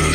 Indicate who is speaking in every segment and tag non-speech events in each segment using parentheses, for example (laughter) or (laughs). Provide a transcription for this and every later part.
Speaker 1: As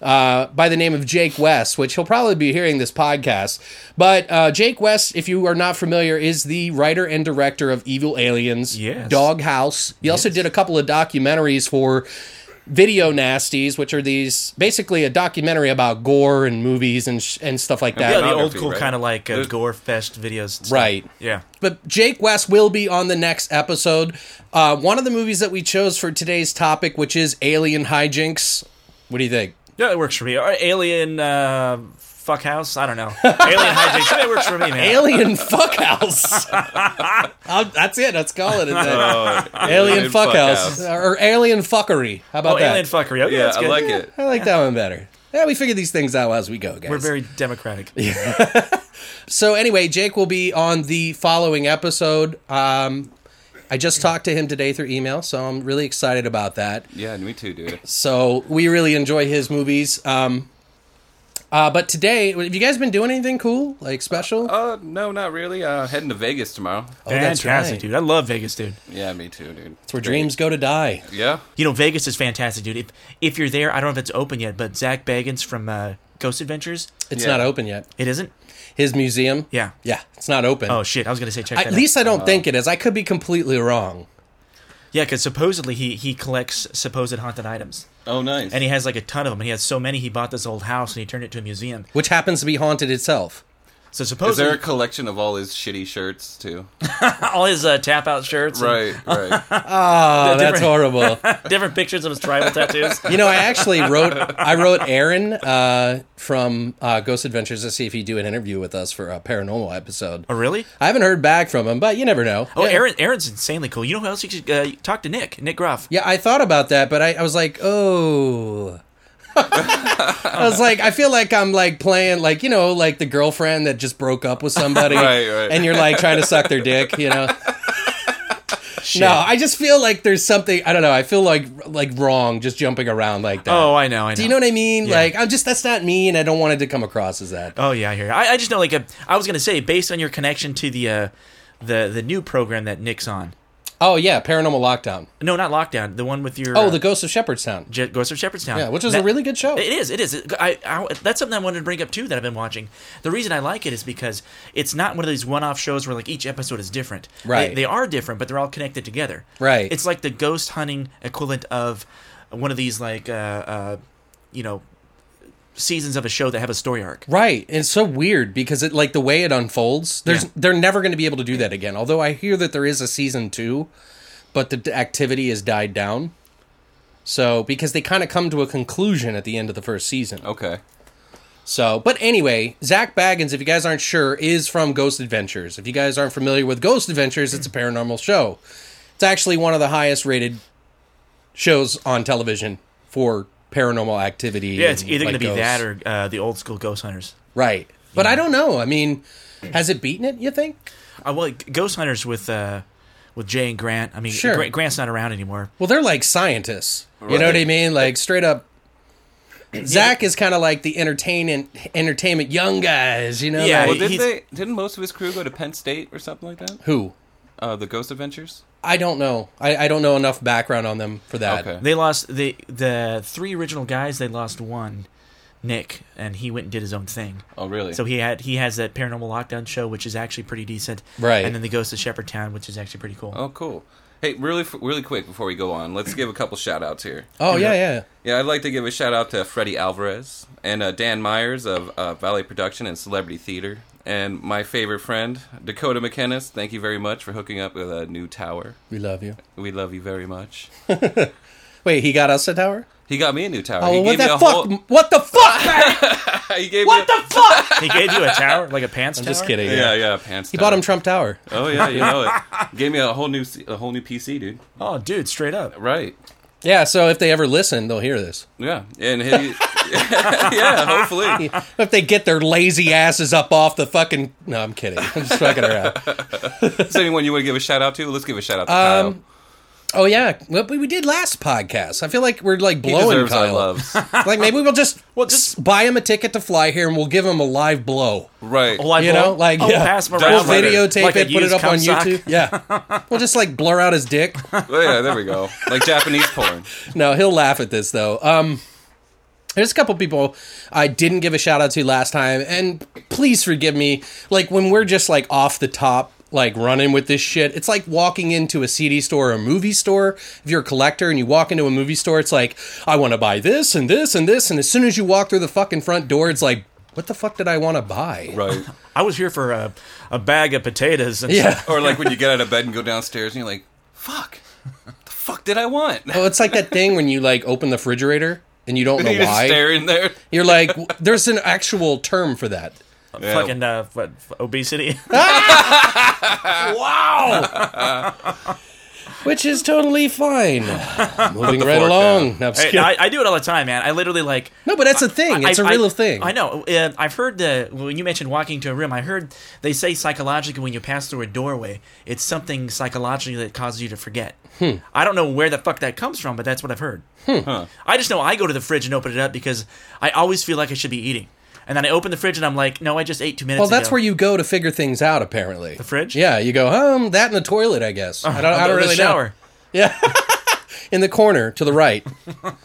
Speaker 2: uh, by the name of Jake West, which he'll probably be hearing this podcast. But uh, Jake West, if you are not familiar, is the writer and director of Evil Aliens,
Speaker 3: Yes.
Speaker 2: Doghouse. He also did a couple of documentaries for Video Nasties, which are these basically a documentary about gore and movies and sh- and stuff like that.
Speaker 3: Yeah, the
Speaker 4: Pornography,
Speaker 3: old school
Speaker 4: right?
Speaker 3: kind of like uh,
Speaker 4: There's-
Speaker 3: gore fest videos. and stuff.
Speaker 2: Right.
Speaker 3: Yeah.
Speaker 2: But Jake West will be on the next episode. Uh, one of the movies that we chose for today's topic, which is Alien Hijinks. What do
Speaker 3: (laughs)
Speaker 2: you think?
Speaker 3: Yeah, it works for me. Or alien uh, fuck house. I don't
Speaker 2: (laughs)
Speaker 3: know. Alien hijinks. It works for me, man.
Speaker 2: Alien
Speaker 3: (laughs)
Speaker 2: Fuckhouse. I'll- that's it. Let's call it. it then.
Speaker 3: Oh,
Speaker 2: Alien Fuckhouse. Or Alien Fuckery. How about
Speaker 3: Oh,
Speaker 2: that?
Speaker 3: alien fuckery. Okay,
Speaker 4: Yeah,
Speaker 3: that's
Speaker 4: I
Speaker 3: good.
Speaker 4: like it.
Speaker 2: I like that one better. Yeah, we figure these things out as we go, guys.
Speaker 3: We're very democratic.
Speaker 2: so anyway, Jake will be on the following episode. Um, I just talked to him today through email, so I'm really excited about that.
Speaker 4: Yeah, me too, dude.
Speaker 2: So we really enjoy his movies. Um, uh, but today, have you guys been doing anything cool, like special?
Speaker 3: Oh,
Speaker 4: Uh, no, not really. Uh, heading to Vegas tomorrow.
Speaker 2: oh, that's
Speaker 3: Fantastic,
Speaker 2: right.
Speaker 3: dude. I love Vegas, dude.
Speaker 4: Yeah, me too, dude.
Speaker 2: It's where dreams go to die.
Speaker 4: Yeah.
Speaker 3: You know, Vegas is fantastic, dude. If if you're there, I don't know if it's open yet, but Zach Bagans from uh, Ghost Adventures,
Speaker 2: It's
Speaker 4: Yeah.
Speaker 2: not open yet.
Speaker 3: it isn't.
Speaker 2: His museum.
Speaker 3: Yeah.
Speaker 2: Yeah, it's not open.
Speaker 3: Oh shit, I was gonna say check
Speaker 2: I-
Speaker 3: that.
Speaker 2: at
Speaker 3: out.
Speaker 2: least I don't think it is. I could be completely wrong.
Speaker 3: yeah, because supposedly he he collects supposed haunted items,
Speaker 4: Oh, nice.
Speaker 3: and he has like a ton of them. And he has so many, he bought this old house and he turned it to a museum.
Speaker 2: Which happens to be haunted itself.
Speaker 3: So
Speaker 4: Is there
Speaker 3: supposedly
Speaker 4: a collection of all his shitty shirts too?
Speaker 3: (laughs) all his uh, tap out shirts, and
Speaker 4: Right, right.
Speaker 2: Oh, that's horrible.
Speaker 3: different pictures of his tribal
Speaker 2: (laughs)
Speaker 3: tattoos.
Speaker 2: you know, I actually wrote I wrote Aaron uh, from uh, Ghost Adventures to see if he'd do an interview with us for a paranormal episode.
Speaker 3: Oh really?
Speaker 2: I haven't heard back from him, but you never know.
Speaker 3: Oh,
Speaker 2: Yeah.
Speaker 3: Aaron Aaron's insanely cool. You know who else you should uh, talk to? Nick Nick Groff.
Speaker 2: Yeah, I thought about that, but I, I was like, oh. (laughs) I was like, I feel like I'm like playing like you know like the girlfriend that just broke up with
Speaker 3: (laughs)
Speaker 2: somebody,
Speaker 4: Right, right.
Speaker 2: and you're like trying to suck their dick, you know. No, I just feel like there's something I don't know. I feel like like wrong just jumping around like that.
Speaker 3: Oh, I know. I know.
Speaker 2: do you know what I mean?
Speaker 3: Yeah.
Speaker 2: Like I'm just that's not me, and I don't want it to come across as that.
Speaker 3: Oh yeah, I hear. you. I, I just know uh, like a, I was gonna say based on your connection to the uh, the the new program that Nick's on.
Speaker 2: Oh yeah, Paranormal Lockdown.
Speaker 3: No, not Lockdown. The one with your
Speaker 2: Oh,
Speaker 3: uh,
Speaker 2: the Ghost of Shepherdstown.
Speaker 3: Je- Ghost of Shepherdstown.
Speaker 2: Yeah, which is a
Speaker 3: That-
Speaker 2: really good show.
Speaker 3: It is. It is. It- I, I- that's something I wanted to bring up too that I've been watching. The reason I like it is because it's not one of these one-off shows where like each episode is different. They-
Speaker 2: Right.
Speaker 3: They, are different, but they're all connected together.
Speaker 2: Right.
Speaker 3: It's like the ghost hunting equivalent of one of these like uh, uh, you know seasons of a show that have a story arc.
Speaker 2: Right. And it's so weird because it like the way it unfolds, there's
Speaker 3: Yeah.
Speaker 2: they're never going to be able to do that again. Although I hear that there is a season 2, but the d- activity has died down. So, because they kind of come to a conclusion at the end of the first season.
Speaker 4: Okay.
Speaker 2: So, but anyway, Zach Baggins, if you guys aren't sure, is from Ghost Adventures. If you guys aren't familiar with Ghost Adventures, it's a paranormal show. It's actually one of the highest rated shows on television for paranormal activity.
Speaker 3: Yeah, it's
Speaker 2: and,
Speaker 3: either
Speaker 2: like,
Speaker 3: going to be that
Speaker 2: ghosts.
Speaker 3: or uh, the old school Ghost Hunters.
Speaker 2: Right. But I don't know. I mean, has it beaten it, you think?
Speaker 3: Uh, well, Ghost Hunters with uh, with Jay and Grant. I mean,
Speaker 2: Sure.
Speaker 3: Grant, Grant's not around anymore.
Speaker 2: Well, they're like scientists. You know what I mean? Like straight up Zach is kind of like the entertainment entertainment young guys, you know?
Speaker 3: Yeah,
Speaker 2: like-
Speaker 4: Well,
Speaker 3: he-
Speaker 4: did
Speaker 3: he's-
Speaker 4: they? Didn't most of his crew go to Penn State or something like that?
Speaker 2: who?
Speaker 4: Uh, the Ghost Adventures.
Speaker 2: I don't know. I, I don't know enough background on them for that.
Speaker 4: Okay.
Speaker 3: They lost the the three original guys. They lost one, Nick, and he went and did his own thing.
Speaker 4: Oh, really?
Speaker 3: So he had he has that paranormal lockdown show, which is actually pretty decent.
Speaker 2: Right.
Speaker 3: And then the Ghost of Shepherdtown, which is actually pretty cool.
Speaker 4: Oh, cool. Hey, really, f- really quick before we go on, let's give a couple shout outs here.
Speaker 2: Oh, yeah, yeah.
Speaker 4: Yeah, I'd like to give a shout out to Freddie Alvarez and uh, Dan Myers of uh, Valley Production and Celebrity Theater, and my favorite friend Dakota McKennis. Thank you very much for hooking up with a new tower.
Speaker 2: We love you.
Speaker 4: We love you very much.
Speaker 2: Wait, he got us a tower?
Speaker 4: He got me a new tower. he
Speaker 2: Oh, well, what
Speaker 4: gave me
Speaker 2: the
Speaker 4: a
Speaker 2: fuck?
Speaker 4: Whole, (laughs)
Speaker 2: What the fuck?
Speaker 4: he gave
Speaker 2: what
Speaker 4: me
Speaker 2: the
Speaker 3: (laughs)
Speaker 2: fuck?
Speaker 3: He gave you a tower, like a pants.
Speaker 2: I'm just
Speaker 3: tower?
Speaker 2: kidding.
Speaker 4: a, (laughs) yeah, yeah, pants.
Speaker 2: He bought him Trump Tower.
Speaker 4: Oh yeah, you know
Speaker 2: (laughs)
Speaker 4: it. Gave me a whole new, C- a whole new PC, dude.
Speaker 3: Oh, dude, straight up.
Speaker 4: Right.
Speaker 2: Yeah, so if they ever listen, they'll hear this.
Speaker 4: Yeah, and he, (laughs) yeah,
Speaker 2: (laughs)
Speaker 4: hopefully.
Speaker 2: If they get their lazy asses up off the fucking. No, I'm kidding. I'm just fucking around.
Speaker 4: Is there anyone you want to give a shout out to? Let's give a shout out to
Speaker 2: Um,
Speaker 4: Kyle.
Speaker 2: Oh yeah, well, but we did last podcast. I feel like we're like
Speaker 4: He
Speaker 2: blowing
Speaker 4: deserves
Speaker 2: Kyle.
Speaker 4: our loves.
Speaker 2: (laughs) Like maybe we'll just well
Speaker 3: just-
Speaker 2: just buy him a ticket to fly here and we'll give him a live blow.
Speaker 4: right.
Speaker 3: Oh, I
Speaker 2: You
Speaker 3: blow-
Speaker 2: know, like
Speaker 3: oh,
Speaker 2: yeah.
Speaker 3: pass him
Speaker 4: Double
Speaker 3: around.
Speaker 4: Right.
Speaker 2: We'll videotape
Speaker 3: Like a
Speaker 2: it, put it
Speaker 3: used
Speaker 2: up on
Speaker 3: cum sock.
Speaker 2: YouTube. Yeah, we'll just like blur out his dick.
Speaker 4: Oh, yeah, there we go. Like Japanese porn.
Speaker 2: No, he'll laugh at this though. Um, there's a couple people I didn't give a shout out to last time, and please forgive me. Like when we're just like off the top, like running with this shit, it's like walking into a CD store or a movie store. If you're a collector and you walk into a movie store, it's like I want to buy this and this and this, and as soon as you walk through the fucking front door, it's like. What the fuck did I want to buy?
Speaker 4: Right.
Speaker 3: I was here for a, a bag of potatoes. And
Speaker 2: Yeah.
Speaker 4: Or like
Speaker 2: (laughs)
Speaker 4: when you get out of bed and go downstairs and you're like, fuck. What the fuck did I want? (laughs)
Speaker 2: Oh, it's like that thing when you like open the refrigerator and you don't know
Speaker 4: you just
Speaker 2: why.
Speaker 4: stare in there.
Speaker 2: You're like, w- there's an actual term for that.
Speaker 4: Yeah.
Speaker 3: Fucking uh, what, obesity.
Speaker 2: which is totally fine. Moving right
Speaker 4: fork
Speaker 2: along. No, I'm just
Speaker 3: Hey,
Speaker 2: kidding.
Speaker 3: no, (laughs) I, I do it all the time, man. I literally like.
Speaker 2: No, but that's a thing. It's a
Speaker 3: a
Speaker 2: real thing.
Speaker 3: I know. Uh, I've heard the when you mentioned walking to a room. I heard they say psychologically when you pass through a doorway, it's something psychologically that causes you to forget.
Speaker 2: Hmm.
Speaker 3: I don't know where the fuck that comes from, but that's what I've heard. I just know I go to the fridge and open it up because I always feel like I should be eating, and then I open the fridge and I'm like, no, I just ate two minutes.
Speaker 2: Well, that's
Speaker 3: ago.
Speaker 2: where you go to figure things out, apparently. The
Speaker 3: fridge? Uh,
Speaker 2: Yeah, you go, um, that in the toilet, I guess. I don't, I
Speaker 3: Go to the
Speaker 2: don't really
Speaker 3: shower.
Speaker 2: know. Yeah. (laughs) in the corner to the right.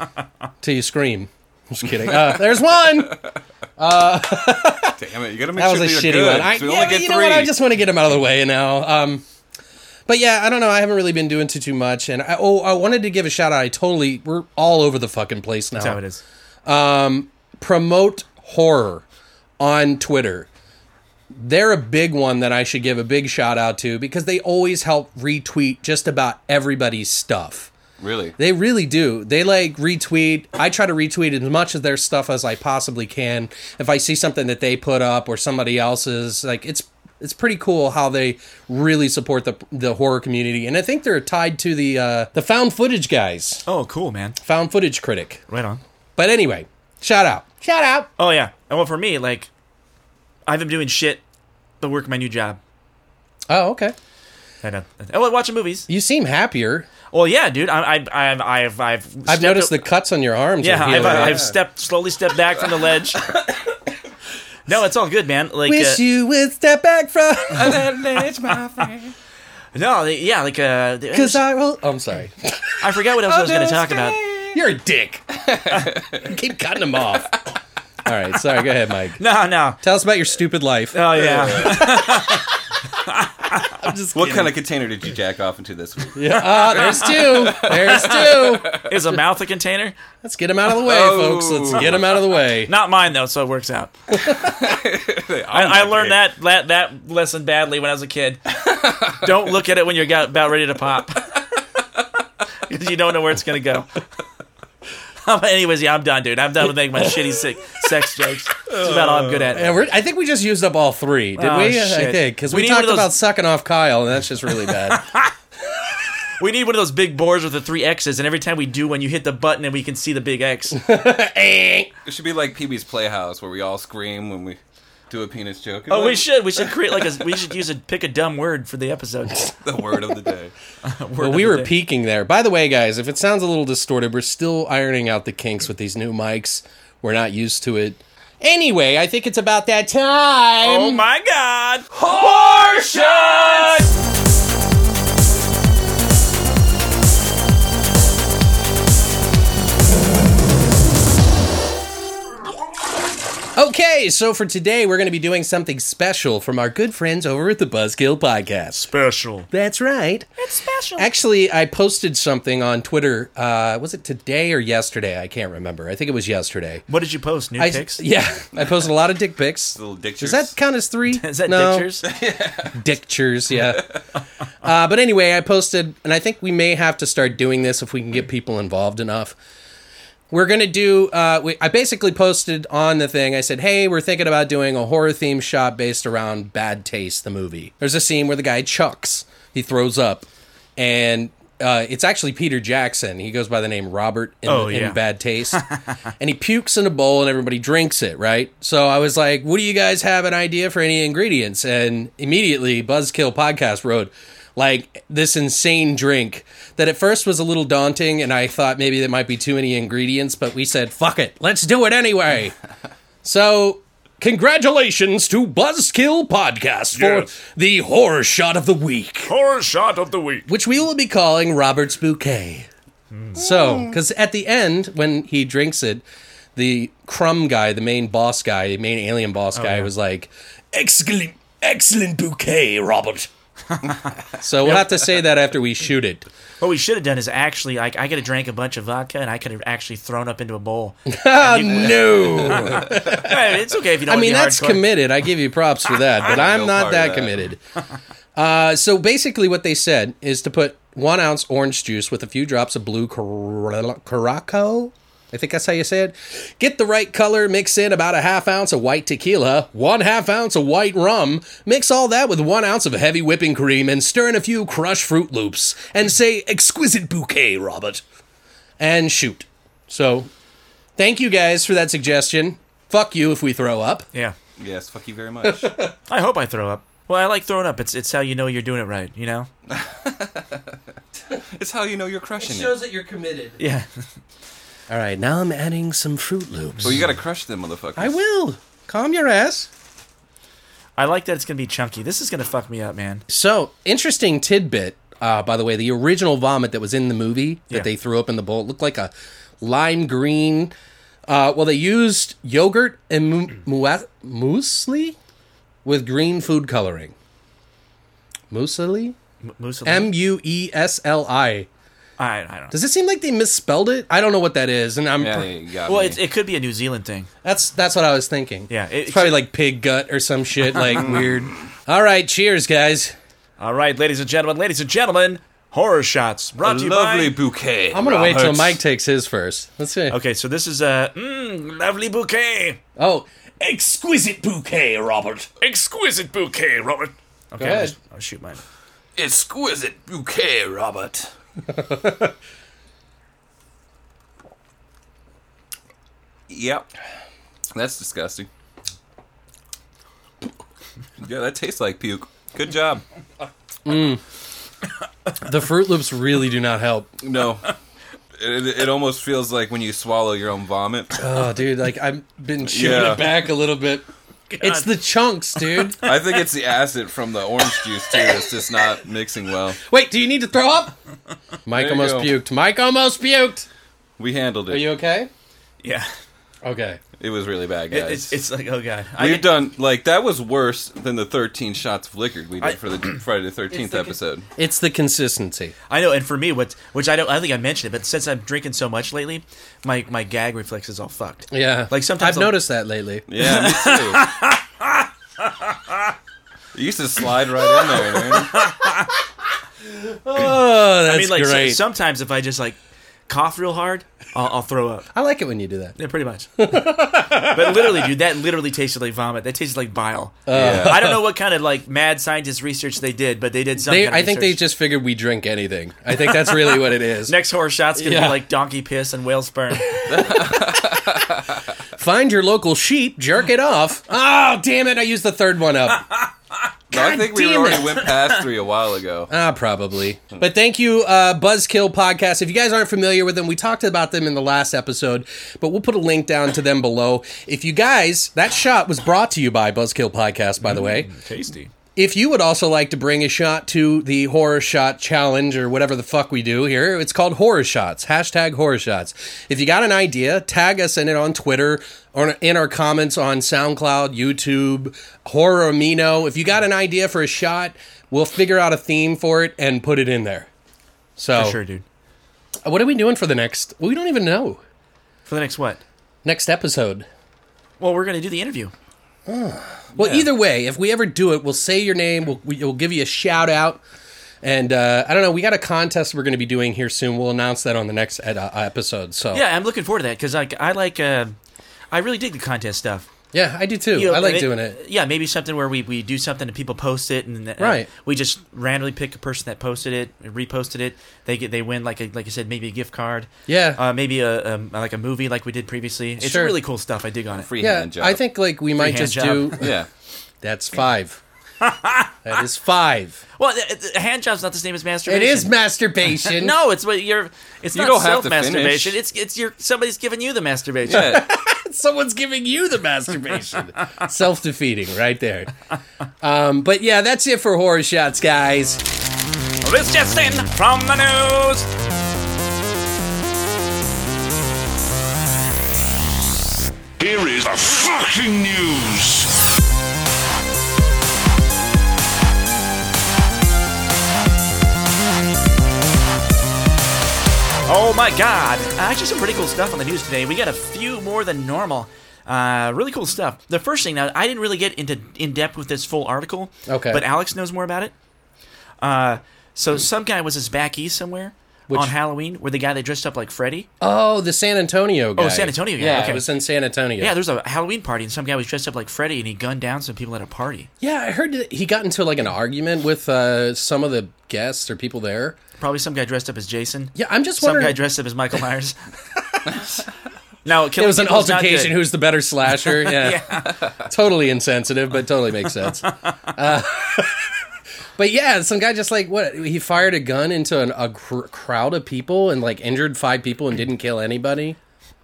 Speaker 2: (laughs) Till you scream. I'm just kidding. Uh, there's one.
Speaker 4: Damn it, you gotta make
Speaker 2: That
Speaker 4: sure
Speaker 2: was a
Speaker 4: that
Speaker 2: shitty
Speaker 4: you're good.
Speaker 2: one. I,
Speaker 4: so we
Speaker 2: yeah,
Speaker 4: only
Speaker 2: but
Speaker 4: get
Speaker 2: you
Speaker 4: three.
Speaker 2: know what? I just want to get him out of the way now. Um, but yeah, I don't know. I haven't really been doing too too much. And I, oh, I wanted to give a shout out. I totally we're all over the fucking place now.
Speaker 3: That's how it is.
Speaker 2: promote horror on Twitter. They're a big one that I should give a big shout out to because they always help retweet just about everybody's stuff. (laughs)
Speaker 4: Really? (laughs)
Speaker 2: They really do. They like retweet. I try to retweet as much of their stuff as I possibly can. If I see something that they put up or somebody else's, like it's it's pretty cool how they really support the the horror community. And I think they're tied to the uh, the found footage guys,
Speaker 3: Oh, cool, man.
Speaker 2: found footage critic.
Speaker 3: Right on.
Speaker 2: But anyway, shout out, shout out.
Speaker 3: Oh yeah. And well, for me, like, I've been doing shit, but work my new job.
Speaker 2: Oh, okay.
Speaker 3: I know. Oh, watching movies.
Speaker 2: You seem happier.
Speaker 3: Well, yeah, dude. I, I, I've, I've, I've,
Speaker 2: I've
Speaker 3: stepped
Speaker 2: noticed
Speaker 3: a-
Speaker 2: the cuts on your arms.
Speaker 3: Yeah,
Speaker 2: are
Speaker 3: I've,
Speaker 2: healing up.
Speaker 3: I've stepped slowly stepped back from the ledge. no, it's all good, man. Like, uh, (laughs)
Speaker 2: (laughs) Wish you would step back from.
Speaker 4: That is my friend.
Speaker 3: No, they, yeah, like uh, they-
Speaker 2: Because I will. Oh, I'm sorry.
Speaker 3: I forgot what else I was going to talk about.
Speaker 2: You're a
Speaker 3: (laughs)
Speaker 2: dick. Keep cutting them off. All right, sorry. Go ahead, Mike.
Speaker 3: No, no.
Speaker 2: Tell us about your stupid life.
Speaker 3: Oh (laughs) yeah,
Speaker 2: I'm just
Speaker 4: What
Speaker 2: kidding.
Speaker 4: kind of container did you jack off into this week?
Speaker 2: Yeah. Ah, there's two. There's two.
Speaker 3: is a mouth a container?
Speaker 2: Let's get them out of the way,
Speaker 4: Oh.
Speaker 2: folks. Let's get them out of the way.
Speaker 3: Not mine though, so it works
Speaker 2: (laughs)
Speaker 3: out. I, I learned that, that that lesson badly when I was a kid. don't look at it when you're got, about ready to pop,
Speaker 2: (laughs)
Speaker 3: 'Cause you don't know where it's gonna go. (laughs) Um, Anyways, yeah, I'm done, dude. I'm done with making my shitty sick sex jokes. That's about all I'm good at.
Speaker 2: Yeah, we're, I think we just used up all three, did
Speaker 3: Oh,
Speaker 2: we? I
Speaker 3: shit.
Speaker 2: think because
Speaker 3: We
Speaker 2: we,
Speaker 3: need one
Speaker 2: talked
Speaker 3: of those-
Speaker 2: about sucking off Kyle, and that's just
Speaker 3: (laughs)
Speaker 2: really bad.
Speaker 3: We need one of those big boards with the three X's, and every time we do one, you hit the button and we can see the big X.
Speaker 4: It should be like PB's Playhouse where we all scream when we do a penis joke.
Speaker 3: Oh, we should. We should create like a. We should use a pick a dumb word for the episode. (laughs)
Speaker 4: The word of the day.
Speaker 2: well, we were peaking there. By the way, guys, if it sounds a little distorted, we're still ironing out the kinks with these new mics. We're not used to it. Anyway, I think it's about that time.
Speaker 3: Oh my god!
Speaker 2: Okay, so for today, we're going to be doing something special from our good friends over at the Buzzkill Podcast.
Speaker 3: Special.
Speaker 2: That's right.
Speaker 3: It's special.
Speaker 2: Actually, I posted something on Twitter. Uh, was it today or yesterday? I can't remember. I think it was yesterday.
Speaker 3: What did you post? New
Speaker 2: I,
Speaker 3: pics?
Speaker 2: (laughs) Yeah, I posted a lot of dick pics.
Speaker 4: Little
Speaker 2: Does
Speaker 4: dictures.
Speaker 2: that count as three?
Speaker 3: (laughs) (laughs) Is that
Speaker 2: no. (laughs)
Speaker 3: pictures?
Speaker 2: Dictures, yeah. uh, but anyway, I posted, and I think we may have to start doing this if we can get people involved enough. We're gonna do. Uh, we, I basically posted on the thing. I said, "Hey, we're thinking about doing a horror themed shot based around Bad Taste, the movie." There's a scene where the guy chucks. He throws up, and uh, it's actually Peter Jackson. He goes by the name Robert in,
Speaker 3: Oh,
Speaker 2: in
Speaker 3: yeah. (laughs)
Speaker 2: Bad Taste, and he pukes in a bowl, and everybody drinks it. Right. So I was like, "What do you guys have an idea for any ingredients?" And immediately, Buzzkill Podcast wrote like this insane drink that at first was a little daunting and I thought maybe there might be too many ingredients, but we said, fuck it, let's do
Speaker 3: (laughs)
Speaker 2: it anyway. so congratulations to Buzzkill Podcast
Speaker 5: Yes.
Speaker 2: for the horror shot of the week.
Speaker 5: Horror shot of the week.
Speaker 2: Which we will be calling Robert's Bouquet. So, because at the end, when he drinks it, the crumb guy, the main boss guy, the main alien boss guy, was like, excellent, excellent bouquet, Robert. so we'll have to say that after we shoot it.
Speaker 3: What we should have done is actually, like, I could have drank a bunch of vodka and I could have actually thrown up into a
Speaker 2: (laughs)
Speaker 3: bowl.
Speaker 2: no.
Speaker 3: Hey, it's okay if you don't.
Speaker 2: I mean,
Speaker 3: be
Speaker 2: that's
Speaker 3: hardcore.
Speaker 2: committed. I give you props for that, but I'm
Speaker 4: No
Speaker 2: not
Speaker 4: part of
Speaker 2: that
Speaker 4: that. (laughs)
Speaker 2: committed. Uh, so basically, what they said is to put one ounce orange juice with a few drops of blue cor- Caraco. I think that's how you say it. Get the right color, mix in about a half ounce of white tequila, one half ounce of white rum, mix all that with one ounce of heavy whipping cream, and stir in a few crushed Fruit Loops, and say, exquisite bouquet, Robert. And shoot. So, thank you guys for that suggestion. Fuck you if we throw up.
Speaker 3: Yeah,
Speaker 4: Yes, fuck you very
Speaker 2: (laughs)
Speaker 4: much.
Speaker 3: I hope I throw up. Well, I like throwing up. It's it's how you know you're doing it right. You know.
Speaker 4: it's how you know you're crushing it.
Speaker 2: that you're committed.
Speaker 3: Yeah.
Speaker 2: All right, now I'm adding some Fruit Loops.
Speaker 4: Well, you gotta crush them, motherfuckers.
Speaker 2: I will. Calm your ass.
Speaker 3: (laughs) I like that it's gonna be chunky. This is gonna fuck me up, man.
Speaker 2: So, interesting tidbit, uh, by the way, the original vomit that was in the movie that
Speaker 3: Yeah.
Speaker 2: they threw up in the bowl looked like a lime green. Uh, well, they used yogurt and mu- mua- muesli with green food coloring. Muesli?
Speaker 3: M- Muesli.
Speaker 2: M U E S L I.
Speaker 3: I, I don't. know.
Speaker 2: Does it seem like they misspelled it? I don't know what that is, and I'm
Speaker 4: Yeah, you got
Speaker 3: Well,
Speaker 4: me.
Speaker 3: it, it could be a New Zealand thing.
Speaker 2: That's that's what I was thinking.
Speaker 3: Yeah, it-
Speaker 2: it's probably like pig gut or some shit (laughs) like weird. All right, cheers, guys.
Speaker 3: All right, ladies and gentlemen, ladies and gentlemen, horror shots
Speaker 4: a
Speaker 3: brought to you
Speaker 4: lovely
Speaker 3: by.
Speaker 4: bouquet.
Speaker 2: I'm gonna wait till
Speaker 4: Roberts.
Speaker 2: Mike takes his first. Let's see.
Speaker 3: Okay, so this is a mm, lovely bouquet.
Speaker 2: Oh,
Speaker 5: Exquisite bouquet, Robert. Exquisite bouquet, Robert.
Speaker 3: Okay,
Speaker 2: ahead.
Speaker 3: I'll, just- I'll shoot mine.
Speaker 4: Exquisite bouquet, Robert. (laughs) yep. That's disgusting. Yeah, that tastes like puke. Good job.
Speaker 2: the Fruit Loops really do not help.
Speaker 4: (laughs) No. It, it almost feels like when you swallow your own vomit.
Speaker 2: Oh, dude, like I've been shooting
Speaker 4: Yeah.
Speaker 2: it back a little bit. It's the chunks, dude.
Speaker 4: I think it's the acid from the orange juice too. It's just not mixing well.
Speaker 2: Wait, do you need to throw up? Mike
Speaker 4: There you
Speaker 2: almost
Speaker 4: go.
Speaker 2: puked. Mike almost puked.
Speaker 4: We handled
Speaker 2: Are
Speaker 4: it.
Speaker 2: you okay?
Speaker 3: yeah.
Speaker 2: Okay.
Speaker 4: It was really bad,
Speaker 3: It-
Speaker 4: guys.
Speaker 3: it's, it's like oh god. I
Speaker 4: We've
Speaker 3: get-
Speaker 4: done like that was worse than the 13 shots of liquor we did
Speaker 3: I-
Speaker 4: for the (clears throat) Friday the 13th episode.
Speaker 2: It's the consistency.
Speaker 3: I know, and for me, what which I don't, I think I mentioned it, but since I'm drinking so much lately, my my gag reflex is all fucked.
Speaker 2: Yeah.
Speaker 3: Like, sometimes
Speaker 2: I've
Speaker 3: I'll-
Speaker 2: noticed that lately.
Speaker 4: Yeah, me too.
Speaker 3: (laughs)
Speaker 4: it used to slide right in
Speaker 3: (laughs)
Speaker 4: there, man.
Speaker 2: Oh, that's
Speaker 3: I mean, like so-
Speaker 2: great.
Speaker 3: sometimes if I just like cough real hard, I'll, I'll throw up.
Speaker 2: I like it when you do that.
Speaker 3: Yeah, pretty much. (laughs) but literally, dude, that literally tasted like vomit. That tasted like bile.
Speaker 2: Uh.
Speaker 4: Yeah.
Speaker 3: I don't know what kind of like mad scientist research they did, but they did something.
Speaker 2: They, I think they just figured we drink anything. I think that's really what it is.
Speaker 3: (laughs) next horror shot's gonna
Speaker 2: Yeah.
Speaker 3: be like donkey piss and whale
Speaker 2: (laughs)
Speaker 3: sperm.
Speaker 2: Find your local sheep, jerk it off. Oh, damn it! I used the third one up.
Speaker 4: No, I think we
Speaker 2: damn
Speaker 4: already
Speaker 2: it.
Speaker 4: went past three a while
Speaker 2: (laughs)
Speaker 4: ago.
Speaker 2: Ah, probably. But thank you, uh, Buzzkill Podcast. If you guys aren't familiar with them, we talked about them in the last episode, but we'll put a link down to them below. If you guys, that shot was brought to you by Buzzkill Podcast, by the way.
Speaker 3: Tasty.
Speaker 2: If you would also like to bring a shot to the horror shot challenge or whatever the fuck we do here, it's called horror shots. Hashtag horror shots. If you got an idea, tag us in it on Twitter or in our comments on SoundCloud, YouTube, Horror Amino. If you got an idea for a shot, we'll figure out a theme for it and put it in there. So,
Speaker 3: For
Speaker 2: Oh.
Speaker 3: sure, dude.
Speaker 2: what are we doing for the next? We don't even know.
Speaker 3: For the next what?
Speaker 2: Next episode.
Speaker 3: Well, we're gonna do the interview.
Speaker 2: Well, either way, if we ever do it, we'll say your name. We'll, we- we'll give you a shout out. And uh, I don't know. We got a contest we're going to be doing here soon. We'll announce that on the next ed- uh, episode. So
Speaker 3: Yeah, I'm looking forward to that because like I like, uh, I really dig the contest stuff.
Speaker 2: Yeah, I do too.
Speaker 3: You know,
Speaker 2: I like
Speaker 3: may-
Speaker 2: doing it.
Speaker 3: Yeah, maybe something where we, we do something and people post it, and uh,
Speaker 2: Right.
Speaker 3: we just randomly pick a person that posted it, reposted it. They get they win like a, like I said, maybe a gift card.
Speaker 2: Yeah.
Speaker 3: uh, maybe a, um like a movie like we did previously. It's
Speaker 2: Sure.
Speaker 3: really cool stuff. I dig on it.
Speaker 4: Free
Speaker 2: Yeah,
Speaker 4: hand job.
Speaker 2: I think like we might
Speaker 3: hand
Speaker 2: just
Speaker 3: job.
Speaker 2: do.
Speaker 3: (laughs)
Speaker 4: Yeah.
Speaker 2: (laughs) That's five. that is five.
Speaker 3: Well, th- th- hand job's not the same as
Speaker 2: It
Speaker 3: masturbation.
Speaker 2: is
Speaker 3: (laughs)
Speaker 2: masturbation.
Speaker 3: No, it's what you're. It's
Speaker 4: You
Speaker 3: not
Speaker 4: don't have
Speaker 3: self
Speaker 4: to
Speaker 3: masturbation. It's
Speaker 4: finish.
Speaker 3: it's your somebody's giving you the masturbation.
Speaker 4: Yeah.
Speaker 2: someone's giving you the (laughs) masturbation. Self defeating, right there. Um, but yeah, that's it for horror shots, guys.
Speaker 5: This just in from the news.
Speaker 1: Here is the fucking news.
Speaker 3: Oh my God! Actually, some pretty cool stuff on the news today. We got a few more than normal. Uh, really cool stuff. The first thing now, I didn't really get into in depth with this full article.
Speaker 2: Okay.
Speaker 3: But Alex knows more about it. Uh, so some guy was his back east somewhere on Halloween, where the guy that dressed up like Freddy.
Speaker 2: Oh, the San Antonio guy.
Speaker 3: San Antonio guy,
Speaker 2: Yeah,
Speaker 3: okay.
Speaker 2: it was in San Antonio.
Speaker 3: Yeah, there was a Halloween party, and some guy was dressed up like Freddy, and he gunned down some people at a party.
Speaker 2: Yeah, I heard that he got into like an argument with uh, some of the guests or people there.
Speaker 3: Probably some guy dressed up as Jason.
Speaker 2: Yeah, I'm just
Speaker 3: Some guy
Speaker 2: wondering.
Speaker 3: dressed up as Michael
Speaker 2: (laughs)
Speaker 3: Myers. now
Speaker 2: It was an altercation. Who's the better
Speaker 3: (laughs)
Speaker 2: slasher? Yeah, totally insensitive, but totally makes sense. Uh, (laughs) but yeah, some guy just like what he fired a gun into an, a cr- crowd of people and like injured five people and didn't kill anybody.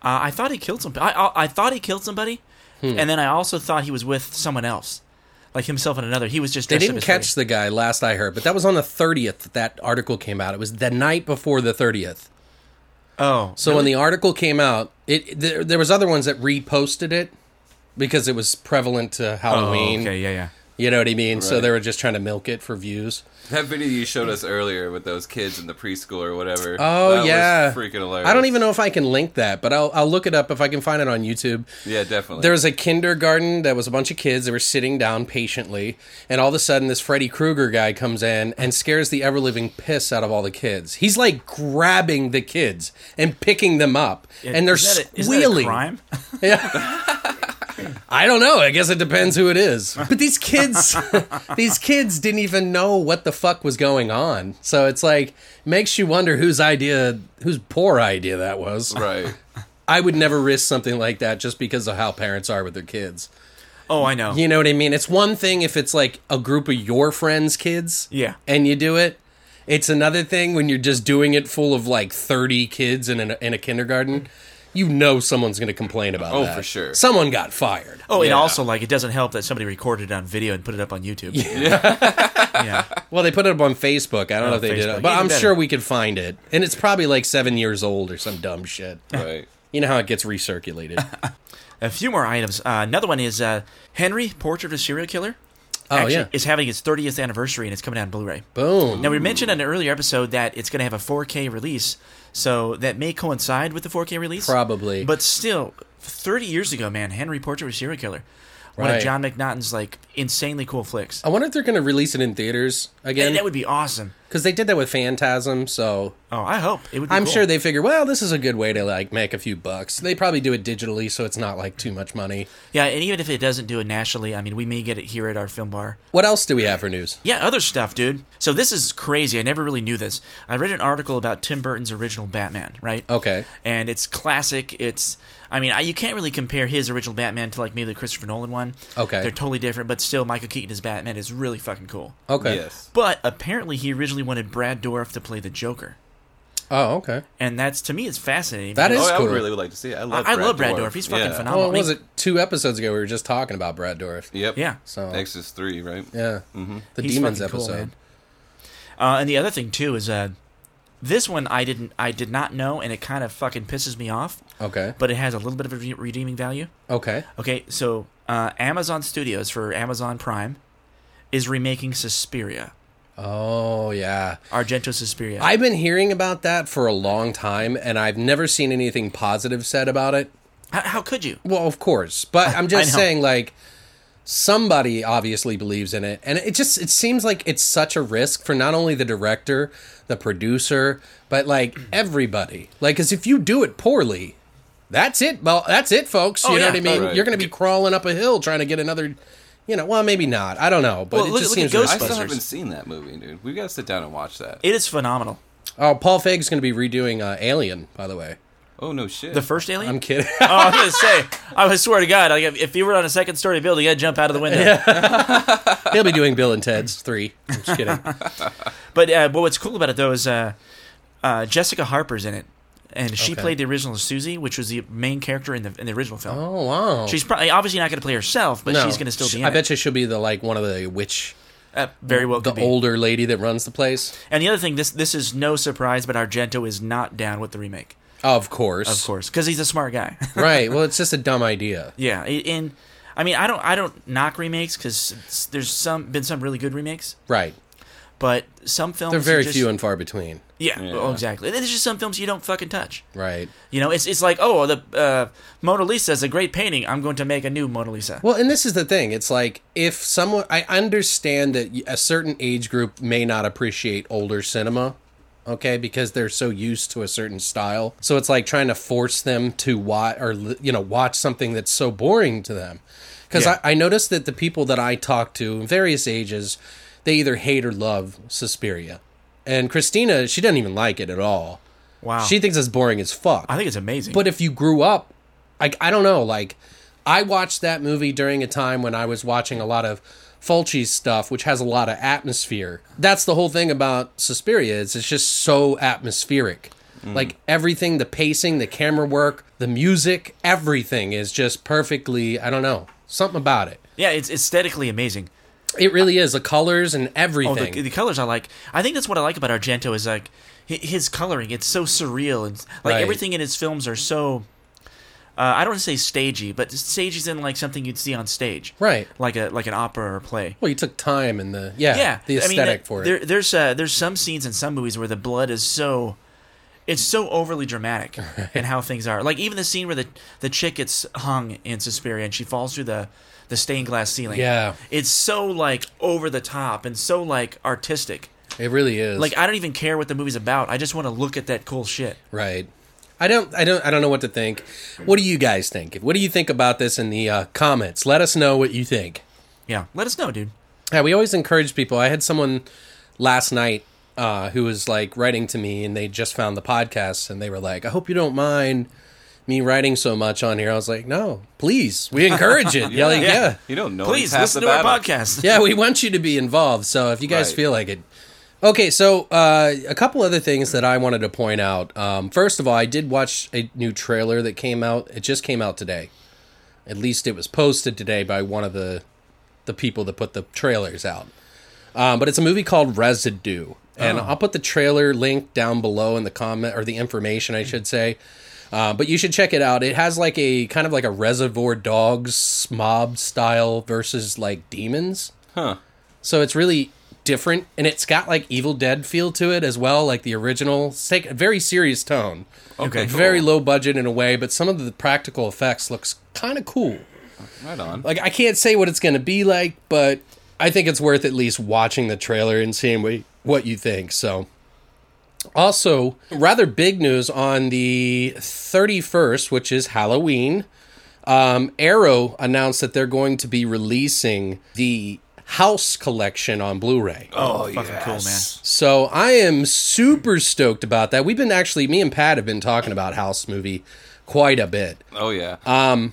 Speaker 3: Uh, I thought he killed some. I, I, I thought he killed somebody,
Speaker 2: Hmm.
Speaker 3: and then I also thought he was with someone else, like himself and another. He was just
Speaker 2: They
Speaker 3: dressed
Speaker 2: didn't
Speaker 3: up as
Speaker 2: catch the guy last I heard, but that was on the 30th that that article came out. It was the night before the 30th.
Speaker 3: Freddy. Oh,
Speaker 2: So when the article came out, it there, there was other ones that reposted it because it was prevalent to
Speaker 3: oh,
Speaker 2: Halloween.
Speaker 3: okay, yeah, yeah.
Speaker 2: You know what I mean? So
Speaker 4: Right.
Speaker 2: they were just trying to milk it for views.
Speaker 4: That video you showed us earlier with those kids in the preschool or whatever.
Speaker 2: Oh
Speaker 4: that
Speaker 2: yeah,
Speaker 4: was freaking hilarious.
Speaker 2: I don't even know if I can link that, but I'll I'll look it up if I can find it on YouTube.
Speaker 4: Yeah, definitely.
Speaker 2: There was a kindergarten that was a bunch of kids that were sitting down patiently, and all of a sudden, this Freddy Krueger guy comes in and scares the ever living piss out of all the kids. He's like grabbing the kids and picking them up, and they're
Speaker 3: Is that a- is that a
Speaker 2: squealing.
Speaker 3: crime? (laughs)
Speaker 2: Yeah. I don't know. I guess it depends who it is. (laughs) But these kids, (laughs) these kids didn't even know what the fuck was going on. So it's like makes you wonder whose idea, whose poor idea that was.
Speaker 4: right.
Speaker 2: I would never risk something like that just because of how parents are with their kids.
Speaker 3: Oh, I know.
Speaker 2: You know what I mean? It's one thing if it's like a group of your friends' kids.
Speaker 3: Yeah.
Speaker 2: And you do it. It's another thing when you're just doing it full of like 30 kids in a, in a kindergarten. you know someone's going to complain about
Speaker 4: Oh,
Speaker 2: that.
Speaker 4: for sure.
Speaker 2: Someone got fired.
Speaker 3: Oh, and
Speaker 4: Yeah.
Speaker 3: also like it doesn't help that somebody recorded it on video and put it up on YouTube. Yeah. (laughs)
Speaker 2: Well, they put it up on Facebook. I don't know if they did
Speaker 3: Oh, Facebook.
Speaker 2: it, but
Speaker 3: Even
Speaker 2: I'm
Speaker 3: better.
Speaker 2: sure we could find it. And it's probably like seven years old or some dumb shit.
Speaker 4: Right.
Speaker 2: You know how it gets recirculated.
Speaker 3: (laughs) A few more items. Uh, another one is uh, Henry Portrait of a Serial Killer.
Speaker 2: Oh,
Speaker 3: actually
Speaker 2: yeah.
Speaker 3: is having its 30th anniversary and it's coming out on Blu-ray.
Speaker 2: Boom.
Speaker 3: Now we mentioned in an earlier episode that it's going to have a 4K release, so that may coincide with the 4K release.
Speaker 2: Probably.
Speaker 3: But still, 30 years ago, man, Henry Portrait of a Serial Killer, one of
Speaker 2: Right. Oh,
Speaker 3: John McNaughton's like insanely cool flicks.
Speaker 2: I wonder if they're going to release it in theaters
Speaker 3: And
Speaker 2: again
Speaker 3: that would be awesome.
Speaker 2: because they did that with Phantasm. So
Speaker 3: Oh, I hope it would. Be
Speaker 2: I'm
Speaker 3: cool.
Speaker 2: sure they figure, well, this is a good way to like make a few bucks. They probably do it digitally, so it's not like too much money.
Speaker 3: Yeah, and even if it doesn't do it nationally, I mean, we may get it here at our film bar.
Speaker 2: What else do we have for news?
Speaker 3: Yeah, other stuff, dude. So this is crazy. I never really knew this. I read an article about Tim Burton's original Batman, right?
Speaker 2: Okay.
Speaker 3: And it's classic. It's, I mean, I, you can't really compare his original Batman to like maybe the Christopher Nolan one.
Speaker 2: Okay.
Speaker 3: They're totally different, but still, Michael Keaton as Batman is really fucking cool.
Speaker 2: (laughs) Okay.
Speaker 4: Yes.
Speaker 3: But apparently, he originally wanted Brad Dourif to play the Joker,
Speaker 2: Oh, okay.
Speaker 3: and that's to me is fascinating.
Speaker 2: That
Speaker 3: because-
Speaker 2: is
Speaker 4: Oh, I
Speaker 2: cool.
Speaker 4: would really would like to see it. I love
Speaker 3: I- I
Speaker 4: Brad
Speaker 3: love Brad
Speaker 4: Dourif.
Speaker 3: Dourif. He's fucking
Speaker 4: Yeah.
Speaker 3: phenomenal.
Speaker 2: Well, what was it two episodes ago? We were just talking about Brad Dourif.
Speaker 4: Yep.
Speaker 3: Yeah. Mm-hmm.
Speaker 2: So
Speaker 4: Nexus 3, right?
Speaker 2: yeah, the
Speaker 3: He's
Speaker 2: demons
Speaker 3: fucking cool,
Speaker 2: episode.
Speaker 3: man. Uh, and the other thing too is uh, this one I didn't I did not know, and it kind of fucking pisses me off.
Speaker 2: okay.
Speaker 3: But it has a little bit of a re- redeeming value.
Speaker 2: Okay.
Speaker 3: Okay, so uh, Amazon Studios for Amazon Prime is remaking Suspiria,
Speaker 2: Oh yeah.
Speaker 3: Argento Suspiria.
Speaker 2: I've been hearing about that for a long time, and I've never seen anything positive said about it.
Speaker 3: how, how could you?
Speaker 2: Well, of course,
Speaker 3: (laughs)
Speaker 2: but I'm just
Speaker 3: know.
Speaker 2: saying, like, somebody obviously believes in it, and it just it seems like it's such a risk for not only the director, the producer, but like everybody. Like, because if you do it poorly, that's it. Well, that's it, folks. You
Speaker 3: Oh,
Speaker 2: know
Speaker 3: yeah.
Speaker 2: what I mean?
Speaker 4: Right.
Speaker 2: You're going to be crawling up a hill trying to get another. You know, well, maybe not. I don't know, but
Speaker 3: Well,
Speaker 2: it
Speaker 3: look-
Speaker 2: just
Speaker 3: look at
Speaker 2: seems.
Speaker 4: I
Speaker 2: risky.
Speaker 4: still
Speaker 3: Ghostbusters.
Speaker 4: haven't seen that movie, dude. We've got to sit down and watch that.
Speaker 3: It is phenomenal.
Speaker 2: Oh, Paul Feig's going to be redoing uh, Alien, by the way.
Speaker 4: oh, no shit.
Speaker 3: The first Alien.
Speaker 2: I'm kidding. (laughs)
Speaker 3: oh, I was gonna say. I would swear to God, like, if, if you were on a second story building, I'd jump out of the window.
Speaker 2: He'll be doing Bill and Ted's three. I'm just kidding.
Speaker 3: But uh, but what's cool about it though is uh, uh, Jessica Harper's in it, and she
Speaker 2: Okay.
Speaker 3: played the original Susie, which was the main character in the in the original film.
Speaker 2: (laughs) Oh wow.
Speaker 3: She's probably obviously not going to play herself, but
Speaker 2: No.
Speaker 3: she's going to still be. In
Speaker 2: I
Speaker 3: it.
Speaker 2: bet you she'll be the like one of the witch,
Speaker 3: Uh, very well
Speaker 2: the
Speaker 3: could be.
Speaker 2: older lady that runs the place.
Speaker 3: And the other thing, this this is no surprise, but Argento is not down with the remake,
Speaker 2: Of course,
Speaker 3: of course, because he's a smart guy. (laughs)
Speaker 2: right? Well, it's just a dumb idea.
Speaker 3: yeah, a- and I mean, I don't I don't knock remakes because there's some been some really good remakes,
Speaker 2: Right?
Speaker 3: but some films
Speaker 2: They're
Speaker 3: are
Speaker 2: very
Speaker 3: just-
Speaker 2: few and far between.
Speaker 3: Yeah,
Speaker 4: Yeah.
Speaker 3: well, exactly. And There's just some films you don't fucking touch.
Speaker 2: Right.
Speaker 3: You know, it's it's like oh the uh, Mona Lisa is a great painting. I'm going to make a new Mona Lisa.
Speaker 2: Well, and this is the thing. It's like if someone, I understand that y- a certain age group may not appreciate older cinema, okay, because they're so used to a certain style. So it's like trying to force them to watch or, li- you know, watch something that's so boring to them. Because
Speaker 3: Yeah.
Speaker 2: I, I noticed that the people that I talk to in various ages, they either hate or love Suspiria. And Christina, she doesn't even like it at all.
Speaker 3: wow,
Speaker 2: She thinks it's boring as fuck.
Speaker 3: I think it's amazing.
Speaker 2: But if you grew up, like I don't know, like I watched that movie during a time when I was watching a lot of Fulci's stuff, which has a lot of atmosphere. That's the whole thing about Suspiria is it's just so atmospheric.
Speaker 3: Mm.
Speaker 2: Like everything, the pacing, the camera work, the music, everything is just perfectly. I don't know, something about it.
Speaker 3: yeah, it's aesthetically amazing.
Speaker 2: It really is the colors and
Speaker 3: Oh,
Speaker 2: everything.
Speaker 3: the, the colors I like. I think that's what I like about Argento is like hi- his coloring. It's so surreal and like
Speaker 2: Right.
Speaker 3: everything in his films are so. Uh, I don't want to say stagey, but stagey is in like something you'd see on stage,
Speaker 2: Right.
Speaker 3: Like a like an opera or a play.
Speaker 2: well, you took time and the yeah,
Speaker 3: Yeah,
Speaker 2: the
Speaker 3: I mean,
Speaker 2: aesthetic
Speaker 3: that-
Speaker 2: for it.
Speaker 3: There, there's uh, there's some scenes in some movies where the blood is so. It's so overly
Speaker 2: (laughs)
Speaker 3: dramatic and how things are. Like even the scene where the the chick gets hung in Suspiria and she falls through the the stained glass ceiling.
Speaker 2: Yeah.
Speaker 3: it's so like over the top and so like artistic.
Speaker 2: it really is.
Speaker 3: Like I don't even care what the movie's about. I just want to look at that cool shit.
Speaker 2: Right. I don't I don't I don't know what to think. What do you guys think? What do you think about this in the uh, comments? Let us know what you think.
Speaker 3: Yeah. Let us know, dude.
Speaker 2: Yeah, we always encourage people. I had someone last night uh, who was like writing to me and they just found the podcast and they were like, I hope you don't mind me writing so much on here. I was like, No, please. We encourage it. yeah, like,
Speaker 3: Yeah.
Speaker 2: yeah. yeah.
Speaker 4: you don't know.
Speaker 3: Please
Speaker 4: half
Speaker 3: listen
Speaker 4: the
Speaker 3: to our
Speaker 4: battle.
Speaker 3: podcast.
Speaker 2: we want you to be involved. So if you guys
Speaker 4: Right.
Speaker 2: feel like it, Okay, so uh, a couple other things that I wanted to point out. Um, first of all, I did watch a new trailer that came out. It just came out today. At least it was posted today by one of the the people that put the trailers out. Um, but it's a movie called Residue, and I'll put the trailer link down below in the comment or the information, I should say. Uh, but you should check it out. It has like a kind of like a Reservoir Dogs mob style versus like demons. So it's really different, and it's got like Evil Dead feel to it as well, like the original. It's take a very serious tone,
Speaker 4: Okay, Oh, cool.
Speaker 2: very low budget in a way, but some of the practical effects looks kind of cool.
Speaker 4: Right on.
Speaker 2: Like I can't say what it's going to be like, but I think it's worth at least watching the trailer and seeing what what you think. So. Also, rather big news on the 31st, which is Halloween. Um, Arrow announced that they're going to be releasing the House collection on Blu ray.
Speaker 3: Oh, (laughs) fucking cool, man.
Speaker 2: So I am super stoked about that. We've been actually, me and Pat have been talking about House movie quite a bit.
Speaker 4: Oh yeah.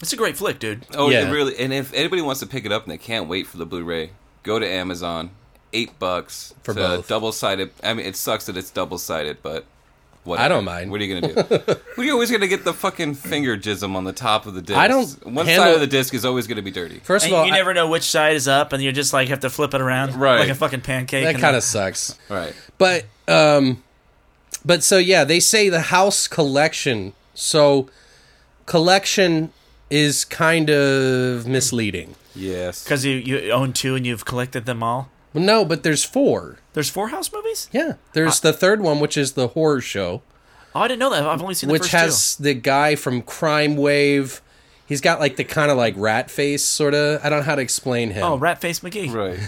Speaker 3: It's a great flick, dude.
Speaker 4: oh
Speaker 2: Uh, yeah.
Speaker 4: it really. And if anybody wants to pick it up and they can't wait for the Blu-ray, go to Amazon. Eight bucks
Speaker 2: For
Speaker 4: It's a
Speaker 2: both.
Speaker 4: Double-sided. I mean, it sucks that it's double-sided, but. Whatever.
Speaker 2: I don't mind.
Speaker 4: What are you gonna
Speaker 2: (laughs)
Speaker 4: do? well, you're always gonna get the fucking finger jism on the top of the disc.
Speaker 2: I don't
Speaker 4: One side
Speaker 2: handle-
Speaker 4: of the disc is always gonna be dirty.
Speaker 2: First
Speaker 3: And
Speaker 2: of all,
Speaker 3: you
Speaker 2: I-
Speaker 3: never know which side is up, and you just like have to flip it around
Speaker 4: Right.
Speaker 3: like a fucking pancake.
Speaker 2: that
Speaker 3: and
Speaker 2: kind
Speaker 3: then-
Speaker 2: of sucks.
Speaker 4: Right.
Speaker 2: But um but so yeah, they say the house collection. So collection is kind of misleading.
Speaker 4: Yes.
Speaker 3: Because you, you own two and you've collected them all.
Speaker 2: Well, no, but there's four.
Speaker 3: There's four house movies?
Speaker 2: Yeah, there's
Speaker 3: Uh,
Speaker 2: the third one which is the horror show,
Speaker 3: Oh, I didn't know that. I've only seen the
Speaker 2: which
Speaker 3: first
Speaker 2: has the guy from Crime Wave. He's got like the kind of like rat face sort of. I don't know how to explain him.
Speaker 3: two. Oh, Ratface McGee.
Speaker 2: (laughs)
Speaker 4: Right.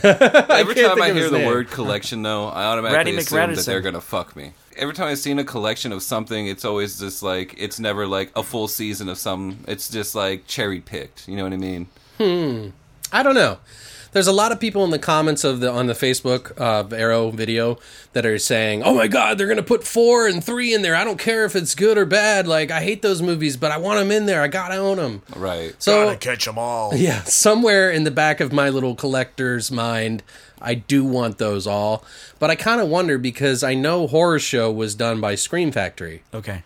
Speaker 4: Every
Speaker 2: can't
Speaker 4: time
Speaker 2: think
Speaker 4: I
Speaker 2: of
Speaker 4: hear
Speaker 2: his
Speaker 4: the
Speaker 2: name.
Speaker 4: word collection, though, I automatically
Speaker 3: Ratty
Speaker 4: assume that
Speaker 3: McRatterson.
Speaker 4: they're gonna fuck me. Every time I've seen a collection of something, it's always just like it's never like a full season of some. It's just like cherry picked. You know what I mean?
Speaker 2: I don't know. There's a lot of people in the comments of the on the Facebook uh, Arrow video that are saying, "Oh my God, they're gonna put four and three in there. I don't care if it's good or bad. Like I hate those movies, but I want them in there. I gotta own them."
Speaker 4: Right.
Speaker 2: So
Speaker 3: catch them all.
Speaker 2: yeah, somewhere in the back of my little collector's mind, I do want those all. But I kind of wonder because I know Horror Show was done by Scream Factory.
Speaker 3: Okay.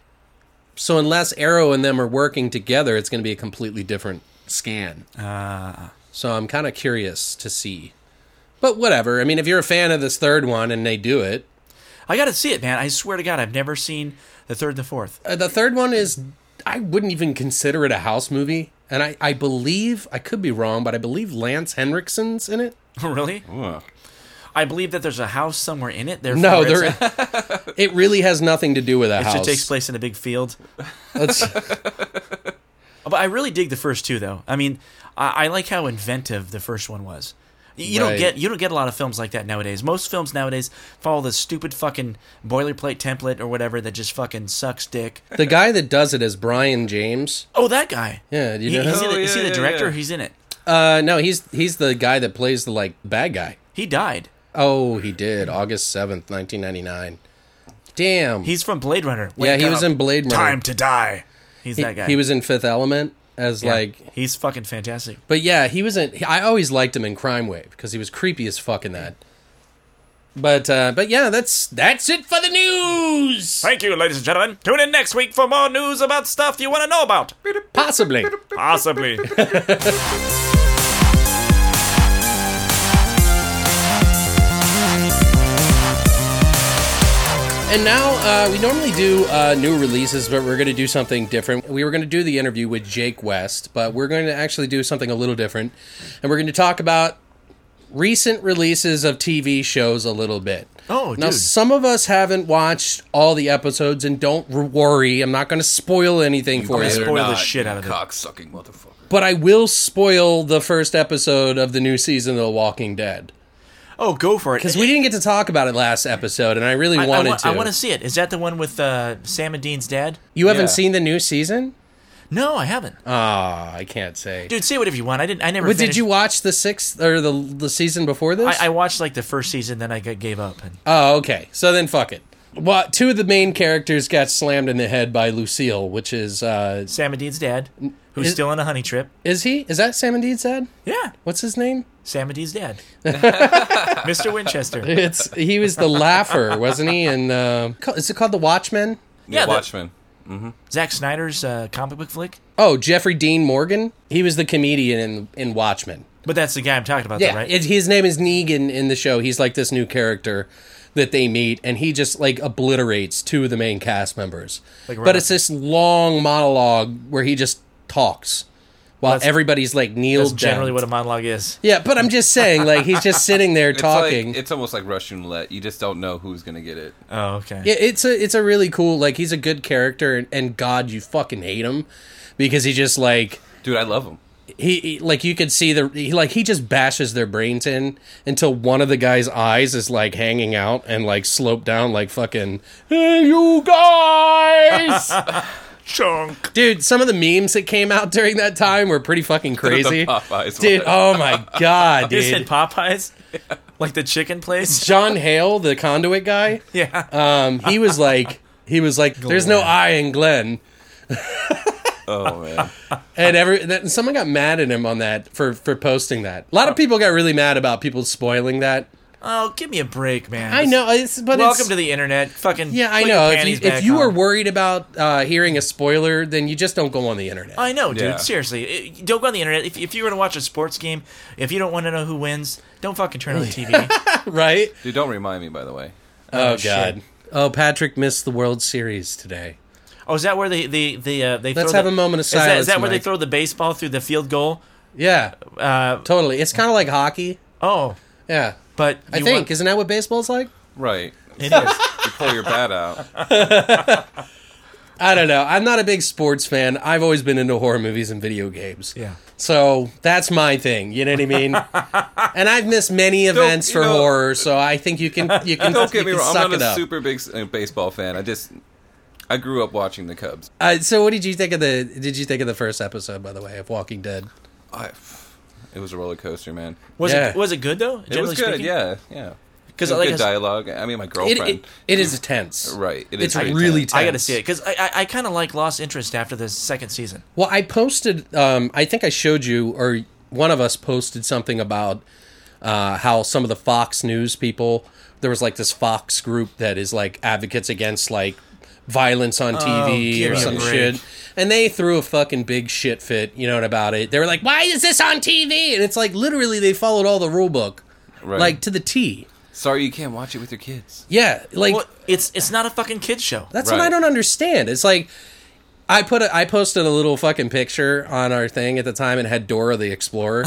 Speaker 2: So unless Arrow and them are working together, it's going to be a completely different scan.
Speaker 3: Ah.
Speaker 2: So I'm kind of curious to see. But whatever. I mean, if you're a fan of this third one and they do it,
Speaker 3: I got to see it, man. I swear to God, I've never seen the third and the fourth.
Speaker 2: uh, the third one is I wouldn't even consider it a house movie. And I, I believe I could be wrong, but I believe Lance Henriksen's in it.
Speaker 3: (laughs) really?
Speaker 2: uh,
Speaker 4: Ugh.
Speaker 3: I believe that there's a house somewhere in it. Therefore,
Speaker 2: No,
Speaker 3: it's-
Speaker 2: there. (laughs) it really has nothing to do with a
Speaker 3: it
Speaker 2: house.
Speaker 3: should takes place in a big field. (laughs)
Speaker 2: That's-
Speaker 3: But I really dig the first two, though. I mean, I, I like how inventive the first one was. Y- You
Speaker 2: Right.
Speaker 3: don't get you don't get a lot of films like that nowadays. Most films nowadays follow the stupid fucking boilerplate template or whatever that just fucking sucks dick.
Speaker 2: the guy that does it is Brian James.
Speaker 3: Oh, that guy.
Speaker 2: (laughs) Yeah, do you
Speaker 3: He-
Speaker 2: know
Speaker 3: he's
Speaker 2: him?
Speaker 3: in
Speaker 4: Oh,
Speaker 3: it. Is he the
Speaker 4: yeah, yeah,
Speaker 3: director?
Speaker 4: yeah.
Speaker 3: He's in it.
Speaker 2: Uh, no, he's he's the guy that plays the like bad guy.
Speaker 3: He died.
Speaker 2: Oh, he did. August 7th, 1999. Damn.
Speaker 3: He's from Blade Runner.
Speaker 2: yeah,
Speaker 3: Wake
Speaker 2: he was
Speaker 3: up.
Speaker 2: in Blade Runner.
Speaker 3: Time to die. He's that guy.
Speaker 2: He was in Fifth Element as
Speaker 3: Yeah.
Speaker 2: like
Speaker 3: he's fucking fantastic.
Speaker 2: But yeah, he was in I always liked him in Crime Wave because he was creepy as fuck in that. But uh but yeah, that's that's it for the news.
Speaker 3: Thank you, ladies and gentlemen. Tune in next week for more news about stuff you want to know about.
Speaker 2: (laughs) Possibly.
Speaker 3: Possibly.
Speaker 2: And now uh, we normally do uh, new releases, but we're going to do something different. We were going to do the interview with Jake West, but we're going to actually do something a little different, and we're going to talk about recent releases of TV shows a little bit.
Speaker 3: Oh,
Speaker 2: now
Speaker 3: dude.
Speaker 2: some of us haven't watched all the episodes, and don't worry, I'm not going to spoil anything for
Speaker 3: better
Speaker 2: you,
Speaker 3: spoil the shit out of it.
Speaker 4: cock sucking motherfucker.
Speaker 2: but I will spoil the first episode of the new season of The Walking Dead
Speaker 3: oh, go
Speaker 2: (laughs)
Speaker 3: for it.
Speaker 2: because we didn't get to talk about it last episode, and I really
Speaker 3: I,
Speaker 2: wanted
Speaker 3: I, wa-
Speaker 2: to.
Speaker 3: I want to see it. Is that the one with uh, Sam and Dean's dad?
Speaker 2: you haven't
Speaker 4: Yeah.
Speaker 2: seen the new season?
Speaker 3: No, I haven't.
Speaker 2: Ah, I can't say.
Speaker 3: Dude, say whatever you want. I didn't. I never.
Speaker 2: But did
Speaker 3: finished-
Speaker 2: you watch the sixth or the the season before this? Uh.
Speaker 3: I, I watched like the first season, then I g- gave up. And
Speaker 2: oh, okay. So then fuck it. well, two of the main characters got slammed in the head by Lucille, which is uh,
Speaker 3: Samadin's dad, who's
Speaker 2: Is-
Speaker 3: still on a honey trip.
Speaker 2: is he? Is that Sam Indeed's dad?
Speaker 3: Yeah,
Speaker 2: What's his name?
Speaker 3: Samadin's
Speaker 2: (laughs)
Speaker 3: dad, Mr. Winchester.
Speaker 2: It's he was the laugher, wasn't he? And uh, ca- is it called the Watchmen?
Speaker 3: Yeah,
Speaker 4: Yeah,
Speaker 3: the-
Speaker 4: Watchmen.
Speaker 3: Zack Snyder's uh, comic book flick.
Speaker 2: Oh, Jeffrey Dean Morgan. He was the comedian in in Watchmen.
Speaker 3: But that's the guy I'm talking about,
Speaker 2: Yeah,
Speaker 3: though, right?
Speaker 2: it, his name is Negan in the show. He's like this new character that they meet, and he just like obliterates two of the main cast members.
Speaker 3: Like
Speaker 2: but
Speaker 3: Robin.
Speaker 2: it's this long monologue where he just talks while
Speaker 3: That's-
Speaker 2: everybody's like
Speaker 3: that's
Speaker 2: kneeled
Speaker 3: generally
Speaker 2: down.
Speaker 3: what a monologue is.
Speaker 2: yeah, but I'm just saying, like he's just sitting there
Speaker 4: (laughs) It's
Speaker 2: talking.
Speaker 4: Like, it's almost like Russian roulette. You just don't know who's gonna get it.
Speaker 3: Oh, okay.
Speaker 2: Yeah, it's a it's a really cool like he's a good character and, and God you fucking hate him because he just like
Speaker 4: Dude, I love him.
Speaker 2: he, he- like you could see the he, like he just bashes their brains in until one of the guy's eyes is like hanging out and like sloped down like fucking hey, you
Speaker 3: (laughs)
Speaker 2: guys
Speaker 5: Chunk.
Speaker 2: dude some of the memes that came out during that time were pretty fucking crazy
Speaker 4: The Popeyes
Speaker 2: dude
Speaker 4: one.
Speaker 2: oh my
Speaker 3: (laughs)
Speaker 2: god
Speaker 3: They said
Speaker 2: dude (laughs)
Speaker 3: Popeyes, like the chicken place.
Speaker 2: John Hale the conduit guy
Speaker 3: Yeah.
Speaker 2: um he was like he was like there's no I in Glenn
Speaker 4: Oh man.
Speaker 2: and every that, someone got mad at him on that for for posting that. A lot of people got really mad about people spoiling that.
Speaker 3: oh, give me a break, man.
Speaker 2: I know, it's, but
Speaker 3: Welcome
Speaker 2: it's,
Speaker 3: to the internet. Fucking
Speaker 2: yeah, I
Speaker 3: put
Speaker 2: know.
Speaker 3: your
Speaker 2: If
Speaker 3: panties
Speaker 2: you, if
Speaker 3: back
Speaker 2: you
Speaker 3: on.
Speaker 2: are worried about uh, hearing a spoiler, then you just don't go on the internet.
Speaker 3: I know, dude.
Speaker 4: Yeah.
Speaker 3: Seriously, It- don't go on the internet. If, if you were to watch a sports game, if you don't want to know who wins, don't fucking turn on the
Speaker 4: (laughs)
Speaker 3: TV.
Speaker 2: right?
Speaker 4: (laughs) Dude, don't remind me by the way.
Speaker 2: Oh,
Speaker 3: shit.
Speaker 2: god. Oh, Patrick missed the World Series today.
Speaker 3: oh, is that where they the the uh, they
Speaker 2: Let's
Speaker 3: throw
Speaker 2: have
Speaker 3: the,
Speaker 2: a moment of
Speaker 3: Is that, is
Speaker 2: silence,
Speaker 3: that where they
Speaker 2: Mike.
Speaker 3: throw the baseball through the field goal?
Speaker 2: Yeah,
Speaker 3: Uh,
Speaker 2: totally. It's kind of like hockey.
Speaker 3: oh,
Speaker 2: Yeah,
Speaker 3: but
Speaker 2: I
Speaker 3: you
Speaker 2: think
Speaker 3: want-
Speaker 2: isn't that what baseball's like?
Speaker 4: Right.
Speaker 3: it
Speaker 4: (laughs)
Speaker 3: is.
Speaker 4: You pull your
Speaker 3: (laughs)
Speaker 4: bat out.
Speaker 2: I don't know. I'm not a big sports fan. I've always been into horror movies and video games.
Speaker 3: Yeah.
Speaker 2: So that's my thing. You know what I mean? and I've missed many events
Speaker 4: you
Speaker 2: for
Speaker 4: know-
Speaker 2: horror, so I think you can you
Speaker 4: (laughs)
Speaker 2: can,
Speaker 4: Don't get me
Speaker 2: you can
Speaker 4: wrong.
Speaker 2: suck
Speaker 4: I'm
Speaker 2: it
Speaker 4: not a
Speaker 2: up.
Speaker 4: super big s- uh, baseball fan. I just I grew up watching the Cubs.
Speaker 2: Uh, so what did you think of the did you think of the first episode by the way of Walking Dead?
Speaker 4: I, it was a roller coaster, man.
Speaker 3: Was
Speaker 2: Yeah.
Speaker 3: it was it good though?
Speaker 4: It was good.
Speaker 3: speaking?
Speaker 4: Yeah, yeah.
Speaker 3: 'Cause,
Speaker 4: It was
Speaker 3: like I
Speaker 4: good
Speaker 3: s-
Speaker 4: dialogue. I mean, my
Speaker 2: It,
Speaker 4: girlfriend.
Speaker 2: it, it is tense.
Speaker 4: right. It
Speaker 2: It's
Speaker 4: is pretty
Speaker 2: really
Speaker 4: tense.
Speaker 2: tense.
Speaker 3: I gotta see it because I I, I kind of like lost interest after the second season.
Speaker 2: Well, I posted. Um, I think I showed you, or one of us posted something about uh, how some of the Fox News people. There was like this Fox group that is like advocates against like violence on TV
Speaker 3: Oh, give
Speaker 2: or
Speaker 3: me a
Speaker 2: some
Speaker 3: break.
Speaker 2: shit, and they threw a fucking big shit fit, you know, about it. They were like, "Why is this on TV?" And it's like literally they followed all the rule book,
Speaker 4: Right.
Speaker 2: like to the T.
Speaker 4: Sorry, you can't watch it with your
Speaker 2: (laughs)
Speaker 4: kids.
Speaker 2: Yeah, like
Speaker 3: Well, it's it's not a fucking kid show.
Speaker 2: that's what
Speaker 4: Right.
Speaker 2: I don't understand. It's like I put a, I posted a little fucking picture on our thing at the time and had Dora the
Speaker 4: (laughs)
Speaker 2: Explorer,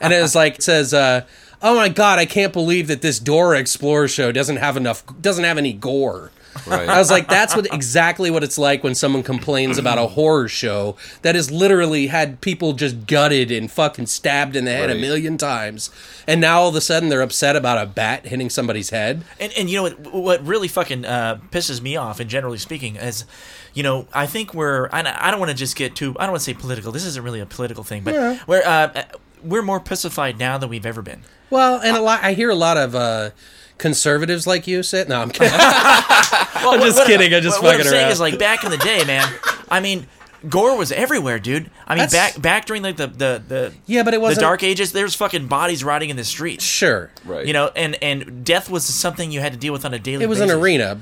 Speaker 2: and it was like it says, uh, "Oh my god, I can't believe that this Dora Explorer show doesn't have enough doesn't have any gore."
Speaker 4: Right.
Speaker 2: I was like, that's what exactly what it's like when someone complains about a horror show that has literally had people just gutted and fucking stabbed in the head a
Speaker 4: Right.
Speaker 2: million times, and now all of a sudden they're upset about a bat hitting somebody's head.
Speaker 3: And and you know what? What really fucking uh, pisses me off, and generally speaking, is, you know, I think we're. and I, I don't want to just get too. I don't want to say political. This isn't really a political thing, but we're uh, we're more pacified now than we've ever been.
Speaker 2: Well, and a lot I hear a lot of uh, conservatives like you sit. No,
Speaker 3: (laughs)
Speaker 2: I'm kidding.
Speaker 3: I'm
Speaker 2: just kidding, I'm just
Speaker 3: what,
Speaker 2: fucking
Speaker 3: I'm saying
Speaker 2: around.
Speaker 3: is like back in the day, man. I mean. Gore was everywhere, dude. I mean,
Speaker 2: That's-
Speaker 3: back back during like the the the
Speaker 2: Yeah, but it wasn't-
Speaker 3: the Dark Ages. There's fucking bodies rotting in the streets.
Speaker 2: sure,
Speaker 4: Right.
Speaker 3: You know, and and death was something you had to deal with on a daily.
Speaker 2: it was an
Speaker 3: basis.
Speaker 2: arena.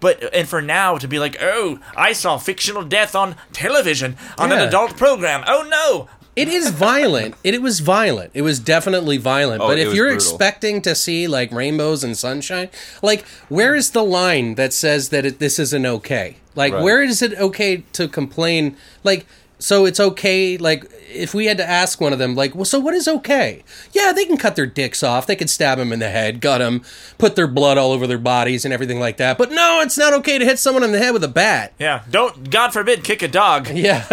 Speaker 3: But and for now to be like, oh, I saw fictional death on television on
Speaker 2: Yeah.
Speaker 3: an adult program. Oh no.
Speaker 2: It
Speaker 4: (laughs)
Speaker 2: is violent. it, it was violent. It was definitely violent. but
Speaker 4: Oh, it
Speaker 2: if
Speaker 4: was
Speaker 2: you're
Speaker 4: brutal.
Speaker 2: expecting to see like rainbows and sunshine, like where is the line that says that it, this isn't okay? Like
Speaker 4: Right.
Speaker 2: where is it okay to complain? Like so it's okay like if we had to ask one of them like well so what is okay yeah they can cut their dicks off they can stab them in the head gut them put their blood all over their bodies and everything like that but no it's not okay to hit someone in the head with a bat
Speaker 3: Yeah. Don't God forbid kick a dog.
Speaker 2: (laughs) yeah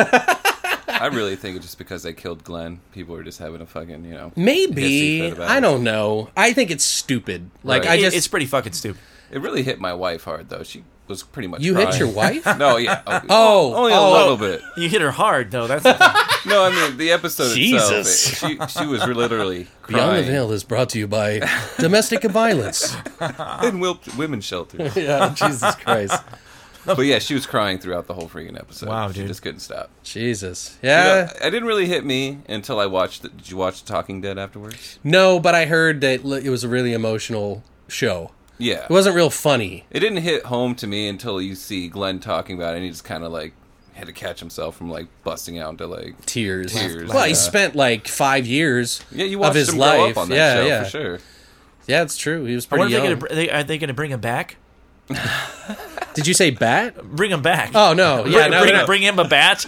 Speaker 4: I really think it's just because they killed Glenn. People were just having a fucking, you know. hissy fit
Speaker 2: Maybe
Speaker 4: about
Speaker 2: I
Speaker 4: it.
Speaker 2: don't know. I think it's stupid. Like
Speaker 4: Right.
Speaker 2: I
Speaker 3: It-
Speaker 2: just
Speaker 3: it's pretty fucking stupid.
Speaker 4: It really hit my wife hard though. She was pretty much.
Speaker 2: You hit
Speaker 4: crying.
Speaker 2: your wife?
Speaker 4: (laughs) No, yeah. Oh,
Speaker 2: Oh,
Speaker 4: only
Speaker 2: oh.
Speaker 4: a little bit.
Speaker 3: You hit her hard though. (laughs) That's the thing.
Speaker 4: No, I mean the episode
Speaker 6: Jesus.
Speaker 4: itself. It, she she was literally
Speaker 2: (laughs) Beyond the
Speaker 4: crying
Speaker 2: Veil is brought to
Speaker 4: (laughs)
Speaker 2: you by domestic violence.
Speaker 4: in Wil- women's
Speaker 2: (laughs)
Speaker 4: shelter.
Speaker 2: Yeah, Jesus Christ.
Speaker 4: But yeah, she was crying throughout the whole freaking episode.
Speaker 3: Wow,
Speaker 4: She
Speaker 3: dude.
Speaker 4: just couldn't stop.
Speaker 2: Jesus.
Speaker 4: You know,
Speaker 2: Yeah.
Speaker 4: it didn't really hit me until I watched. The, did you watch Talking Dead afterwards?
Speaker 2: No, but I heard that li- it was a really emotional show.
Speaker 4: Yeah.
Speaker 2: It wasn't real funny.
Speaker 4: It didn't hit home to me until you see Glenn talking about it, and he just kind of like had to catch himself from like busting out to like.
Speaker 2: Tears.
Speaker 4: Tears,
Speaker 2: Well, he
Speaker 4: yeah.
Speaker 2: spent like five years
Speaker 4: Yeah, you
Speaker 2: of
Speaker 4: watched
Speaker 2: his
Speaker 4: him
Speaker 2: life.
Speaker 4: grow up on that
Speaker 2: yeah,
Speaker 4: show
Speaker 2: yeah.
Speaker 4: for sure.
Speaker 2: Yeah, it's true. He was
Speaker 3: I
Speaker 2: pretty
Speaker 3: wonder if
Speaker 2: young.
Speaker 3: they gonna, br- they, are they going to bring him back?
Speaker 2: Did you say bat?
Speaker 3: Bring him back.
Speaker 4: (laughs)
Speaker 2: Oh no. Yeah,
Speaker 3: bring,
Speaker 2: no,
Speaker 3: bring,
Speaker 2: no, no.
Speaker 3: bring him a
Speaker 2: (laughs)
Speaker 3: bat.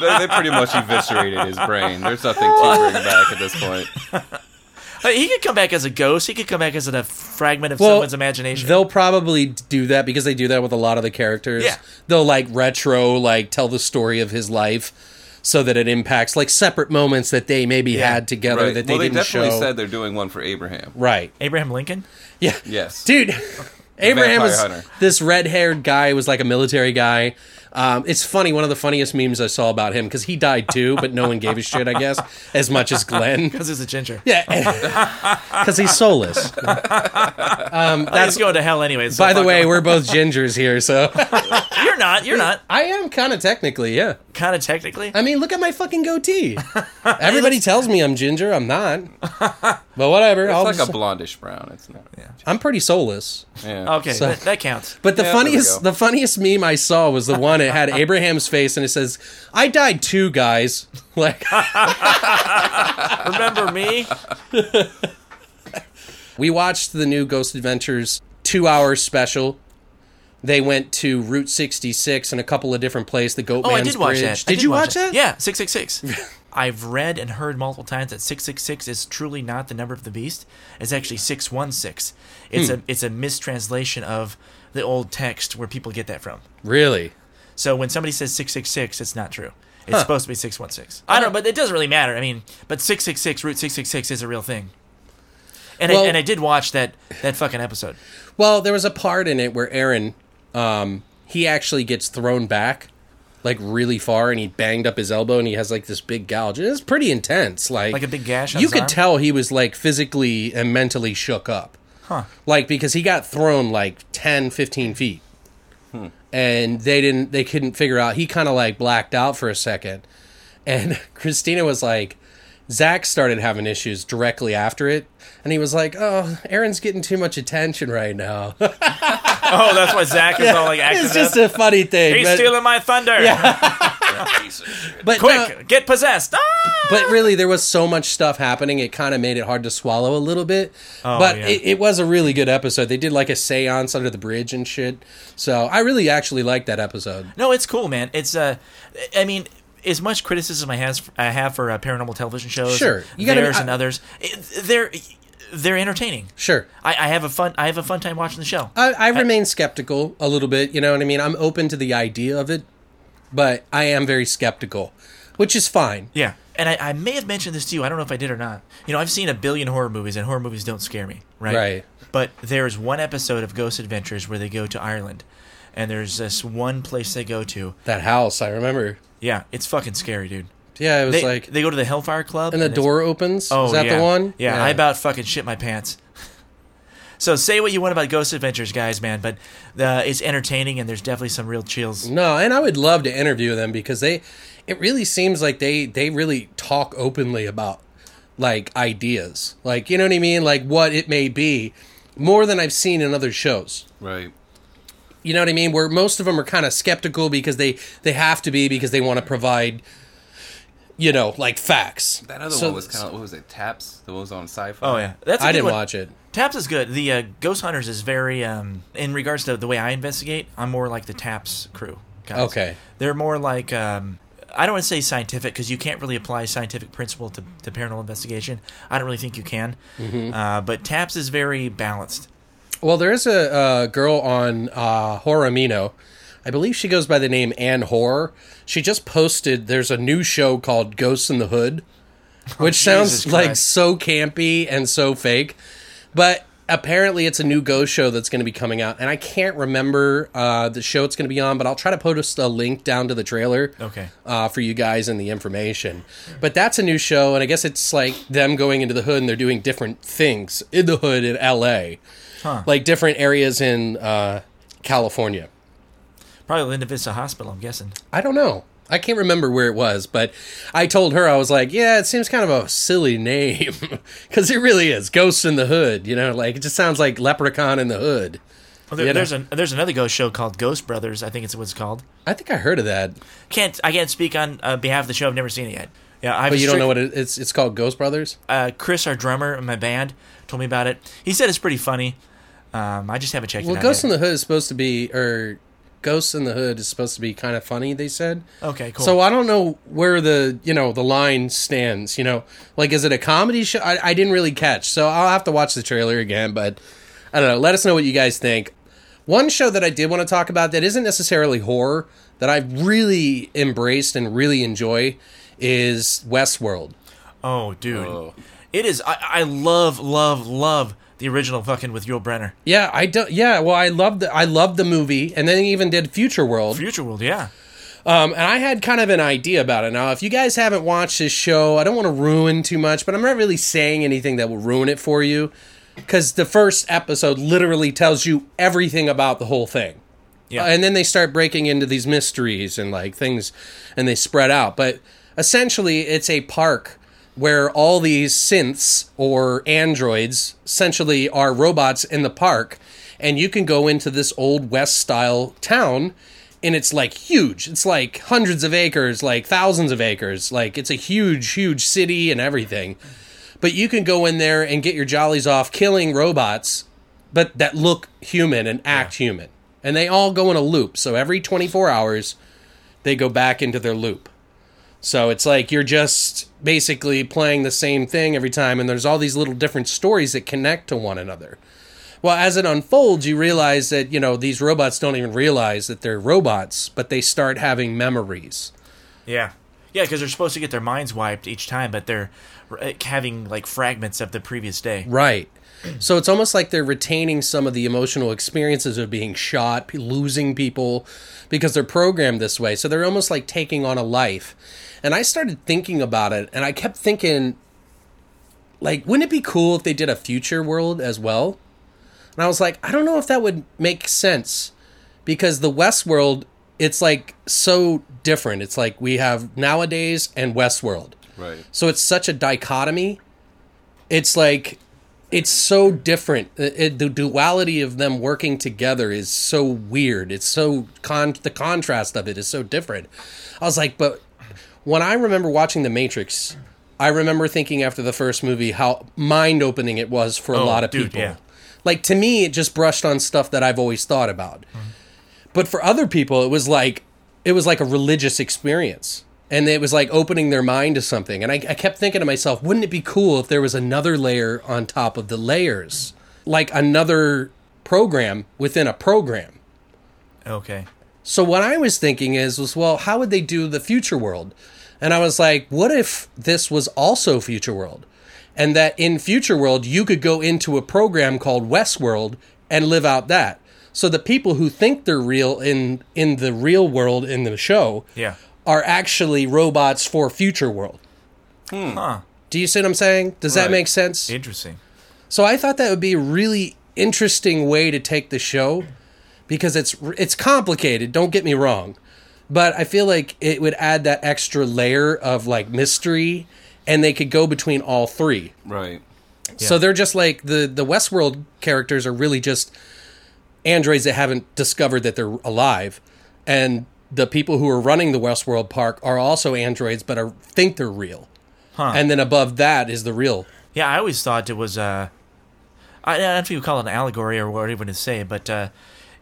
Speaker 4: they, they pretty much eviscerated his brain. There's
Speaker 2: (laughs)
Speaker 4: nothing to bring back at this point.
Speaker 3: Uh, he could come back as a ghost. He could come back as a fragment of
Speaker 2: Well,
Speaker 3: someone's imagination.
Speaker 2: They'll probably do that because they do that with a lot of the characters.
Speaker 3: Yeah.
Speaker 2: They'll like retro, like tell the story of his life so that it impacts like separate moments that they maybe had together
Speaker 4: Right.
Speaker 2: that they
Speaker 4: well, they
Speaker 2: didn't
Speaker 4: definitely
Speaker 2: show.
Speaker 4: said they're doing one for Abraham.
Speaker 2: right.
Speaker 3: Abraham Lincoln.
Speaker 2: Yeah.
Speaker 4: Yes. (laughs)
Speaker 2: Dude, Abraham
Speaker 4: vampire
Speaker 2: was
Speaker 4: hunter.
Speaker 2: this red-haired guy was like a military guy. Um, it's funny. One of the funniest memes I saw about him because he died too, but no one gave a shit. I
Speaker 4: (laughs)
Speaker 2: guess as much as Glenn.
Speaker 3: Because he's a ginger.
Speaker 2: Yeah, (laughs) because he's soulless. Um,
Speaker 3: That's
Speaker 2: that's
Speaker 3: Oh, going to hell anyways. so
Speaker 2: by the
Speaker 3: fuck
Speaker 2: way,
Speaker 3: him.
Speaker 2: we're both gingers
Speaker 4: (laughs)
Speaker 2: here, so
Speaker 3: you're not. You're not.
Speaker 2: I am kind of technically, yeah.
Speaker 3: Kind of technically.
Speaker 2: I mean, look at my fucking goatee. Everybody tells me I'm ginger. I'm not, but whatever. I'll
Speaker 4: It's like
Speaker 2: just-
Speaker 4: a blondish brown. It's not. Yeah.
Speaker 2: I'm pretty soulless.
Speaker 3: Okay, that, that counts.
Speaker 2: But the
Speaker 4: Yeah, there we
Speaker 2: funniest,
Speaker 4: go.
Speaker 2: the funniest meme I saw was the one it had Abraham's face, and it says, "I died too, guys." (laughs) Like
Speaker 3: Remember
Speaker 2: (laughs)
Speaker 3: me?
Speaker 2: we watched the new Ghost Adventures two-hour special. They went to Route 66 and a couple of different places. The Goatman's
Speaker 3: Oh, I did watch
Speaker 2: Bridge.
Speaker 3: that. I
Speaker 2: Did, you watch
Speaker 3: it.
Speaker 2: that?
Speaker 3: Yeah, six six six. (laughs) I've read and heard multiple times that six six six is truly not the number of the beast. It's actually six one six. It's a it's a mistranslation of the old text where people get that from.
Speaker 2: Really?
Speaker 3: So when somebody says six six six, it's not true. It's supposed to be six one six. I don't, know, but it doesn't really matter. I mean, but six six six root six six six is a real thing. And
Speaker 2: Well-
Speaker 3: I, and I did watch that that fucking episode.
Speaker 2: Well, there was a part in it where Aaron, um, he actually gets thrown back like really far, and he banged up his elbow, and he has like this big gouge. It's pretty intense, like
Speaker 3: Like a big gash on
Speaker 2: You
Speaker 3: his
Speaker 2: could
Speaker 3: arm?
Speaker 2: tell he was like physically and mentally shook up, huh? Like because he got thrown like 10, 15 feet, and they didn't, they couldn't figure out. He kind of like blacked out for a second, and (laughs) Christina was like. Zach started having issues directly after it, and he was like, "Oh, Aaron's getting too much attention right now."
Speaker 3: (laughs)
Speaker 2: (laughs)
Speaker 3: Oh, that's why Zach is (laughs) all like acting.
Speaker 2: it's just a funny thing.
Speaker 3: He's
Speaker 2: but,
Speaker 3: stealing my thunder.
Speaker 2: but no,
Speaker 3: Quick, get (laughs) possessed. Ah!
Speaker 2: but really, there was so much stuff happening. It kind of made it hard to swallow a little bit. but
Speaker 3: Oh, yeah.
Speaker 2: it, it was a really good episode. They did like a séance under the bridge and shit. So I really actually liked that episode.
Speaker 3: No, it's cool, man. It's uh, I mean, as much criticism I has I have for uh, paranormal television shows,
Speaker 2: Sure. You
Speaker 3: you
Speaker 2: gotta-
Speaker 3: theirs
Speaker 2: I-
Speaker 3: and others, it, they're they're entertaining.
Speaker 2: Sure. Uh,
Speaker 3: I, I have a fun I have a fun time watching the show.
Speaker 2: I, I remain skeptical a little bit. You know what I mean? I'm open to the idea of it, but I am very skeptical, which is fine.
Speaker 3: yeah, and I, I may have mentioned this to you. I don't know if I did or not. You know, I've seen a billion horror movies, and horror movies don't scare me, right?
Speaker 2: Right.
Speaker 3: But there's one episode of Ghost Adventures where they go to Ireland, and there's this one place they go to.
Speaker 2: That house, I remember.
Speaker 3: Yeah, it's fucking scary, dude.
Speaker 2: Yeah, it was
Speaker 3: They,
Speaker 2: like,
Speaker 3: they go to the Hellfire Club,
Speaker 2: and the
Speaker 3: it's-
Speaker 2: door opens. is that
Speaker 3: Oh, yeah.
Speaker 2: the one?
Speaker 3: Yeah, I about fucking shit my pants. (laughs) so say what you want about Ghost Adventures, guys, man, but uh, it's entertaining and there's definitely some real chills.
Speaker 2: No, and I would love to interview them because they it really seems like they they really talk openly about like ideas. Like, you know what I mean? Like what it may be more than I've seen in other shows.
Speaker 4: Right.
Speaker 2: You know what I mean? Where most of them are kind of skeptical because they they have to be because they want to provide you know, like facts.
Speaker 4: That other
Speaker 2: So-
Speaker 4: one was kind of what was it? Taps. The one was on Sci-Fi.
Speaker 3: Oh yeah, that's a
Speaker 2: I
Speaker 3: good
Speaker 2: didn't
Speaker 3: one.
Speaker 2: watch it.
Speaker 3: Taps is good. The uh, Ghost Hunters is very um, in regards to the way I investigate. I'm more like the Taps crew. Guys.
Speaker 2: Okay.
Speaker 3: they're more like um, I don't want to say scientific because you can't really apply scientific principle to, to paranormal investigation. I don't really think you can.
Speaker 2: Mm-hmm.
Speaker 3: Uh, but Taps is very balanced.
Speaker 2: Well, there is a uh, girl on uh, Horrormino. I believe she goes by the name Ann Horror. She just posted there's a new show called Ghosts in the
Speaker 4: Oh,
Speaker 2: Hood, which sounds
Speaker 3: Jesus
Speaker 2: like
Speaker 3: Christ.
Speaker 2: so campy and so fake. But apparently it's a new ghost show that's going to be coming out and i can't remember uh, the show it's going to be on but i'll try to post a link down to the trailer
Speaker 3: Okay.
Speaker 2: uh, for you guys and the information but that's a new show and i guess it's like them going into the hood and they're doing different things in the hood in la like different areas in uh, california
Speaker 3: Probably Linda Vista Hospital, I'm guessing.
Speaker 2: I don't know. I can't remember where it was, but I told her I was like, "Yeah, it seems kind of a silly name (laughs) because it really is Ghost in the Hood." You know, like it just sounds like Leprechaun in the Hood.
Speaker 3: Oh, there-
Speaker 2: Yeah, no.
Speaker 3: there's an there's another ghost show called Ghost Brothers. I think it's what it's called.
Speaker 2: I think I heard of that,
Speaker 3: Can't I can't speak on uh, behalf of the show. I've never seen it yet. Yeah, I've
Speaker 2: but you don't
Speaker 3: strict-
Speaker 2: know what it, it's. It's called Ghost Brothers.
Speaker 3: uh, Chris, our drummer in my band, told me about it. He said it's pretty funny. Um, I just haven't checked
Speaker 2: Well,
Speaker 3: it out.
Speaker 2: Ghost
Speaker 3: yet.
Speaker 2: in the Hood is supposed to be, or Ghost in the Hood is supposed to be kind of funny. They said.
Speaker 3: Okay, cool.
Speaker 2: So I don't know where the you know the line stands. You know, like is it a comedy show? I, I didn't really catch, so I'll have to watch the trailer again. But I don't know. Let us know what you guys think. One show that I did want to talk about that isn't necessarily horror that I've really embraced and really enjoy is Westworld.
Speaker 3: oh, dude, it is. I, I love, love, love the original fucking with Yul Brenner,
Speaker 2: Yeah, I do. Yeah, well, I loved the, I loved the movie, and then they even did Future World.
Speaker 3: Future World. Yeah,
Speaker 2: Um, and I had kind of an idea about it. Now, if you guys haven't watched this show, I don't want to ruin too much, but I'm not really saying anything that will ruin it for you because the first episode literally tells you everything about the whole thing.
Speaker 3: Yeah.
Speaker 2: Uh, and then they start breaking into these mysteries and like things and they spread out. But essentially, it's a park where all these synths or androids essentially are robots in the park. And you can go into this old West style town and it's like huge. It's like hundreds of acres, like thousands of acres. Like it's a huge, huge city and everything. But you can go in there and get your jollies off killing robots, but that look human and act human. And they all go in a loop. So every 24 hours, they go back into their loop. So it's like you're just basically playing the same thing every time, and there's all these little different stories that connect to one another. Well, as it unfolds, you realize that, you know, these robots don't even realize that they're robots, but they start having memories.
Speaker 3: yeah, yeah. Because they're supposed to get their minds wiped each time, but they're uh, having like fragments of the previous day.
Speaker 2: Right. So it's almost like they're retaining some of the emotional experiences of being shot, p- losing people, because they're programmed this way. So they're almost like taking on a life. And I started thinking about it, and I kept thinking, like, wouldn't it be cool if they did a future world as well? And I was like, I don't know if that would make sense because the Westworld, it's like so different. It's like we have nowadays and Westworld.
Speaker 4: Right.
Speaker 2: So it's such a dichotomy. It's like it's so different. It- it- the duality of them working together is so weird. It's so con the contrast of it is so different. I was like, but when I remember watching The Matrix, I remember thinking after the first movie how mind opening it was for a
Speaker 3: Oh,
Speaker 2: lot of
Speaker 3: dude,
Speaker 2: people.
Speaker 3: yeah.
Speaker 2: Like to me, it just brushed on stuff that I've always thought about. But for other people, it was like it was like a religious experience. And it was like opening their mind to something. And I, I kept thinking to myself, wouldn't it be cool if there was another layer on top of the layers? Like another program within a program.
Speaker 3: Okay,
Speaker 2: So what I was thinking is was well, how would they do the future world? And I was like, what if this was also future world? And that in future world you could go into a program called Westworld and live out that. So the people who think they're real in in the real world in the show
Speaker 3: yeah,
Speaker 2: are actually robots for future world.
Speaker 3: huh?
Speaker 2: Do you see what I'm saying? Does that
Speaker 4: Right.
Speaker 2: make sense?
Speaker 3: Interesting.
Speaker 2: So I thought that would be a really interesting way to take the show because it's it's complicated, don't get me wrong, but I feel like it would add that extra layer of like mystery and they could go between all three.
Speaker 4: Right.
Speaker 2: So they're just like the the Westworld characters are really just androids that haven't discovered that they're alive and the people who are running the Westworld park are also androids but are think they're real. And then above that is the real
Speaker 3: Yeah, I always thought it was. Uh, I I don't know if you call it an allegory or whatever to say, but uh,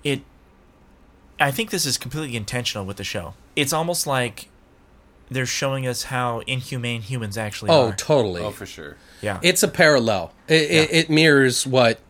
Speaker 3: it. I think this is completely intentional with the show. It's almost like they're showing us how inhumane humans actually
Speaker 2: Oh,
Speaker 3: are.
Speaker 2: totally.
Speaker 4: Oh, for sure.
Speaker 3: yeah,
Speaker 2: it's a parallel. It, it, it mirrors what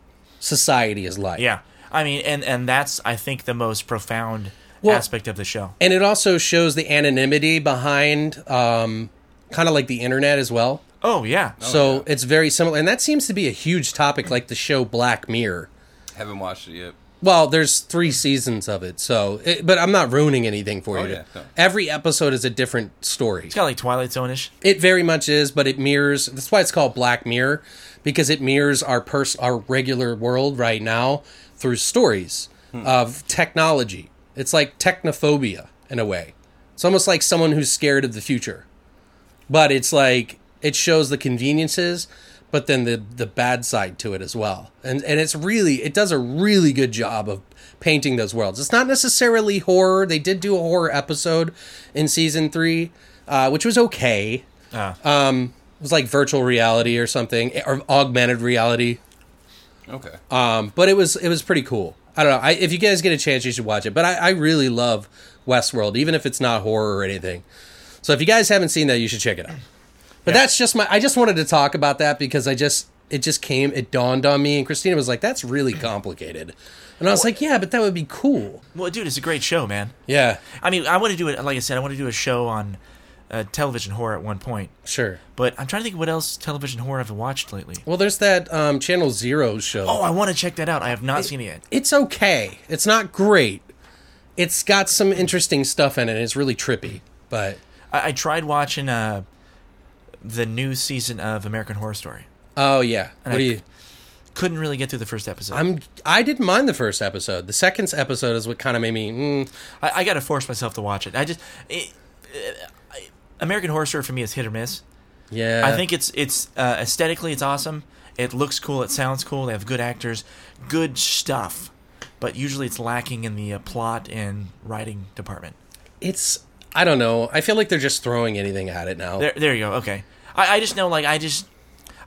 Speaker 2: society is like.
Speaker 3: yeah. I mean, and and that's I think the most profound
Speaker 2: Well-
Speaker 3: aspect of the show.
Speaker 2: And it also shows the anonymity behind um, kind of like the internet as well.
Speaker 3: Oh yeah.
Speaker 2: so it's very similar, and that seems to be a huge topic, like the show Black Mirror.
Speaker 4: Haven't watched it yet.
Speaker 2: Well, there's three seasons of it, so it, but I'm not ruining anything for
Speaker 3: Oh,
Speaker 2: you.
Speaker 4: yeah, no.
Speaker 2: Every episode is a different story.
Speaker 3: It's kind of like Twilight Zone-ish.
Speaker 2: It very much is, but it mirrors. That's why it's called Black Mirror, because it mirrors our pers- our regular world right now through stories of technology. It's like technophobia in a way. It's almost like someone who's scared of the future, but it's like it shows the conveniences, but then the the bad side to it as well. And and it's really it does a really good job of painting those worlds. It's not necessarily horror. They did do a horror episode in season three, uh, which was okay it was like virtual reality or something or augmented reality
Speaker 4: Okay.
Speaker 3: Uh,
Speaker 2: um, but it was it was pretty cool i don't know I, if you guys get a chance you should watch it but I, I really love westworld even if it's not horror or anything so if you guys haven't seen that you should check it out but that's just my i just wanted to talk about that because i just it just came it dawned on me and christina was like that's really complicated and i was like yeah but that would be cool
Speaker 3: Well, dude, it's a great show, man.
Speaker 2: yeah
Speaker 3: I mean, I want to do it. Like I said, I want to do a show on uh, television horror at one point.
Speaker 2: sure
Speaker 3: But I'm trying to think what else television horror I've watched lately.
Speaker 2: well there's that um, channel zero show
Speaker 3: Oh, I want to check that out. I have not seen it yet.
Speaker 2: it's okay. It's not great. It's got some interesting stuff in it. It's really trippy, but
Speaker 3: I, I tried watching uh, the new season of American Horror Story.
Speaker 2: oh yeah. What do you?
Speaker 3: Couldn't really get through the first episode.
Speaker 2: I'm. I didn't mind the first episode. The second episode is what kind of made me. Mm,
Speaker 3: I, I got to force myself to watch it. I just it, uh, I- American Horror Story for me is hit or miss.
Speaker 2: yeah.
Speaker 3: I think it's it's uh, aesthetically it's awesome. It looks cool. It sounds cool. They have good actors, good stuff, but usually it's lacking in the uh, plot and writing department.
Speaker 2: it's. I don't know. I feel like they're just throwing anything at it now.
Speaker 3: There, there you go. Okay, I, I just know like I just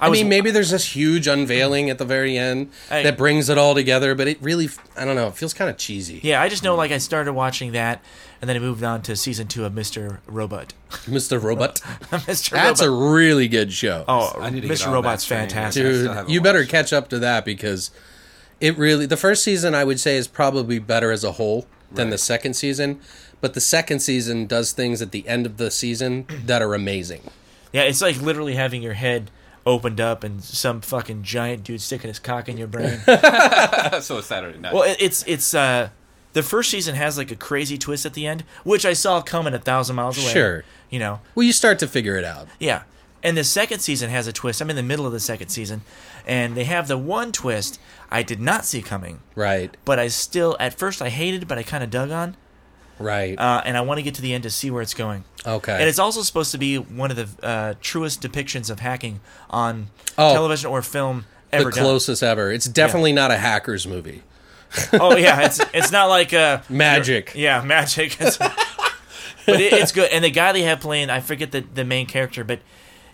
Speaker 3: I,
Speaker 2: I
Speaker 3: was
Speaker 2: mean, maybe there's this huge unveiling at the very end
Speaker 3: Hey.
Speaker 2: that brings it all together, but it really. I don't know. It feels kind of cheesy.
Speaker 3: yeah I just know like I started watching that and then I moved on to season two of Mister Robot. (laughs)
Speaker 2: Mr. Robot.
Speaker 3: Mister
Speaker 2: That's a
Speaker 3: Robot.
Speaker 2: really good show.
Speaker 3: oh
Speaker 4: I need to get
Speaker 3: Mister
Speaker 4: on
Speaker 3: Robot's
Speaker 4: that train.
Speaker 3: fantastic.
Speaker 4: I
Speaker 2: dude
Speaker 4: still haven't
Speaker 2: you better
Speaker 4: watched
Speaker 2: catch up to that because it really the first season i would say is probably better as a whole than the second season but the second season does things at the end of the season (clears throat) that are amazing
Speaker 3: Yeah, it's like literally having your head opened up and some fucking giant dude sticking his cock in your
Speaker 4: (laughs)
Speaker 3: brain.
Speaker 4: (laughs) so it's Saturday night.
Speaker 3: well, it, it's it's uh the first season has like a crazy twist at the end, which I saw coming a thousand miles away.
Speaker 2: Sure.
Speaker 3: you know,
Speaker 2: well you start to figure it out
Speaker 3: yeah. And the second season has a twist. I'm in the middle of the second season, and they have the one twist I did not see coming,
Speaker 2: right
Speaker 3: but I still at first I hated, but I kind of dug on,
Speaker 2: right
Speaker 3: uh, and I want to get to the end to see where it's going.
Speaker 2: okay
Speaker 3: And it's also supposed to be one of the uh, truest depictions of hacking on
Speaker 2: Oh.
Speaker 3: television or film
Speaker 2: the
Speaker 3: ever done.
Speaker 2: closest ever it's definitely not a hackers movie
Speaker 3: Oh yeah, it's it's not like
Speaker 2: (laughs)
Speaker 3: uh,
Speaker 2: Magic.
Speaker 3: Yeah, magic. (laughs) It's- but it, it's good. And the guy they have playing, I forget the, the main character, but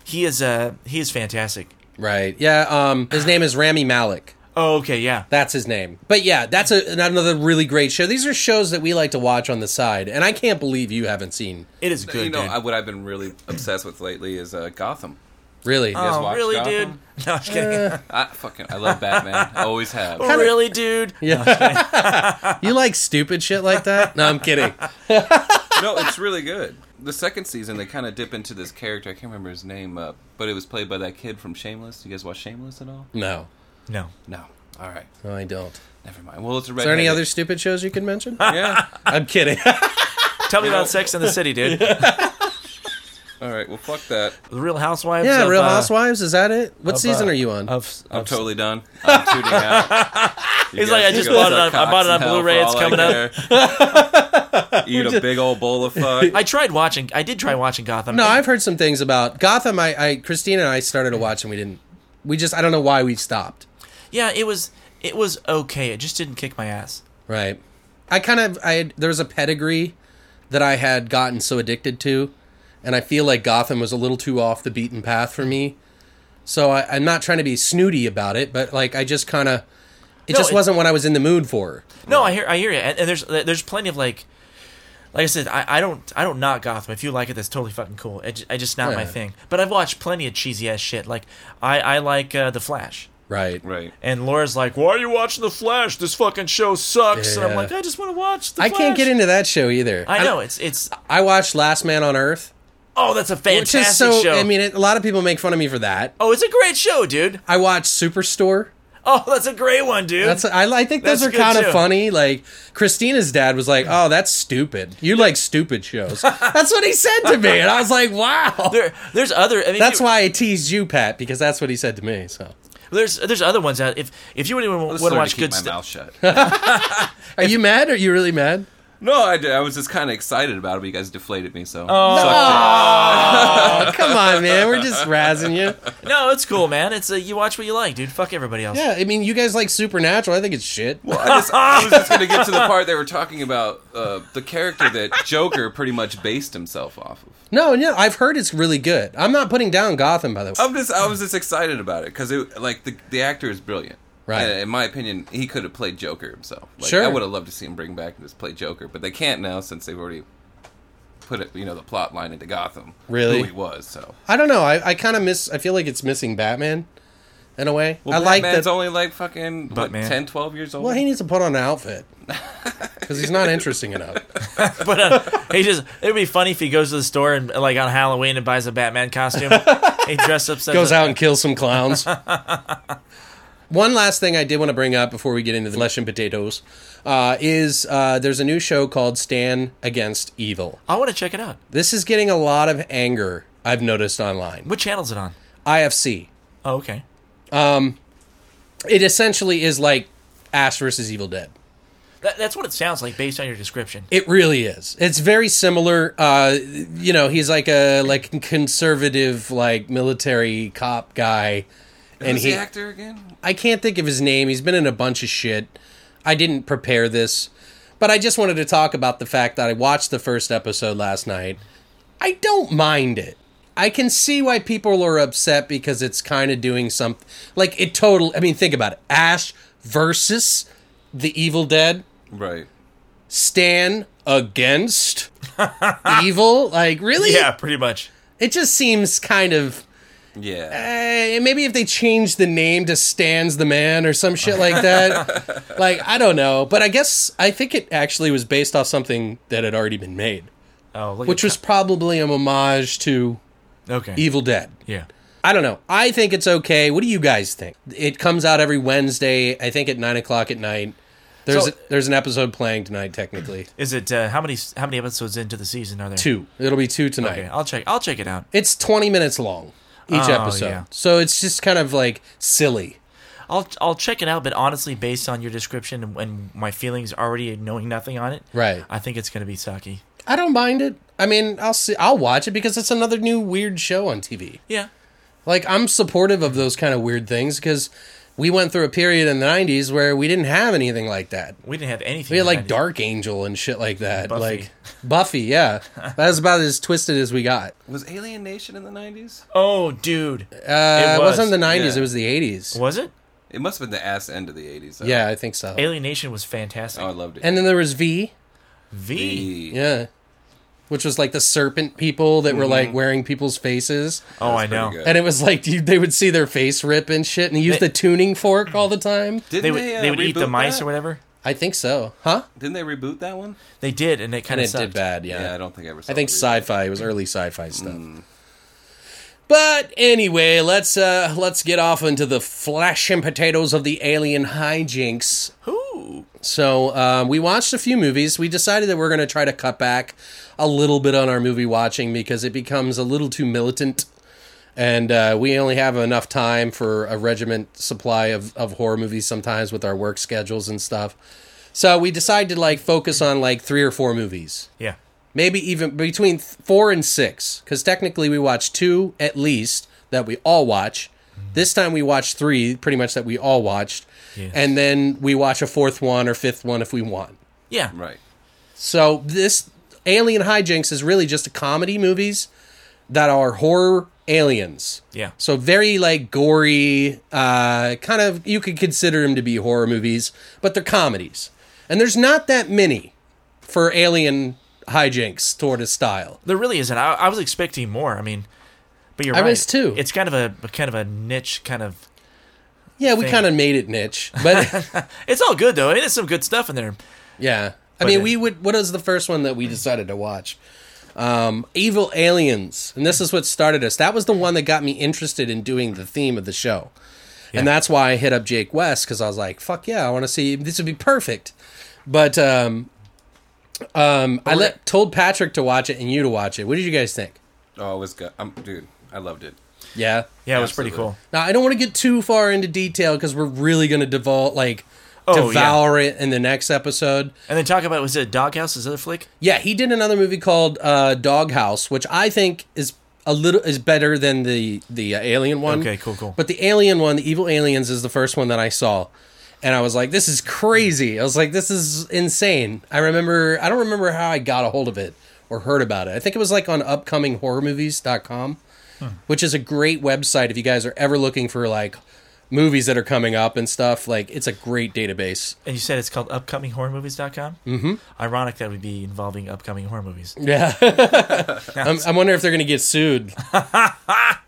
Speaker 3: he is uh he is fantastic.
Speaker 2: right yeah um his name is rami malik
Speaker 3: Oh okay, yeah.
Speaker 2: That's his name. But yeah, that's a, another really great show. These are shows that we like to watch on the side, and I can't believe you haven't seen.
Speaker 3: It is good.
Speaker 4: you know
Speaker 3: dude.
Speaker 4: I, what I've been really obsessed with lately is uh, Gotham.
Speaker 2: Really,
Speaker 4: guys
Speaker 3: oh
Speaker 4: watch
Speaker 3: really,
Speaker 4: Gotham?
Speaker 3: dude? (laughs) No, I'm just kidding.
Speaker 2: Uh,
Speaker 4: I fucking I love Batman.
Speaker 3: (laughs)
Speaker 4: I always have.
Speaker 3: Oh, really, dude?
Speaker 2: (laughs) You like stupid shit like that? No, I'm kidding.
Speaker 4: no, it's really good. The second season, they kind of dip into this character. I can't remember his name, uh, but it was played by that kid from Shameless. You guys watch Shameless at all?
Speaker 2: No,
Speaker 3: No.
Speaker 4: No. All right.
Speaker 2: no, I don't. Is
Speaker 4: Never mind. Well, it's a red.
Speaker 2: there any other stupid shows you
Speaker 3: (laughs)
Speaker 2: can mention?
Speaker 4: Yeah.
Speaker 2: I'm kidding.
Speaker 3: Tell me about Sex in the City,
Speaker 2: (laughs)
Speaker 3: dude.
Speaker 4: All right. Well, fuck that.
Speaker 3: The Real Housewives.
Speaker 2: yeah,
Speaker 3: of,
Speaker 2: Real
Speaker 3: uh,
Speaker 2: Housewives. Is that it? What
Speaker 3: of,
Speaker 2: season
Speaker 3: uh,
Speaker 2: are you on?
Speaker 3: Of,
Speaker 4: I'm
Speaker 3: of-
Speaker 4: totally done. I'm tuning out.
Speaker 3: (laughs)
Speaker 4: You
Speaker 3: He's
Speaker 4: guys-
Speaker 3: like, I
Speaker 4: you
Speaker 3: just
Speaker 4: guys
Speaker 3: bought it
Speaker 4: are
Speaker 3: on- I
Speaker 4: cocks
Speaker 3: bought it
Speaker 4: in
Speaker 3: on
Speaker 4: hell for
Speaker 3: Blu-ray. It's
Speaker 4: all I
Speaker 3: coming (laughs)
Speaker 4: care. Eat a big old bowl of fuck.
Speaker 3: I tried watching. I did try watching Gotham.
Speaker 2: no, I've heard some things about Gotham. I, I Christina and I started to watch, and we didn't. We just I don't know why we stopped.
Speaker 3: yeah, it was it was okay. It just didn't kick my ass.
Speaker 2: Right. I kind of I had- there was a pedigree that I had gotten so addicted to, and I feel like Gotham was a little too off the beaten path for me. So I, I'm not trying to be snooty about it, but like I just kind of it
Speaker 3: No,
Speaker 2: just
Speaker 3: it-
Speaker 2: wasn't what I was in the mood for.
Speaker 3: No, I hear I hear you, and, and there's uh, there's plenty of like, like I said, I, I don't I don't knock Gotham. If you like it, that's totally fucking cool. It, ju- I just not my
Speaker 2: Yeah.
Speaker 3: thing. But I've watched plenty of cheesy ass shit. Like I I like uh, the Flash,
Speaker 2: Right.
Speaker 4: Right.
Speaker 3: and Laura's like, why are you watching the Flash? This fucking show sucks. And
Speaker 2: Yeah.
Speaker 3: I'm like, I just want to watch the.
Speaker 2: I
Speaker 3: Flash."
Speaker 2: can't get into that show either.
Speaker 3: I know it's it's
Speaker 2: I watched Last Man on Earth,
Speaker 3: Oh, that's a
Speaker 2: Which
Speaker 3: fantastic
Speaker 2: is so.
Speaker 3: show.
Speaker 2: I mean, it, a lot of people make fun of me for that.
Speaker 3: oh, it's a great show, dude.
Speaker 2: I watch Superstore.
Speaker 3: Oh, that's a great one, dude.
Speaker 2: That's I, I think those
Speaker 3: That's
Speaker 2: are
Speaker 3: good,
Speaker 2: kind of
Speaker 3: too.
Speaker 2: funny. Like Christina's dad was like, "Oh, that's stupid. You like stupid shows."
Speaker 3: (laughs)
Speaker 2: that's what he said to me, and I was like, "Wow."
Speaker 3: there, there's other. I mean,
Speaker 2: That's
Speaker 3: you-
Speaker 2: why I teased you, Pat, because that's what he said to me. So,
Speaker 3: there's there's other ones out. If if you really want
Speaker 4: Let's
Speaker 3: to
Speaker 4: learn
Speaker 3: watch
Speaker 4: to
Speaker 3: good
Speaker 4: keep my
Speaker 3: stuff,
Speaker 4: mouth shut.
Speaker 3: (laughs)
Speaker 2: are you mad? Are you really mad?
Speaker 4: no, I, did. I was just kind of excited about it, but you guys deflated me. So
Speaker 3: Oh.
Speaker 2: Oh, (laughs) come on, man. We're just razzing you.
Speaker 3: no, it's cool, man. It's uh, you watch what you like, dude. Fuck everybody else.
Speaker 2: Yeah, I mean, you guys like Supernatural. I think it's shit.
Speaker 4: I, just, I was just going to get
Speaker 3: (laughs)
Speaker 4: to the part they were talking about uh, the character that Joker pretty much based himself off of.
Speaker 2: No, no, I've heard it's really good. I'm not putting down Gotham, by the way.
Speaker 3: Um,
Speaker 4: I'm just I was just excited about it because it like the the actor is brilliant.
Speaker 2: Right.
Speaker 4: And in my opinion, he could have played Joker himself. Like,
Speaker 2: Sure.
Speaker 4: I would have loved to see him bring back and just play Joker, but they can't now since they've already put it, you know, the plot line into Gotham.
Speaker 2: Really?
Speaker 4: Who he was. So.
Speaker 2: I don't know. I, I kind of miss. I feel like it's missing Batman, in a way. I like
Speaker 4: Batman's
Speaker 2: that.
Speaker 4: only like fucking what,
Speaker 3: Batman.
Speaker 4: 10, 12 years old.
Speaker 2: well, he needs to put on an outfit because he's not interesting enough.
Speaker 3: But uh, he just it'd be funny if he goes to the store and like on Halloween and buys a Batman
Speaker 4: (laughs)
Speaker 3: costume. he dressed up, says,
Speaker 2: Goes out and kills some clowns. (laughs) One last thing I did want to bring up before we get into the flesh and potatoes uh, is uh, there's a new show called Stand Against Evil.
Speaker 3: I want to check it out.
Speaker 2: This is getting a lot of anger. I've noticed online.
Speaker 3: What channel's it on?
Speaker 2: IFC.
Speaker 3: Oh, okay.
Speaker 2: It essentially is like Ash versus Evil Dead.
Speaker 3: That, that's what it sounds like based on your description.
Speaker 2: It really is. It's very similar. Uh, you know, he's like a like conservative, like military cop guy, and
Speaker 4: Who's the
Speaker 2: he.
Speaker 4: actor again?
Speaker 2: I can't think of his name. He's been in a bunch of shit. I didn't prepare this, but I just wanted to talk about the fact that I watched the first episode last night. I don't mind it. I can see why people are upset because it's kind of doing something like it total. I mean, think about it. Ash versus the Evil Dead.
Speaker 4: Right.
Speaker 2: Stan against evil. Like really?
Speaker 3: Yeah, pretty much.
Speaker 2: It just seems kind of
Speaker 4: Yeah.
Speaker 2: eh, maybe if they changed the name to Stan's the Man or some shit like
Speaker 3: (laughs)
Speaker 2: that. like, I don't know. But I guess I think it actually was based off something that had already been made,
Speaker 3: Oh, look
Speaker 2: which was probably an homage to
Speaker 3: okay.
Speaker 2: Evil Dead.
Speaker 3: Yeah.
Speaker 2: I don't know. I think it's okay. What do you guys think? It comes out every Wednesday, I think at nine o'clock at night. There's
Speaker 3: So-
Speaker 2: there's an episode playing tonight, technically.
Speaker 3: Is it uh, how many how many episodes into the season are there?
Speaker 2: Two. It'll be two tonight.
Speaker 3: Okay, I'll check. I'll check it out.
Speaker 2: It's 20 minutes long each
Speaker 3: Oh,
Speaker 2: episode.
Speaker 3: yeah.
Speaker 2: So it's just kind of like silly.
Speaker 3: I'll I'll check it out. But honestly, based on your description and, and my feelings already knowing nothing on it,
Speaker 2: Right.
Speaker 3: I think it's gonna be sucky.
Speaker 2: I don't mind it. I mean, I'll see I'll watch it because it's another new weird show on TV.
Speaker 3: Yeah.
Speaker 2: Like I'm supportive of those kind of weird things cuz we went through a period in the 90s where we didn't have anything like that.
Speaker 3: We didn't have anything.
Speaker 2: We had like
Speaker 3: behind it.
Speaker 2: Dark Angel and shit like that.
Speaker 3: Buffy.
Speaker 2: Like Buffy, yeah. that was about as twisted as we got.
Speaker 4: Was Alien Nation in the 90s?
Speaker 3: Oh, dude.
Speaker 2: Uh, it,
Speaker 3: was,
Speaker 2: was, not the 90s,
Speaker 4: yeah.
Speaker 2: it was the 80s.
Speaker 3: Was it?
Speaker 4: It must have been the ass end of the 80s. Though.
Speaker 2: Yeah, I think so.
Speaker 3: Alienation was fantastic.
Speaker 4: Oh, I loved it.
Speaker 2: And then there was V.
Speaker 3: v.
Speaker 4: The-
Speaker 2: Yeah. Which was like the serpent people that were like wearing people's faces.
Speaker 3: Oh, I
Speaker 4: pretty
Speaker 3: know.
Speaker 4: good.
Speaker 2: And it was like you, they would see their face rip and shit and use
Speaker 3: They-
Speaker 2: the tuning fork all the time.
Speaker 4: Didn't
Speaker 3: They would
Speaker 4: uh,
Speaker 3: they would eat
Speaker 4: reboot
Speaker 3: the mice
Speaker 4: that?
Speaker 3: or whatever.
Speaker 2: I think so. Huh?
Speaker 4: Didn't they reboot that one?
Speaker 3: They did, and it kind
Speaker 2: And
Speaker 3: of
Speaker 2: it did bad, yeah.
Speaker 4: Yeah, I don't think I ever saw
Speaker 2: I think
Speaker 4: the reboot.
Speaker 2: sci-fi it was early sci-fi stuff. But anyway, let's uh let's get off into the flesh and potatoes of the alien hijinks.
Speaker 3: Ooh.
Speaker 2: So um, we watched a few movies. We decided that we're going to try to cut back a little bit on our movie watching because it becomes a little too militant, and uh, we only have enough time for a regiment supply of, of horror movies sometimes with our work schedules and stuff. So we decided to like focus on like three or four movies,
Speaker 3: Yeah.
Speaker 2: maybe even between th- four and six, because technically we watch two at least that we all watch. This time we watched three, pretty much that we all watched,
Speaker 3: Yes.
Speaker 2: and then we watch a fourth one or fifth one if we want.
Speaker 3: Yeah.
Speaker 4: Right.
Speaker 2: So this Alien Hijinks is really just a comedy movies that are horror aliens.
Speaker 3: Yeah.
Speaker 2: So very like gory, uh, kind of you could consider them to be horror movies, but they're comedies, and there's not that many for Alien Hijinks sort of style.
Speaker 3: There really isn't. I, I was expecting more. I mean, but you're
Speaker 2: I
Speaker 3: right.
Speaker 2: was too.
Speaker 3: It's kind of a kind of a niche kind of.
Speaker 2: Yeah, we kind of made it niche, but
Speaker 3: It's all good though. I mean, there's some good stuff in there.
Speaker 2: yeah. I mean,
Speaker 3: it-
Speaker 2: we would. What was the first one that we decided to watch? um, Evil Aliens. And this is what started us. That was the one that got me interested in doing the theme of the show. And that's why I hit up Jake West because I was like, fuck yeah, I want to see this would be perfect. But um, um, I let, told Patrick to watch it and you to watch it. What did you guys think?
Speaker 4: Oh, it was good. Um, dude, I loved it.
Speaker 2: Yeah.
Speaker 3: Yeah, it was pretty
Speaker 4: Absolutely.
Speaker 3: cool.
Speaker 2: Now I don't want to get too far into detail because we're really going to devour like
Speaker 3: Oh,
Speaker 2: devour it in the next episode.
Speaker 3: And then talk about was it Doghouse? Is that a flick?
Speaker 2: Yeah, he did another movie called uh, Doghouse, which I think is a little is better than the the uh, Alien one.
Speaker 3: Okay, cool, cool.
Speaker 2: But the Alien one, the Evil Aliens, is the first one that I saw, and I was like, "This is crazy." I was like, "This is insane." I remember, I don't remember how I got a hold of it or heard about it. I think it was like on upcominghorrormovies.com,
Speaker 3: Hmm.
Speaker 2: which is a great website if you guys are ever looking for like movies that are coming up and stuff. Like, it's a great database.
Speaker 3: And you said it's called upcominghorrormovies.com? Mm-hmm. Ironic that would be involving upcoming horror movies.
Speaker 2: (laughs) Yeah. I'm, I wonder if they're going to get (laughs) sued.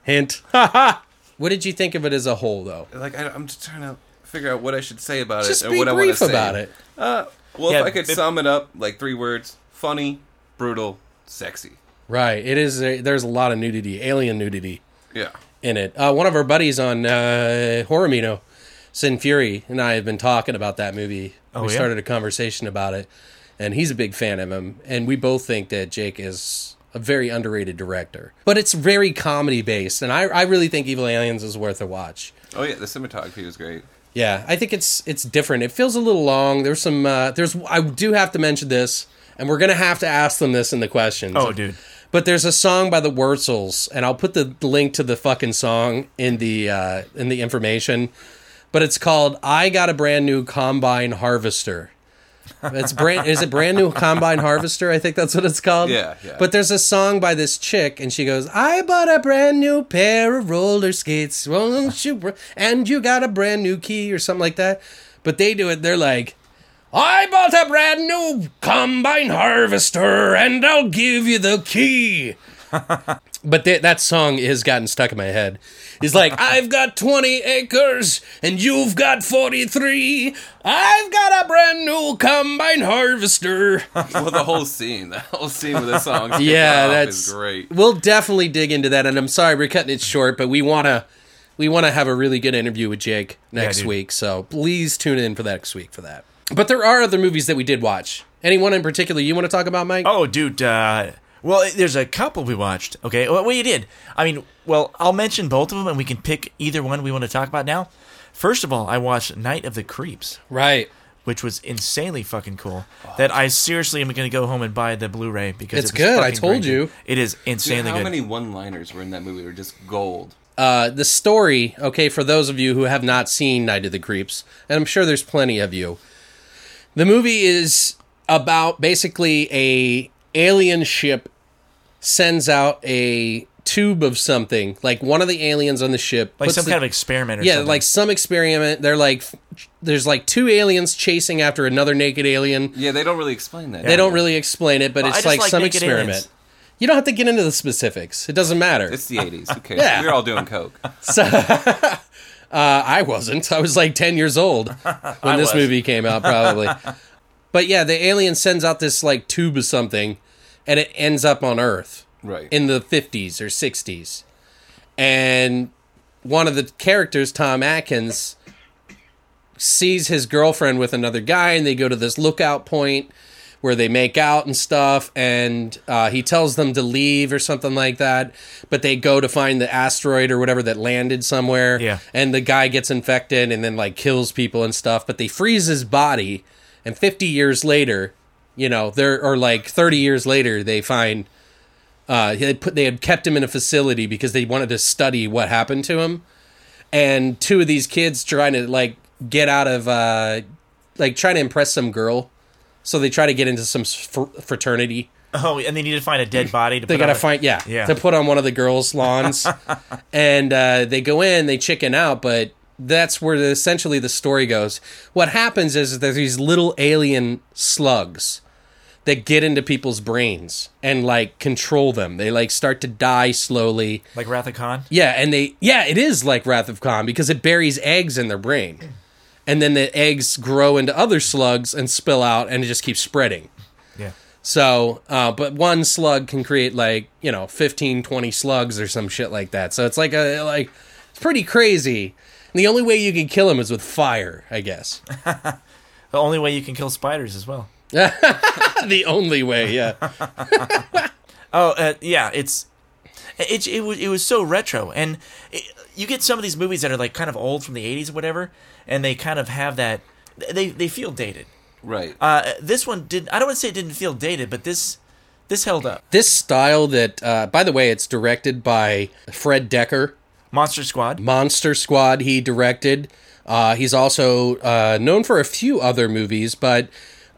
Speaker 2: Hint. what did you think of it as a whole, though?
Speaker 4: Like, I, I'm just trying to figure out what I should say about
Speaker 2: Just
Speaker 4: it
Speaker 2: be
Speaker 4: or what I want
Speaker 2: brief
Speaker 4: to say
Speaker 2: about it.
Speaker 4: Uh, well,
Speaker 3: Yeah,
Speaker 4: if I could
Speaker 3: it-
Speaker 4: sum it up like three words: funny, brutal, sexy.
Speaker 2: Right. It is. A, there's a lot of nudity, alien nudity
Speaker 4: Yeah.
Speaker 2: in it. Uh, one of our buddies on uh, Horrormino, Sin Fury, and I have been talking about that movie. we
Speaker 3: yeah?
Speaker 2: started a conversation about it, and he's a big fan of him. And we both think that Jake is a very underrated director. But it's very comedy based, and I, I really think Evil Aliens is worth a watch.
Speaker 4: Oh yeah, the cinematography was great.
Speaker 2: Yeah, I think it's it's different. It feels a little long. There's some uh, there's I do have to mention this, and we're gonna have to ask them this in the questions.
Speaker 3: Oh, dude.
Speaker 2: But there's a song by the Wurzels, and I'll put the link to the fucking song in the uh, in the information. But it's called "I Got a Brand New Combine Harvester." It's brand is it brand new combine harvester? I think that's what it's called.
Speaker 4: Yeah, yeah.
Speaker 2: But there's a song by this chick, and she goes, "I bought a brand new pair of roller skates, won't you? br- And you got a brand new key or something like that." But they do it. They're like, "I bought a brand new combine harvester, and I'll give you the key." But th- that song has gotten stuck in my head. He's like, I've got 20 acres and you've got 43. I've got a brand new combine harvester.
Speaker 4: Well, the
Speaker 2: (laughs)
Speaker 4: whole scene, the whole scene with the song.
Speaker 2: yeah,
Speaker 4: is
Speaker 2: that's
Speaker 4: great.
Speaker 2: We'll definitely dig into that. And I'm sorry we're cutting it short, but we want to. We want to have a really good interview with Jake next
Speaker 3: dude.
Speaker 2: week, so please tune in for next week for that. But there are other movies that we did watch. Anyone in particular you want to talk about, Mike?
Speaker 3: Oh, dude. Uh, well, it- there's a couple we watched. Okay. Well, we did. I mean, well, I'll mention both of them and we can pick either one we want to talk about now. First of all, I watched Night of the Creeps,
Speaker 2: Right,
Speaker 3: which was insanely fucking cool. That I seriously am going to go home and buy the Blu ray because
Speaker 2: Oh. It's
Speaker 3: it was
Speaker 2: good, I
Speaker 3: fucking
Speaker 2: told
Speaker 3: great, dude.
Speaker 2: you.
Speaker 3: It is
Speaker 4: Dude,
Speaker 3: insanely
Speaker 4: how
Speaker 3: good.
Speaker 4: many one-liners were in that movie? Were just gold.
Speaker 2: uh, the story, okay, for those of you who have not seen Night of the Creeps, and I'm sure there's plenty of you. The movie is about basically a alien ship sends out a tube of something, like one of the aliens on the ship,
Speaker 3: like
Speaker 2: puts
Speaker 3: some
Speaker 2: the-
Speaker 3: kind of experiment or
Speaker 2: yeah,
Speaker 3: something.
Speaker 2: like some experiment. They're like, there's like two aliens chasing after another naked alien.
Speaker 4: Yeah, they don't really explain that.
Speaker 2: They don't really explain it, but
Speaker 3: Well, I
Speaker 2: it's
Speaker 3: just
Speaker 2: like,
Speaker 3: like
Speaker 2: some
Speaker 3: naked
Speaker 2: experiment.
Speaker 3: aliens.
Speaker 2: You don't have to get into the specifics. It doesn't matter.
Speaker 4: It's the '80s.
Speaker 2: (laughs)
Speaker 4: Who cares?
Speaker 2: Yeah.
Speaker 4: We're all doing
Speaker 2: (laughs)
Speaker 4: coke.
Speaker 2: uh, I wasn't. I was like 10 years old when this
Speaker 3: was.
Speaker 2: movie came out, probably. but yeah, the alien sends out this like tube of something and it ends up on Earth
Speaker 4: Right.
Speaker 2: in the 50s or 60s. And one of the characters, Tom Atkins, sees his girlfriend with another guy and they go to this lookout point where they make out and stuff and uh, he tells them to leave or something like that but they go to find the asteroid or whatever that landed somewhere
Speaker 3: Yeah.
Speaker 2: and the guy gets infected and then like kills people and stuff but they freeze his body and 50 years later you know they're or like 30 years later they find uh, they put they had kept him in a facility because they wanted to study what happened to him and two of these kids trying to like get out of uh like trying to impress some girl so they try to get into some s- fr- fraternity
Speaker 3: oh, and they need to find a dead body to
Speaker 2: they
Speaker 3: put
Speaker 2: gotta
Speaker 3: on the-
Speaker 2: find yeah,
Speaker 3: Yeah.
Speaker 2: to put on one of the girls
Speaker 3: (laughs)
Speaker 2: lawns and uh, they go in they chicken out but that's where the, essentially the story goes what happens is there's these little alien slugs that get into people's brains and like control them they like start to die slowly
Speaker 3: Like Wrath of Khan?
Speaker 2: yeah, and they yeah, it is like Wrath of Khan because it buries eggs in their brain. And then the eggs grow into other slugs and spill out and it just keeps spreading.
Speaker 3: Yeah.
Speaker 2: So, uh, but one slug can create like, you know, 15, 20 slugs or some shit like that. So it's like a, like, it's pretty crazy. And the only way you can kill him is with fire, I guess. (laughs)
Speaker 3: The only way you can kill spiders as well.
Speaker 2: the only way, yeah.
Speaker 3: Oh, uh, yeah, it's it, it was it was so retro, and it, you get some of these movies that are like kind of old from the '80s or whatever, and they kind of have that they they feel dated.
Speaker 4: Right.
Speaker 3: Uh, this one did. I don't want to say it didn't feel dated, but this this held up.
Speaker 2: This style that, uh, by the way, it's directed by Fred Decker,
Speaker 3: Monster Squad.
Speaker 2: Monster Squad. He directed. Uh, he's also uh, known for a few other movies, but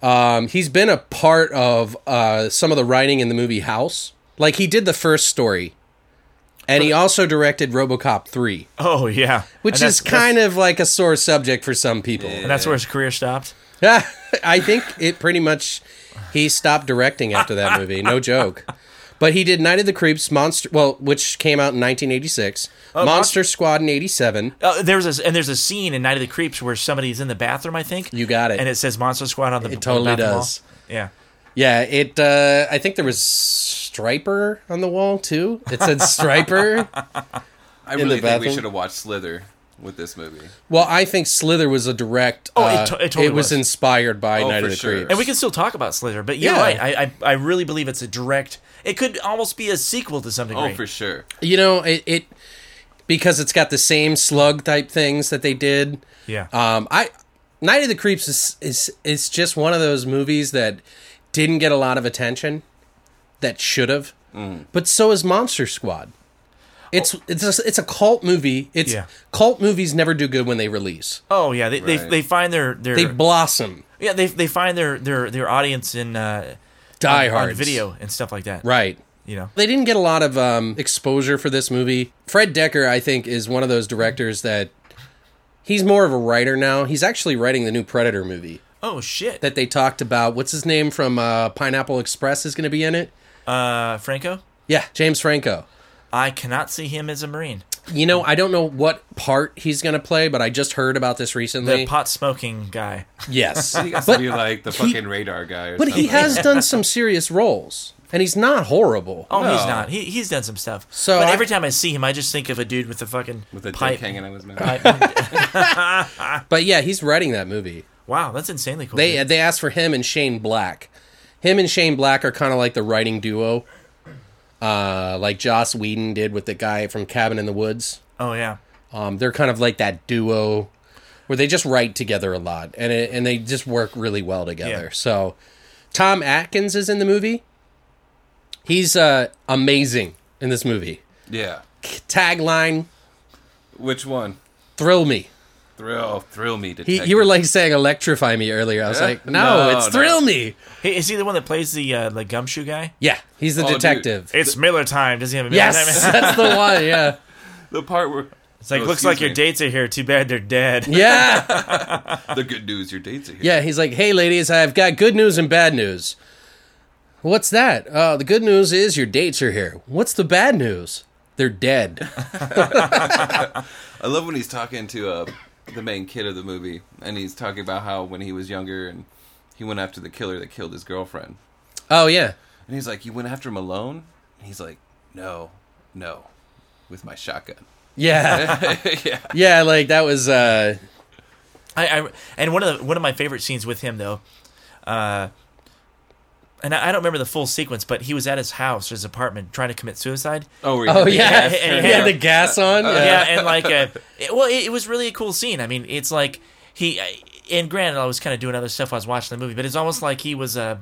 Speaker 2: um, he's been a part of uh, some of the writing in the movie House. Like he did the first story, and he also directed RoboCop three,
Speaker 3: Oh yeah,
Speaker 2: which is kind of like a sore subject for some people.
Speaker 3: and that's where his career stopped.
Speaker 2: (laughs) I think it pretty much he stopped directing after that movie. No joke. But he did Night of the Creeps, Monster, well, which came out in 1986, Monster Squad in 87.
Speaker 3: Uh, there's a and there's a scene in Night of the Creeps where somebody's in the bathroom, I think.
Speaker 2: You got it.
Speaker 3: And it says Monster Squad on the
Speaker 2: It totally
Speaker 3: on the bathroom
Speaker 2: does.
Speaker 3: Wall. Yeah.
Speaker 2: Yeah, it. Uh, I think there was Striper on the wall too. It
Speaker 3: (laughs)
Speaker 2: said Striper.
Speaker 4: I really think we
Speaker 2: bathroom?
Speaker 4: should have watched Slither with this movie.
Speaker 2: well, I think Slither was a direct.
Speaker 3: Oh, it
Speaker 2: uh,
Speaker 3: to- it totally
Speaker 2: was,
Speaker 3: was.
Speaker 2: inspired by
Speaker 4: Oh,
Speaker 2: Night
Speaker 4: for
Speaker 2: of the
Speaker 4: sure.
Speaker 2: Creeps.
Speaker 3: And we can still talk about Slither, but you're
Speaker 2: Yeah.
Speaker 3: right. I, I I really believe it's a direct. It could almost be a sequel to some degree.
Speaker 4: Oh, for sure.
Speaker 2: you know, it, it because it's got the same slug type things that they did.
Speaker 3: Yeah.
Speaker 2: Um, I Night of the Creeps is is is just one of those movies that didn't get a lot of attention that should have, but so is Monster Squad. It's it's a, it's a cult movie. It's
Speaker 3: Oh. Yeah.
Speaker 2: cult movies never do good when they release.
Speaker 3: oh yeah, they, they
Speaker 4: Right.
Speaker 3: they find their their
Speaker 2: They blossom.
Speaker 3: yeah they they find their their their audience in uh,
Speaker 2: Die
Speaker 3: on-
Speaker 2: hard
Speaker 3: on video and stuff like that.
Speaker 2: Right.
Speaker 3: You know.
Speaker 2: They didn't get a lot of um, exposure for this movie. Fred Decker, I think, is one of those directors that he's more of a writer now. He's actually writing the new Predator movie
Speaker 3: Oh shit.
Speaker 2: that they talked about. What's his name from uh, Pineapple Express is going to be in it?
Speaker 3: uh, Franco.
Speaker 2: Yeah, James Franco.
Speaker 3: I cannot see him as a marine.
Speaker 2: You know, I don't know what part he's going to play, but I just heard about this recently.
Speaker 3: The pot smoking guy. (laughs)
Speaker 2: yes.
Speaker 4: He has to
Speaker 2: but,
Speaker 4: be like the
Speaker 2: he-
Speaker 4: fucking radar guy or
Speaker 2: but
Speaker 4: something.
Speaker 2: he has done some serious roles, and he's not horrible.
Speaker 3: Oh, he's
Speaker 4: No.
Speaker 3: not. He, he's done some stuff.
Speaker 2: So
Speaker 3: but
Speaker 2: I-
Speaker 3: every time I see him, I just think of a dude with a fucking
Speaker 4: with a dick
Speaker 3: pipe.
Speaker 4: hanging out of his mouth.
Speaker 2: But yeah, he's writing that movie.
Speaker 3: Wow, that's insanely cool.
Speaker 2: They
Speaker 3: dude.
Speaker 2: they asked for him and Shane Black. Him and Shane Black are kind of like the writing duo, uh, like Joss Whedon did with the guy from Cabin in the Woods.
Speaker 3: oh yeah.
Speaker 2: Um, they're kind of like that duo where they just write together a lot, and it, and they just work really well together.
Speaker 3: Yeah.
Speaker 2: So, Tom Atkins is in the movie. He's uh, amazing in this movie.
Speaker 4: yeah.
Speaker 2: Tagline:
Speaker 4: Which one?
Speaker 2: "Thrill me."
Speaker 4: Thrill, thrill me, detective.
Speaker 2: He, you were like saying "electrify me" earlier. I was
Speaker 4: Yeah.
Speaker 2: like, "No,
Speaker 4: No,
Speaker 2: it's
Speaker 4: no.
Speaker 2: thrill me."
Speaker 3: Hey, is he the one that plays the uh, the gumshoe guy?
Speaker 2: Yeah, he's the
Speaker 4: Oh, dude.
Speaker 2: detective.
Speaker 3: It's Miller time. Does he have a Miller
Speaker 4: (laughs)
Speaker 2: Yes, (laughs)
Speaker 3: time?
Speaker 2: that's the one. Yeah,
Speaker 4: the part where
Speaker 3: It's like
Speaker 4: Oh,
Speaker 3: looks like
Speaker 4: excuse
Speaker 3: your dates are here. Too bad they're dead.
Speaker 2: yeah,
Speaker 4: the good news your dates are here.
Speaker 2: yeah. He's like, "Hey, ladies, I've got good news and bad news." What's that? Uh, the good news is your dates are here. What's the bad news? They're dead.
Speaker 4: I love when he's talking to uh, the main kid of the movie, and he's talking about how when he was younger and he went after the killer that killed his girlfriend,
Speaker 2: Oh yeah,
Speaker 4: and he's like, "You went after him alone?" And he's like, "No, no, with my shotgun." (laughs)
Speaker 2: yeah,
Speaker 4: yeah,
Speaker 2: yeah. Like that was. uh
Speaker 3: (laughs) I, I and one of the one of my favorite scenes with him though, uh, and I, I don't remember the full sequence, but he was at his house, his apartment, trying to commit suicide.
Speaker 4: Oh, (laughs)
Speaker 2: Oh yeah,
Speaker 3: Yeah, (laughs) and-
Speaker 2: he had the gas on.
Speaker 3: yeah,
Speaker 2: Yeah,
Speaker 3: and like, uh, it, well, it, it was really a cool scene. I mean, it's like he, I- and granted, I was kind of doing other stuff while I was watching the movie, but it's almost like he was, uh,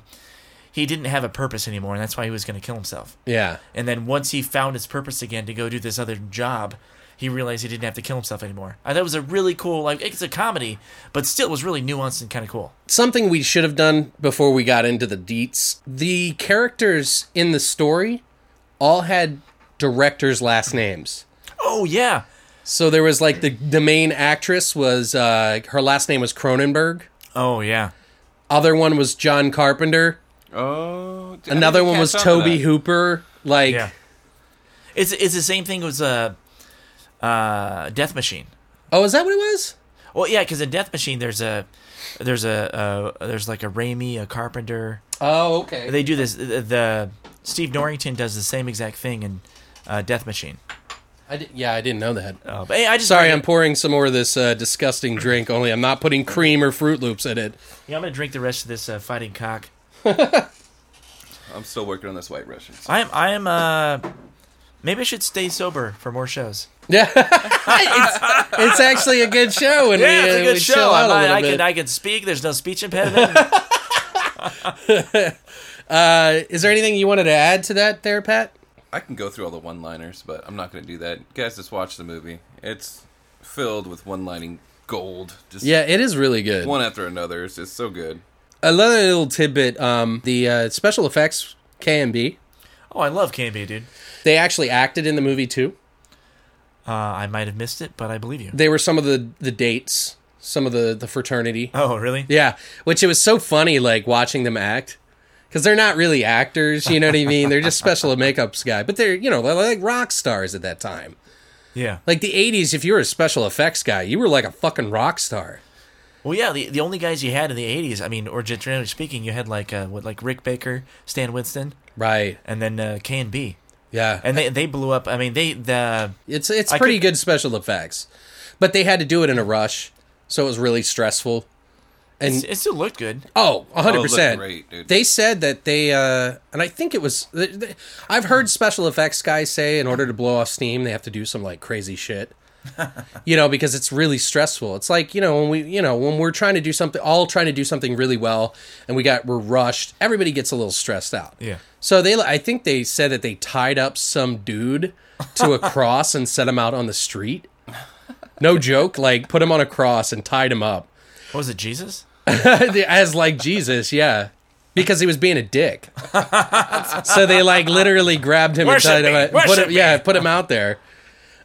Speaker 3: he didn't have a purpose anymore, and that's why he was going to kill himself.
Speaker 2: yeah.
Speaker 3: And then once he found his purpose again to go do this other job, he realized he didn't have to kill himself anymore. I thought it was a really cool, like, it's a comedy, but still it was really nuanced and kind of cool.
Speaker 2: Something we should have done before we got into the deets. The characters in the story all had directors' last names.
Speaker 3: Oh, yeah.
Speaker 2: So there was like the the main actress was uh, her last name was Cronenberg.
Speaker 3: Oh, yeah.
Speaker 2: Other one was John Carpenter.
Speaker 4: Oh, dude, I
Speaker 2: Another
Speaker 4: didn't
Speaker 2: one was
Speaker 4: catch on to
Speaker 2: Toby
Speaker 4: that.
Speaker 2: Hooper. Like
Speaker 3: Yeah. It's, it's the same thing as uh, uh, Death Machine.
Speaker 2: oh, is that what it was?
Speaker 3: Well, yeah, because in Death Machine, there's a there's a uh, there's like a Raimi, a Carpenter.
Speaker 2: Oh, okay.
Speaker 3: They do this. The, the Steve Norrington does the same exact thing in uh, Death Machine.
Speaker 2: I di- yeah, I didn't know that.
Speaker 3: Uh, but hey, I just
Speaker 2: Sorry, I'm
Speaker 3: I'm
Speaker 2: pouring some more of this uh, disgusting drink. Only I'm not putting cream or Fruit Loops in it. (laughs)
Speaker 3: yeah, I'm gonna drink the rest of this uh, fighting cock.
Speaker 4: I'm still working on this White Russian. so-
Speaker 3: I am I am uh maybe I should stay sober for more shows.
Speaker 2: Yeah, it's, it's actually a good show, and
Speaker 3: Yeah, it's
Speaker 2: we, uh,
Speaker 3: a good
Speaker 2: we
Speaker 3: show.
Speaker 2: chill out
Speaker 3: I,
Speaker 2: a
Speaker 3: I,
Speaker 2: little
Speaker 3: I
Speaker 2: bit.
Speaker 3: can I can speak. There's no speech
Speaker 2: (laughs)
Speaker 3: impediment.
Speaker 2: Uh, is there anything you wanted to add to that, there, Pat?
Speaker 4: I can go through all the one-liners, but I'm not going to do that. You guys, just watch the movie. It's filled with one-lining gold. Just
Speaker 2: Yeah, it is really good.
Speaker 4: one after another. It's just so good.
Speaker 2: Another little tidbit: um, the uh, special effects K and B.
Speaker 3: oh, I love KB, dude.
Speaker 2: They actually acted in the movie too.
Speaker 3: Uh, I might have missed it, but I believe you.
Speaker 2: They were some of the the dates, some of the the fraternity.
Speaker 3: Oh, really?
Speaker 2: Yeah, which it was so funny, like watching them act, because they're not really actors. You know what I mean? They're just special (laughs) makeups guy, but they're you know they're like rock stars at that time.
Speaker 3: Yeah.
Speaker 2: Like the '80s, if you were a special effects guy, you were like a fucking rock star.
Speaker 3: Well, yeah. The, the only guys you had in the '80s, I mean, or just generally speaking, you had like uh, what, like Rick Baker, Stan Winston,
Speaker 2: Right?
Speaker 3: and then uh, K and B,
Speaker 2: Yeah.
Speaker 3: and they they blew up. I mean, they the
Speaker 2: It's it's
Speaker 3: I
Speaker 2: pretty
Speaker 3: could-
Speaker 2: good special effects, but they had to do it in a rush, so it was really stressful. And
Speaker 3: it still looked good.
Speaker 2: oh, a
Speaker 4: Oh,
Speaker 2: hundred
Speaker 4: it looked
Speaker 2: percent.
Speaker 4: great, dude.
Speaker 2: They said that they, uh, and I think it was. th- th- I've heard special effects guys say in order to blow off steam, they have to do some like
Speaker 4: (laughs)
Speaker 2: crazy shit. you know, because it's really stressful. It's like you know when we, you know, when we're trying to do something, all trying to do something really well, and we got we're rushed. Everybody gets a little stressed out.
Speaker 3: Yeah.
Speaker 2: So they, I think they said that they tied up some dude
Speaker 4: (laughs)
Speaker 2: to a cross and set him out on the street. No joke, like put him on a cross and tied him up
Speaker 3: What was it, Jesus?
Speaker 2: (laughs) as like Jesus, yeah, because he was being a dick. so they like literally grabbed him
Speaker 3: Worship
Speaker 2: and tied him,
Speaker 3: me,
Speaker 2: up- put
Speaker 3: worship
Speaker 2: him yeah, put him out there.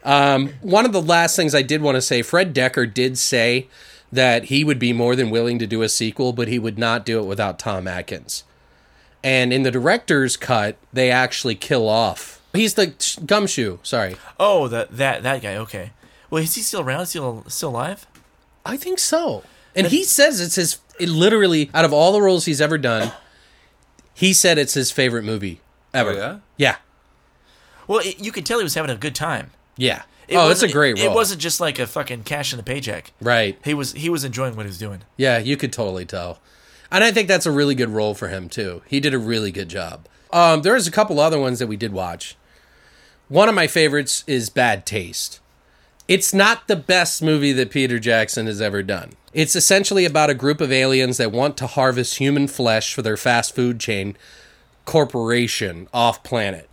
Speaker 2: Um, one of the last things I did want to say, Fred Decker did say that he would be more than willing to do a sequel, but he would not do it without Tom Atkins. And in the director's cut, they actually kill off. He's the gumshoe. Sorry,
Speaker 3: Oh, that that that guy. Okay. Well, is he still around? Still still alive?
Speaker 2: I think so. And he says it's his it literally out of all the roles he's ever done, he said it's his favorite movie ever.
Speaker 4: Oh, yeah?
Speaker 2: Yeah.
Speaker 3: Well, it, you could tell he was having a good time.
Speaker 2: Yeah.
Speaker 3: It
Speaker 2: oh, it's a
Speaker 3: wasn't-
Speaker 2: great role.
Speaker 3: It wasn't just like a fucking cash in the paycheck.
Speaker 2: right.
Speaker 3: He was he was enjoying what he was doing.
Speaker 2: Yeah, you could totally tell. And I think that's a really good role for him too. He did a really good job. Um, there was a couple other ones that we did watch. One of my favorites is Bad Taste. It's not the best movie that Peter Jackson has ever done. It's essentially about a group of aliens that want to harvest human flesh for their fast food chain corporation off planet.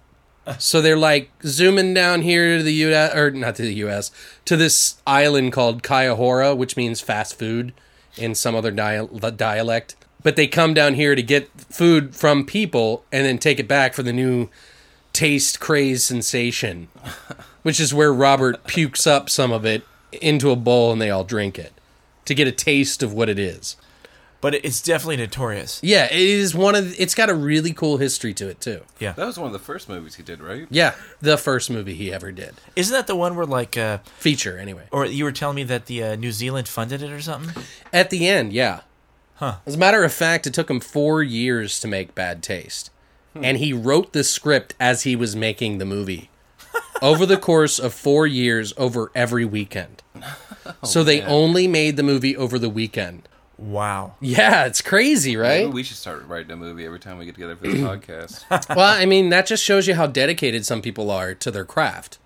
Speaker 2: So they're like zooming down here to the U.S. or not to the U.S. to this island called Kayahora, which means fast food in some other dia- dialect. But they come down here to get food from people and then take it back for the new taste craze sensation, (laughs) which is where Robert pukes up some of it into a bowl and they all drink it to get a taste of what it is.
Speaker 3: But it- it's definitely notorious.
Speaker 2: Yeah, it is one of. It's got a really cool history to it too.
Speaker 4: That was one of the first movies he did, right?
Speaker 2: Yeah, the first movie he ever did
Speaker 3: Isn't that the one where like uh
Speaker 2: feature anyway.
Speaker 3: or you were telling me that the uh, New Zealand funded it or something?
Speaker 2: At the end, yeah. As a matter of fact, it took him four years to make Bad Taste. And he wrote the script as he was making the movie over the course of four years over every weekend. so they only made the movie over the weekend.
Speaker 3: Wow.
Speaker 2: Yeah, it's crazy, right?
Speaker 4: Maybe we should start writing a movie every time we get together
Speaker 2: (clears throat)
Speaker 4: for the
Speaker 2: (laughs)
Speaker 4: podcast.
Speaker 2: well, I mean, that just shows you how dedicated some people are to their craft.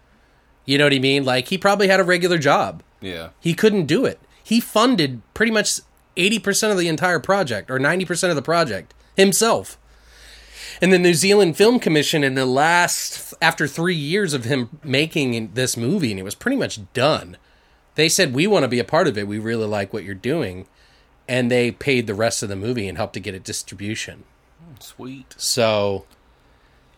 Speaker 2: You know what I mean? Like, he probably had a regular job.
Speaker 4: Yeah.
Speaker 2: He couldn't do it. He funded pretty much 80% of the entire project or 90% of the project himself. And the New Zealand Film Commission, in the last, after three years of him making this movie, and it was pretty much done, they said, We want to be a part of it. We really like what you're doing. And they paid the rest of the movie and helped to get it distribution.
Speaker 4: Sweet.
Speaker 2: So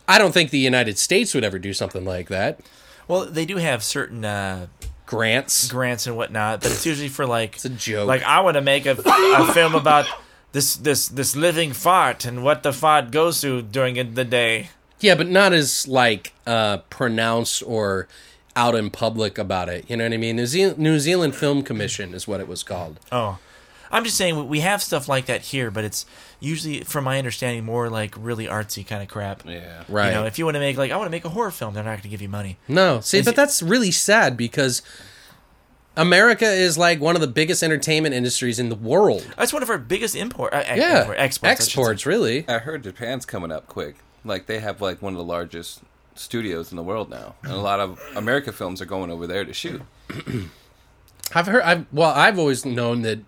Speaker 2: I don't think the United States would ever do something like that.
Speaker 3: Well, they do have certain uh,
Speaker 2: Grants.
Speaker 3: grants and whatnot, but it's usually for like it's
Speaker 2: a joke.
Speaker 3: Like I want to make a, a film about this this this living fart and what the fart goes through during the day.
Speaker 2: Yeah, but not as like uh pronounced or out in public about it. You know what I mean? New, Zeal New Zealand Film Commission is what it was called.
Speaker 3: Oh, I'm just saying we have stuff like that here, but it's usually, from my understanding, more like really artsy kind of crap.
Speaker 4: Yeah.
Speaker 2: Right.
Speaker 3: You know, if you want to make like I want to make a horror film, they're not going to give you money.
Speaker 2: No, see, but that's really sad because America is like one of the biggest entertainment industries in the world.
Speaker 3: That's one of our biggest import, uh,
Speaker 2: Yeah,
Speaker 3: import exports. I should
Speaker 2: exports really.
Speaker 4: I heard Japan's coming up quick. Like they have like one of the largest studios in the world now, and a lot of America films are going over there to shoot.
Speaker 2: I've heard. I've, well, I've always known that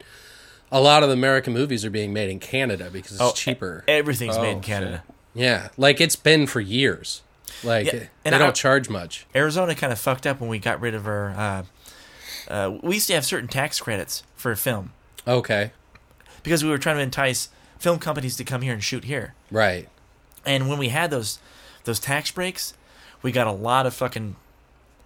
Speaker 2: a lot of the American movies are being made in Canada because it's
Speaker 3: say. Oh,
Speaker 2: cheaper.
Speaker 3: e- Everything's made in
Speaker 4: Oh,
Speaker 3: Canada.
Speaker 2: yeah, like it's been for years. Like
Speaker 3: Yeah,
Speaker 2: they
Speaker 3: and I-
Speaker 2: don't charge much.
Speaker 3: Arizona kind of fucked up when we got rid of our. Uh, uh, we used to have certain tax credits for film
Speaker 2: Okay,
Speaker 3: because we were trying to entice film companies to come here and shoot here.
Speaker 2: right.
Speaker 3: And when we had those those tax breaks, we got a lot of fucking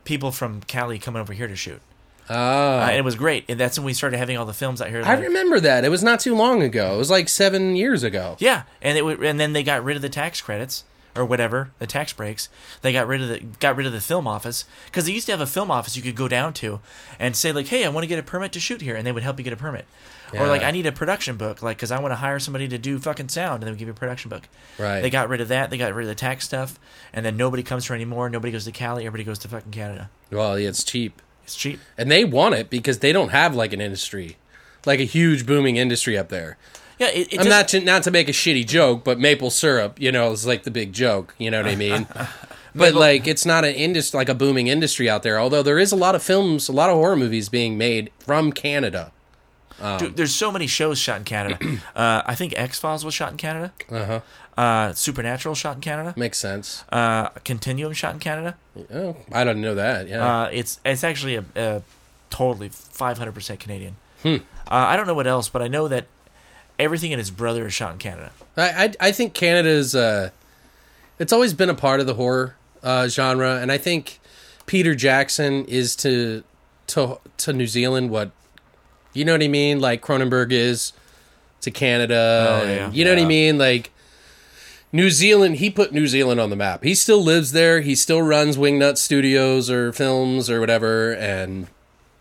Speaker 3: people from Cali coming over here to shoot.
Speaker 2: Oh,
Speaker 3: Uh, and it was great. And that's when we started having all the films out here.
Speaker 2: I
Speaker 3: that-
Speaker 2: remember that. It was not too long ago. It was like seven years ago.
Speaker 3: Yeah, and it would, and then they got rid of the tax credits or whatever the tax breaks. They got rid of the got rid of the film office because they used to have a film office you could go down to and say like, hey, I want to get a permit to shoot here, and they would help you get a permit. Or like,
Speaker 2: Yeah.
Speaker 3: I need a production book, like because I want to hire somebody to do fucking sound, and they would give you a production book.
Speaker 2: Right.
Speaker 3: They got rid of that. They got rid of the tax stuff, and then nobody comes here anymore. Nobody goes to Cali. Everybody goes to fucking Canada.
Speaker 2: Well, yeah, it's cheap.
Speaker 3: It's cheap.
Speaker 2: and they want it because they don't have like an industry, like a huge booming industry up there.
Speaker 3: Yeah, it, it
Speaker 2: I'm
Speaker 3: doesn't-
Speaker 2: not to, not to make a shitty joke, but maple syrup, you know, is like the big joke. You know what I mean?
Speaker 3: (laughs)
Speaker 2: but like, it's not an industry like a booming industry out there. Although there is a lot of films, a lot of horror movies being made from Canada. Um.
Speaker 3: Dude, there's so many shows shot in
Speaker 2: (clears throat)
Speaker 3: Canada. uh, I think X Files was shot in Canada.
Speaker 2: Uh-huh.
Speaker 3: Uh, Supernatural shot in Canada.
Speaker 2: Makes sense.
Speaker 3: uh, Continuum shot in Canada.
Speaker 2: oh, I don't know that.
Speaker 3: Uh,
Speaker 2: Yeah.
Speaker 3: it's it's actually a, a totally 500% Canadian.
Speaker 2: Hmm.
Speaker 3: Uh, I don't know what else, but I know that everything in his brother is shot in Canada.
Speaker 2: I, I I think Canada's uh, it's always been a part of the horror uh, genre, and I think Peter Jackson is to to to New Zealand what you know what I mean, like Cronenberg is to Canada.
Speaker 3: Oh, yeah.
Speaker 2: and- you know what I mean, like. New Zealand, he put New Zealand on the map. He still lives there. He still runs Wingnut Studios or films or whatever. And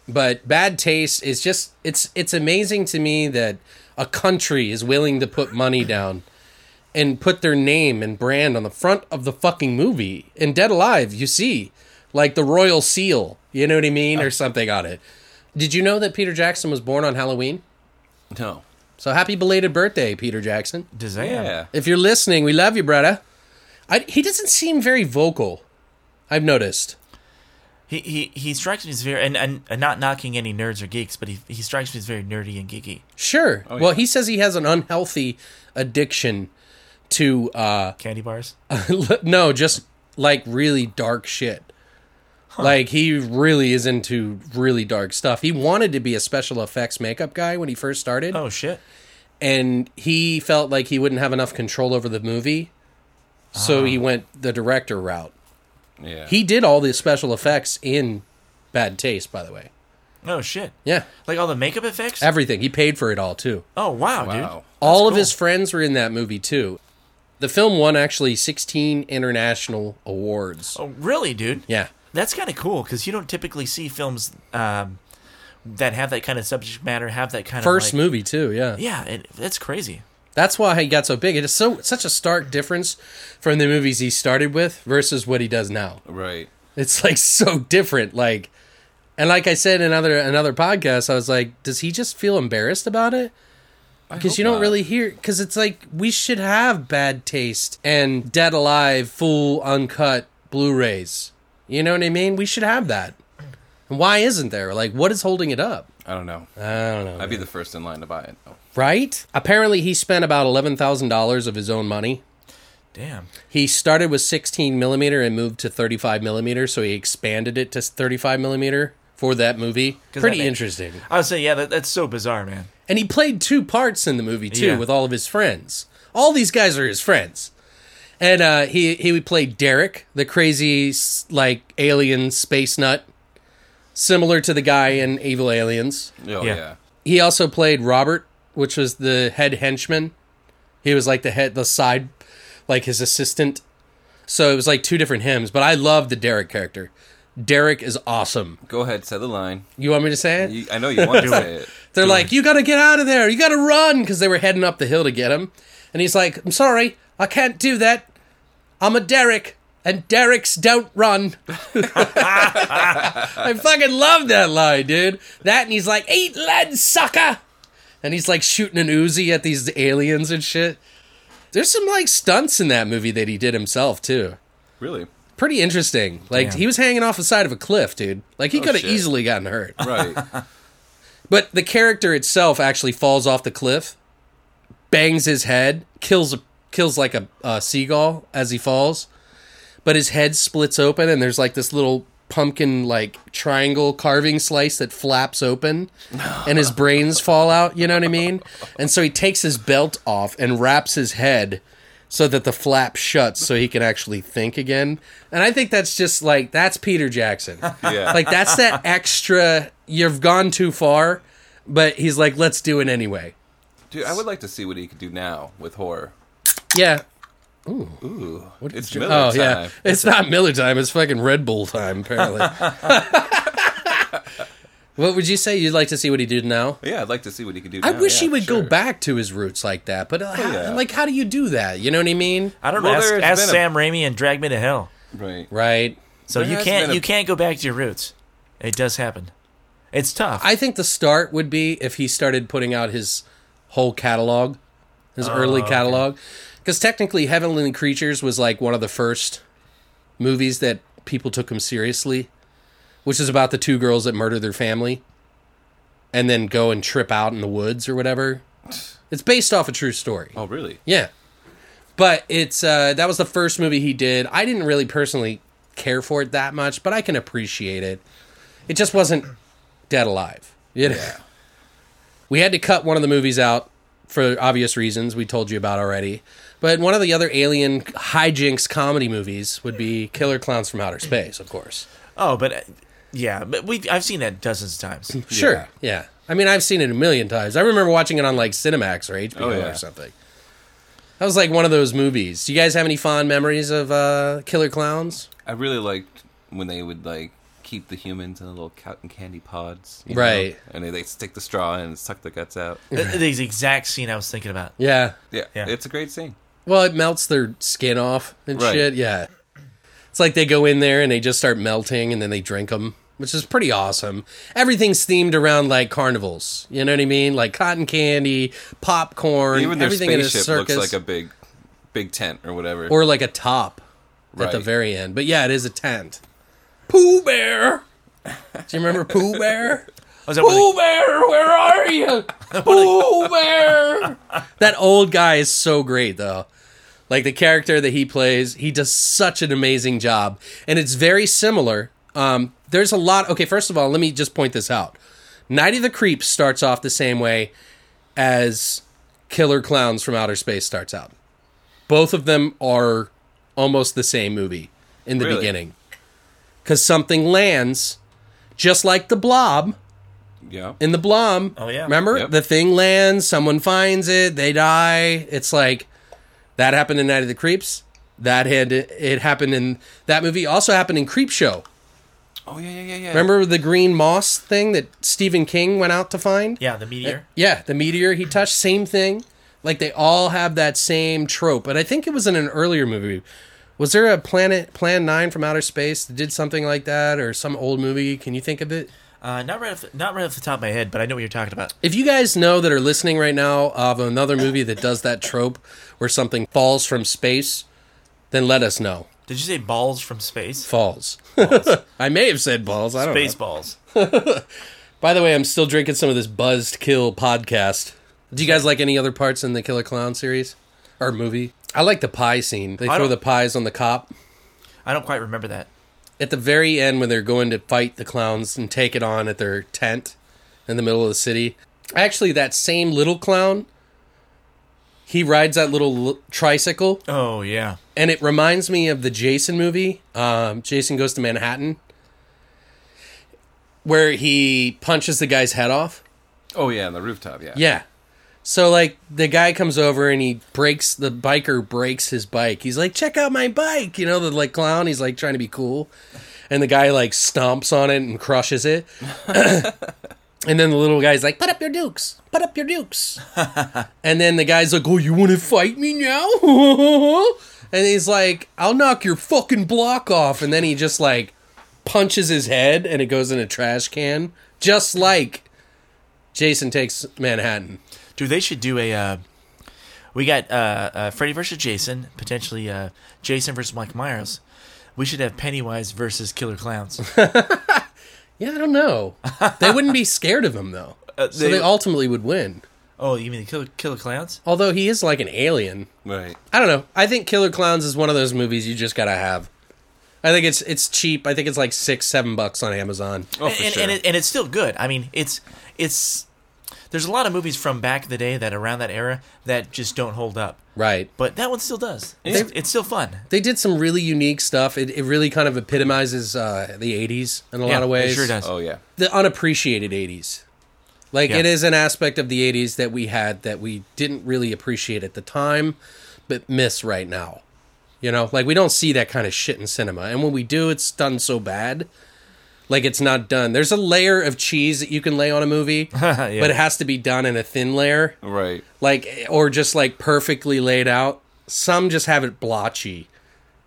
Speaker 2: but bad taste is just it's it's amazing to me that a country is willing to put money down and put their name and brand on the front of the fucking movie. In Dead Alive, you see like the royal seal, you know what I mean, or something on it. Did you know that Peter Jackson was born on Halloween?
Speaker 4: No.
Speaker 2: So happy belated birthday, Peter Jackson.
Speaker 3: Dizan.
Speaker 4: Yeah.
Speaker 2: If you're listening, we love you, brother. I, he doesn't seem very vocal. I've noticed.
Speaker 3: He, he, he strikes me as very, and, and, and not knocking any nerds or geeks, but he, he strikes me as very nerdy and geeky.
Speaker 2: Sure. Well, he says he has an unhealthy addiction to uh
Speaker 3: Candy
Speaker 2: (laughs)
Speaker 3: bars.
Speaker 2: no, just like really dark shit. Like he really is into really dark stuff. He wanted to be a special effects makeup guy when he first started
Speaker 3: Oh, shit.
Speaker 2: and he felt like he wouldn't have enough control over the movie. So
Speaker 3: Ah.
Speaker 2: he went the director route.
Speaker 4: Yeah.
Speaker 2: He did all the special effects in bad taste, by the way.
Speaker 3: Oh, shit.
Speaker 2: Yeah.
Speaker 3: Like all the makeup effects?
Speaker 2: Everything. He paid for it all too.
Speaker 3: Oh, wow,
Speaker 4: wow.
Speaker 3: dude.
Speaker 2: All of
Speaker 3: cool.
Speaker 2: his friends were in that movie too. The film won actually 16 international awards.
Speaker 3: Oh, really, dude?
Speaker 2: Yeah.
Speaker 3: That's kind of cool because you don't typically see films um, that have that kind of subject matter, have that kind
Speaker 2: First
Speaker 3: of. like-
Speaker 2: movie too, yeah.
Speaker 3: Yeah, it, that's crazy.
Speaker 2: That's why he got so big. It is so such a stark difference from the movies he started with versus what he does now.
Speaker 4: Right.
Speaker 2: It's like (laughs) so different like and like I said in another another podcast, I was like, does he just feel embarrassed about it? Because you don't
Speaker 4: not.
Speaker 2: really hear cuz it's like we should have bad taste and dead alive full uncut Blu-rays. You know what I mean? We should have that. And why isn't there? Like what is holding it up?
Speaker 4: I don't know.
Speaker 2: I don't know.
Speaker 4: I'd be the first in line to buy it. Oh, though.
Speaker 2: Right? Apparently, he spent about eleven thousand dollars of his own money.
Speaker 3: Damn.
Speaker 2: He started with sixteen millimeter and moved to thirty-five millimeter, so he expanded it to thirty-five millimeter for that movie. Pretty
Speaker 3: that makes-
Speaker 2: interesting.
Speaker 3: I would say, yeah, that, that's so bizarre, man.
Speaker 2: And he played two parts in the movie too,
Speaker 3: Yeah.
Speaker 2: with all of his friends. All these guys are his friends, and uh, he he would play Derek, the crazy s- like alien space nut, similar to the guy in Evil Aliens.
Speaker 4: Oh
Speaker 3: Yeah.
Speaker 4: yeah.
Speaker 2: He also played Robert, which was the head henchman. He was like the head, the side, like his assistant. So it was like two different hymns. But I loved the Derek character. Derek is awesome.
Speaker 4: Go ahead, say the line.
Speaker 2: You want me to say it?
Speaker 4: You, I know you want to say it.
Speaker 2: They're like, you gotta get out of there. You gotta run. Because they were heading up the hill to get him. And he's like, I'm sorry. I can't do that. I'm a Derek. And Derek's don't run. (laughs) I fucking love that line, dude. That and he's like, eat lead, sucker. And he's like shooting an Uzi at these aliens and shit. There's some like stunts in that movie that he did himself, too.
Speaker 4: Really?
Speaker 2: Pretty interesting. Like,
Speaker 3: Damn.
Speaker 2: he was hanging off the side of a cliff, dude. Like, he could have
Speaker 4: shit.
Speaker 2: easily gotten hurt.
Speaker 4: Right.
Speaker 2: But the character itself actually falls off the cliff, bangs his head, kills kills like a, a seagull as he falls. But his head splits open, and there's like this little pumpkin like triangle carving slice that flaps open, and his brains fall out. You know what I mean? And so he takes his belt off and wraps his head so that the flap shuts, so he can actually think again. And I think that's just like that's Peter Jackson.
Speaker 4: Yeah.
Speaker 2: Like that's that extra you've gone too far, but he's like, let's do it anyway.
Speaker 4: Dude, I would like to see what he could do now with horror.
Speaker 2: Yeah.
Speaker 4: It's Miller
Speaker 2: Oh
Speaker 4: time.
Speaker 2: yeah. It's not Miller time, it's fucking Red Bull time, apparently. (laughs) what would you say you'd like to see what he did now? Oh,
Speaker 4: Yeah, I'd like to see what he could do
Speaker 2: I
Speaker 4: now.
Speaker 2: wish he
Speaker 4: yeah,
Speaker 2: would
Speaker 4: sure.
Speaker 2: go back to his roots like that, but uh, how,
Speaker 4: yeah.
Speaker 2: like how do you do that? You know what I mean?
Speaker 3: I don't
Speaker 4: Well,
Speaker 3: know. Ask,
Speaker 4: there's
Speaker 3: ask
Speaker 4: been a-
Speaker 3: Sam Raimi and Drag Me to Hell.
Speaker 4: Right.
Speaker 2: Right.
Speaker 3: So
Speaker 4: There
Speaker 3: you
Speaker 4: has
Speaker 3: can't
Speaker 4: been a-
Speaker 3: you can't go back to your roots. It does happen. It's tough.
Speaker 2: I think the start would be if he started putting out his whole catalog, his early catalog, because technically Heavenly Creatures was like one of the first movies that people took him seriously, which is about the two girls that murder their family and then go and trip out in the woods or whatever. It's based off a true story.
Speaker 4: Oh, really?
Speaker 2: Yeah. But it's uh that was the first movie he did. I didn't really personally care for it that much, but I can appreciate it. It just wasn't dead alive. You know? (laughs) We had to cut one of the movies out for obvious reasons we told you about already. But one of the other alien hijinks comedy movies would be Killer Clowns from Outer Space, of course.
Speaker 3: oh, but uh, yeah, but we I've seen that dozens of
Speaker 4: (laughs)
Speaker 3: times.
Speaker 2: Sure. Yeah. I mean, I've seen it a million times. I remember watching it on like Cinemax or HBO
Speaker 4: Oh, yeah.
Speaker 2: or something. That was like one of those movies. Do you guys have any fond memories of uh, Killer Clowns?
Speaker 4: I really liked when they would like keep the humans in the little cotton candy pods, you
Speaker 2: Right.
Speaker 4: Know? And they, they stick the straw in and suck the guts out.
Speaker 3: the, the exact scene I was thinking about.
Speaker 2: Yeah.
Speaker 4: Yeah,
Speaker 3: Yeah.
Speaker 4: it's a great scene.
Speaker 2: Well, it melts their skin off and
Speaker 4: Right.
Speaker 2: shit. Yeah. It's like they go in there and they just start melting and then they drink them, which is pretty awesome. Everything's themed around like carnivals. You know what I mean? Like cotton candy, popcorn,
Speaker 4: Even their
Speaker 2: everything in a
Speaker 4: spaceship
Speaker 2: circus.
Speaker 4: looks like a big, big tent or whatever.
Speaker 2: or like a top at the
Speaker 4: Right.
Speaker 2: very end. But yeah, it is a tent. Pooh Bear. Do you remember Pooh Bear?
Speaker 3: Was that one of the-
Speaker 2: Bear, where are (laughs) you? Pooh Bear. that old guy is so great though. Like the character that he plays, he does such an amazing job, and it's very similar. Um, there's a lot. Okay, first of all, let me just point this out. Night of the Creeps starts off the same way as Killer Clowns from Outer Space starts out. Both of them are almost the same movie in the
Speaker 4: Really?
Speaker 2: beginning. Because something lands, just like the blob
Speaker 4: yeah,
Speaker 2: in the blob.
Speaker 3: Oh, yeah.
Speaker 2: Remember?
Speaker 4: Yep.
Speaker 2: The thing lands, someone finds it, they die. It's like that happened in Night of the Creeps. That had it happened in that movie also happened in Creep Show.
Speaker 4: oh yeah, yeah, yeah, yeah.
Speaker 2: Remember the green moss thing that Stephen King went out to find?
Speaker 3: yeah, the meteor.
Speaker 2: Yeah, the meteor he touched, same thing. Like they all have that same trope. But I think it was in an earlier movie. Was there a planet Plan 9 from outer space that did something like that or some old movie? Can you think of it?
Speaker 3: Uh, not right, off, the- not right off the top of my head, but I know what you're talking about.
Speaker 2: If you guys know that are listening right now of another movie that does that trope where something falls from space, then let us know.
Speaker 3: Did you say balls from space?
Speaker 2: Falls. (laughs) I may have said balls.
Speaker 4: Oh,
Speaker 2: I don't
Speaker 3: Space
Speaker 2: know.
Speaker 3: balls.
Speaker 2: By the way, I'm still drinking some of this Buzzed Kill podcast. Do you guys like any other parts in the Killer Clown series or movie? I like the pie scene. They
Speaker 3: I
Speaker 2: throw
Speaker 3: don't-
Speaker 2: the pies on the cop.
Speaker 3: I don't quite remember that.
Speaker 2: at the very end when they're going to fight the clowns and take it on at their tent in the middle of the city. Actually, that same little clown, he rides that little l- tricycle,
Speaker 3: Oh yeah,
Speaker 2: and it reminds me of the Jason movie, um, Jason Goes to Manhattan, where he punches the guy's head off.
Speaker 4: Oh yeah, on the rooftop. Yeah,
Speaker 2: Yeah. So like the guy comes over and he breaks the biker breaks his bike. He's like, "Check out my bike." You know, the like clown, he's like trying to be cool. and the guy like stomps on it and crushes it. (coughs) and then the little guy's like, "Put up your dukes, put up your dukes." and then the guy's like, "Oh, you want to fight me now?" (laughs) and he's like, "I'll knock your fucking block off." And then he just like punches his head, and it goes in a trash can, just like Jason takes Manhattan.
Speaker 3: Dude, they should do a. Uh, we got uh, uh, Freddy versus Jason, potentially uh, Jason versus Mike Myers. We should have Pennywise versus Killer
Speaker 4: (laughs)
Speaker 3: Clowns.
Speaker 2: Yeah, I don't know. They wouldn't be scared of
Speaker 3: (laughs)
Speaker 2: him though, so
Speaker 3: Uh, they-
Speaker 2: they ultimately would win.
Speaker 3: oh, you mean the Killer, killer Clowns?
Speaker 2: Although he is like an alien.
Speaker 4: Right.
Speaker 2: I don't know. I think Killer Clowns is one of those movies you just gotta have. I think it's it's cheap. I think it's like six, seven bucks on Amazon.
Speaker 4: Oh,
Speaker 3: and,
Speaker 4: for
Speaker 3: and,
Speaker 4: sure.
Speaker 3: and, it, and it's still good. I mean, it's it's. There's a lot of movies from back in the day that around that era that just don't hold up,
Speaker 2: Right.
Speaker 3: but that one still does. It's, it's still fun.
Speaker 2: They did some really unique stuff. It, it really kind of epitomizes uh, the '80s in a
Speaker 3: Yeah,
Speaker 2: lot of ways.
Speaker 3: it sure does.
Speaker 4: oh yeah.
Speaker 2: The unappreciated '80s. Like
Speaker 3: Yeah.
Speaker 2: it is an aspect of the '80s that we had that we didn't really appreciate at the time, but miss right now. You know, like we don't see that kind of shit in cinema, and when we do, it's done so bad. Like it's not done. There's a layer of cheese that you can lay on a movie,
Speaker 3: (laughs) Yeah.
Speaker 2: but it has to be done in a thin layer
Speaker 4: Right.
Speaker 2: like or just like perfectly laid out. Some just have it blotchy.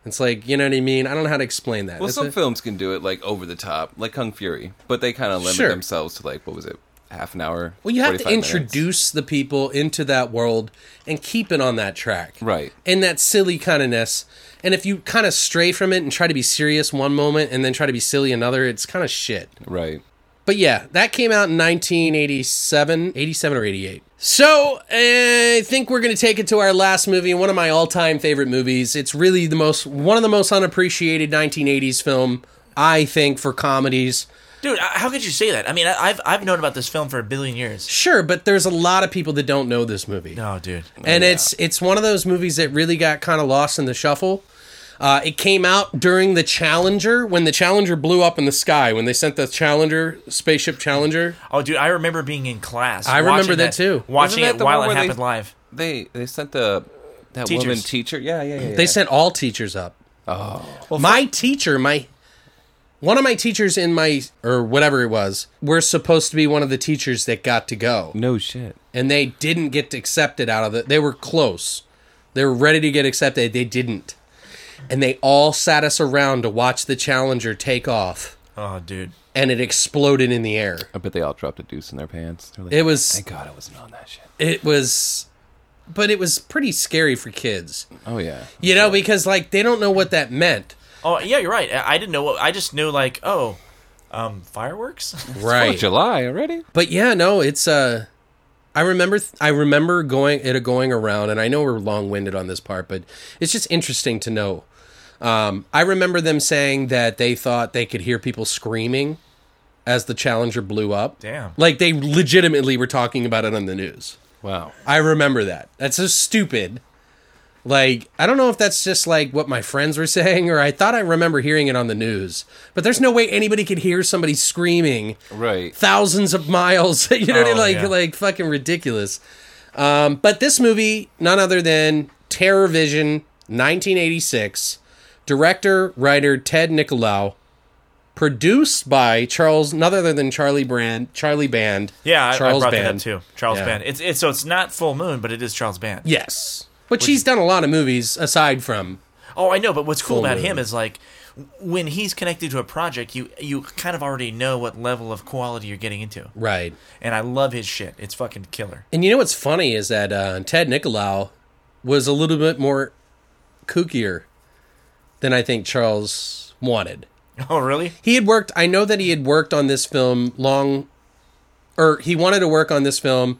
Speaker 2: It's like you know what I mean. I don't know how to explain that.
Speaker 4: Well,
Speaker 2: It's
Speaker 4: some
Speaker 2: a-
Speaker 4: films can do it like over the top, like Kung Fury, but they kind of limit
Speaker 2: Sure.
Speaker 4: themselves to like what was it, half an hour?
Speaker 2: well, you have to
Speaker 4: 45 minutes.
Speaker 2: introduce the people into that world and keep it on that track,
Speaker 4: Right.
Speaker 2: And that silly kindness. And if you kind of stray from it and try to be serious one moment and then try to be silly another, it's kind of shit.
Speaker 4: Right.
Speaker 2: But yeah, that came out in 1987, 87 or 88. So uh, I think we're going to take it to our last movie, one of my all-time favorite movies. It's really the most one of the most unappreciated 1980s film I think for comedies.
Speaker 3: Dude, I- how could you say that? I mean, I- I've I've known about this film for a billion years.
Speaker 2: Sure, but there's a lot of people that don't know this movie.
Speaker 3: No, dude.
Speaker 2: and it's it's one of those movies that really got kind of lost in the shuffle. Uh, it came out during the Challenger when the Challenger blew up in the sky when they sent the Challenger spaceship Challenger.
Speaker 3: Oh, dude, I remember being in class.
Speaker 2: I remember
Speaker 3: watching
Speaker 2: that too.
Speaker 3: Watching
Speaker 4: Wasn't that
Speaker 3: it
Speaker 4: the
Speaker 3: while
Speaker 4: one
Speaker 3: it
Speaker 4: where they-
Speaker 3: happened live.
Speaker 4: They they sent the that
Speaker 3: Teachers.
Speaker 4: woman teacher. Yeah, yeah, yeah.
Speaker 2: They
Speaker 4: yeah.
Speaker 2: sent all teachers up. Oh, my teacher, my one of my teachers in my or whatever it was, were supposed to be one of the teachers that got to go,
Speaker 4: no shit.
Speaker 2: and they didn't get accepted out of it. They were close. They were ready to get accepted. They didn't, and they all sat us around to watch the Challenger take off,
Speaker 3: Oh, dude.
Speaker 2: and it exploded in the air.
Speaker 4: I bet they all dropped a deuce in their pants. They're like,
Speaker 2: It was
Speaker 4: Oh, Thank God I wasn't on that shit.
Speaker 2: it was, but it was pretty scary for kids,
Speaker 4: Oh yeah.
Speaker 2: you know, because like they don't know what that meant.
Speaker 3: Oh, yeah, you're right. I I didn't know. what I just knew like, oh, um,
Speaker 2: (laughs)
Speaker 3: fireworks.
Speaker 4: Oh, July already.
Speaker 2: But yeah, no, it's uh I remember th- I remember going it going around and I know we're long-winded on this part, but it's just interesting to know. Um I remember them saying that they thought they could hear people screaming as the Challenger blew up.
Speaker 3: Damn.
Speaker 2: Like they legitimately were talking about it on the news.
Speaker 4: Wow.
Speaker 2: I remember that. That's so stupid. Like, I don't know if that's just like what my friends were (laughs) saying, or I thought I remember hearing it on the news. But there's no way anybody could hear somebody screaming
Speaker 4: Right.
Speaker 2: thousands of miles. (laughs) you know, what I mean?
Speaker 3: Oh,
Speaker 2: like
Speaker 3: yeah.
Speaker 2: like fucking ridiculous. Um, but this movie, none other than Terror Vision, 1986, director writer Ted Nicolau, produced by Charles, none other than Charlie Brand, Charlie Band.
Speaker 3: Yeah, I, I brought that up
Speaker 2: Band.
Speaker 3: too. Charles
Speaker 2: Yeah.
Speaker 3: Band. It's it's so it's not Full Moon, but it is Charles Band.
Speaker 2: Yes, which he's done a lot of movies aside from
Speaker 3: Oh, I know. But what's cool
Speaker 2: Full
Speaker 3: about
Speaker 2: Moon.
Speaker 3: him is like when he's connected to a project, you you kind of already know what level of quality you're getting into.
Speaker 2: right.
Speaker 3: And I love his shit. It's fucking killer. (laughs)
Speaker 2: And you know what's funny is that uh, Ted Nicolau was a little bit more kookier than I think Charles wanted.
Speaker 3: Oh, really?
Speaker 2: he had worked i know that he had worked on this film long or he wanted to work on this film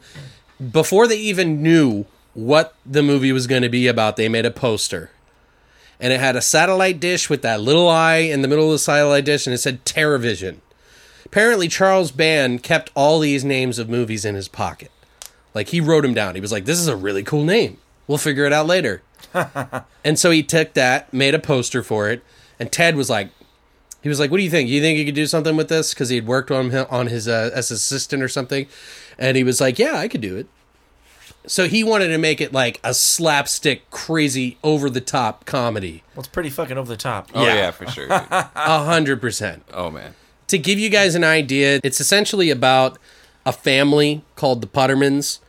Speaker 2: before they even knew what the movie was going to be about they made a poster and it had a satellite dish with that little eye in the middle of the satellite dish and it said terrorvision apparently charles band kept all these names of movies in his pocket like he wrote them down he was like this is a really cool name we'll figure it out later and so he took that made a poster for it and ted was like he was like, "What do you think? You think you could do something with this?" Because he had worked on him on his uh, as assistant or something, and he was like, "Yeah, I could do it." So he wanted to make it like a slapstick, crazy, over the top comedy.
Speaker 3: Well, it's pretty fucking over the top.
Speaker 4: Oh
Speaker 2: Yeah.
Speaker 4: yeah, for sure. (laughs) dude.
Speaker 2: A hundred percent.
Speaker 4: oh man.
Speaker 2: To give you guys an idea, it's essentially about a family called the Puttermans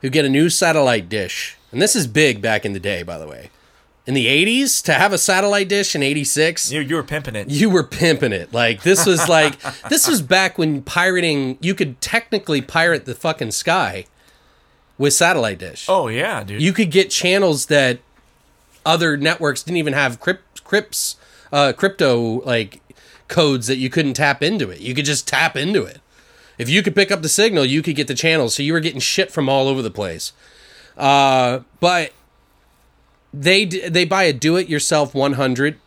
Speaker 2: who get a new satellite dish. And this is big back in the day, by the way. In the 80s, to have a satellite dish in 86,
Speaker 3: You, you were pimping it.
Speaker 2: you were pimping it. Like this was like (laughs) this was back when pirating you could technically pirate the fucking sky with satellite dish.
Speaker 3: oh yeah, dude.
Speaker 2: You could get channels that other networks didn't even have crypt, crypts uh crypto like codes that you couldn't tap into it. You could just tap into it. If you could pick up the signal, you could get the channels. So you were getting shit from all over the place. Uh but they d- they buy a do it yourself 100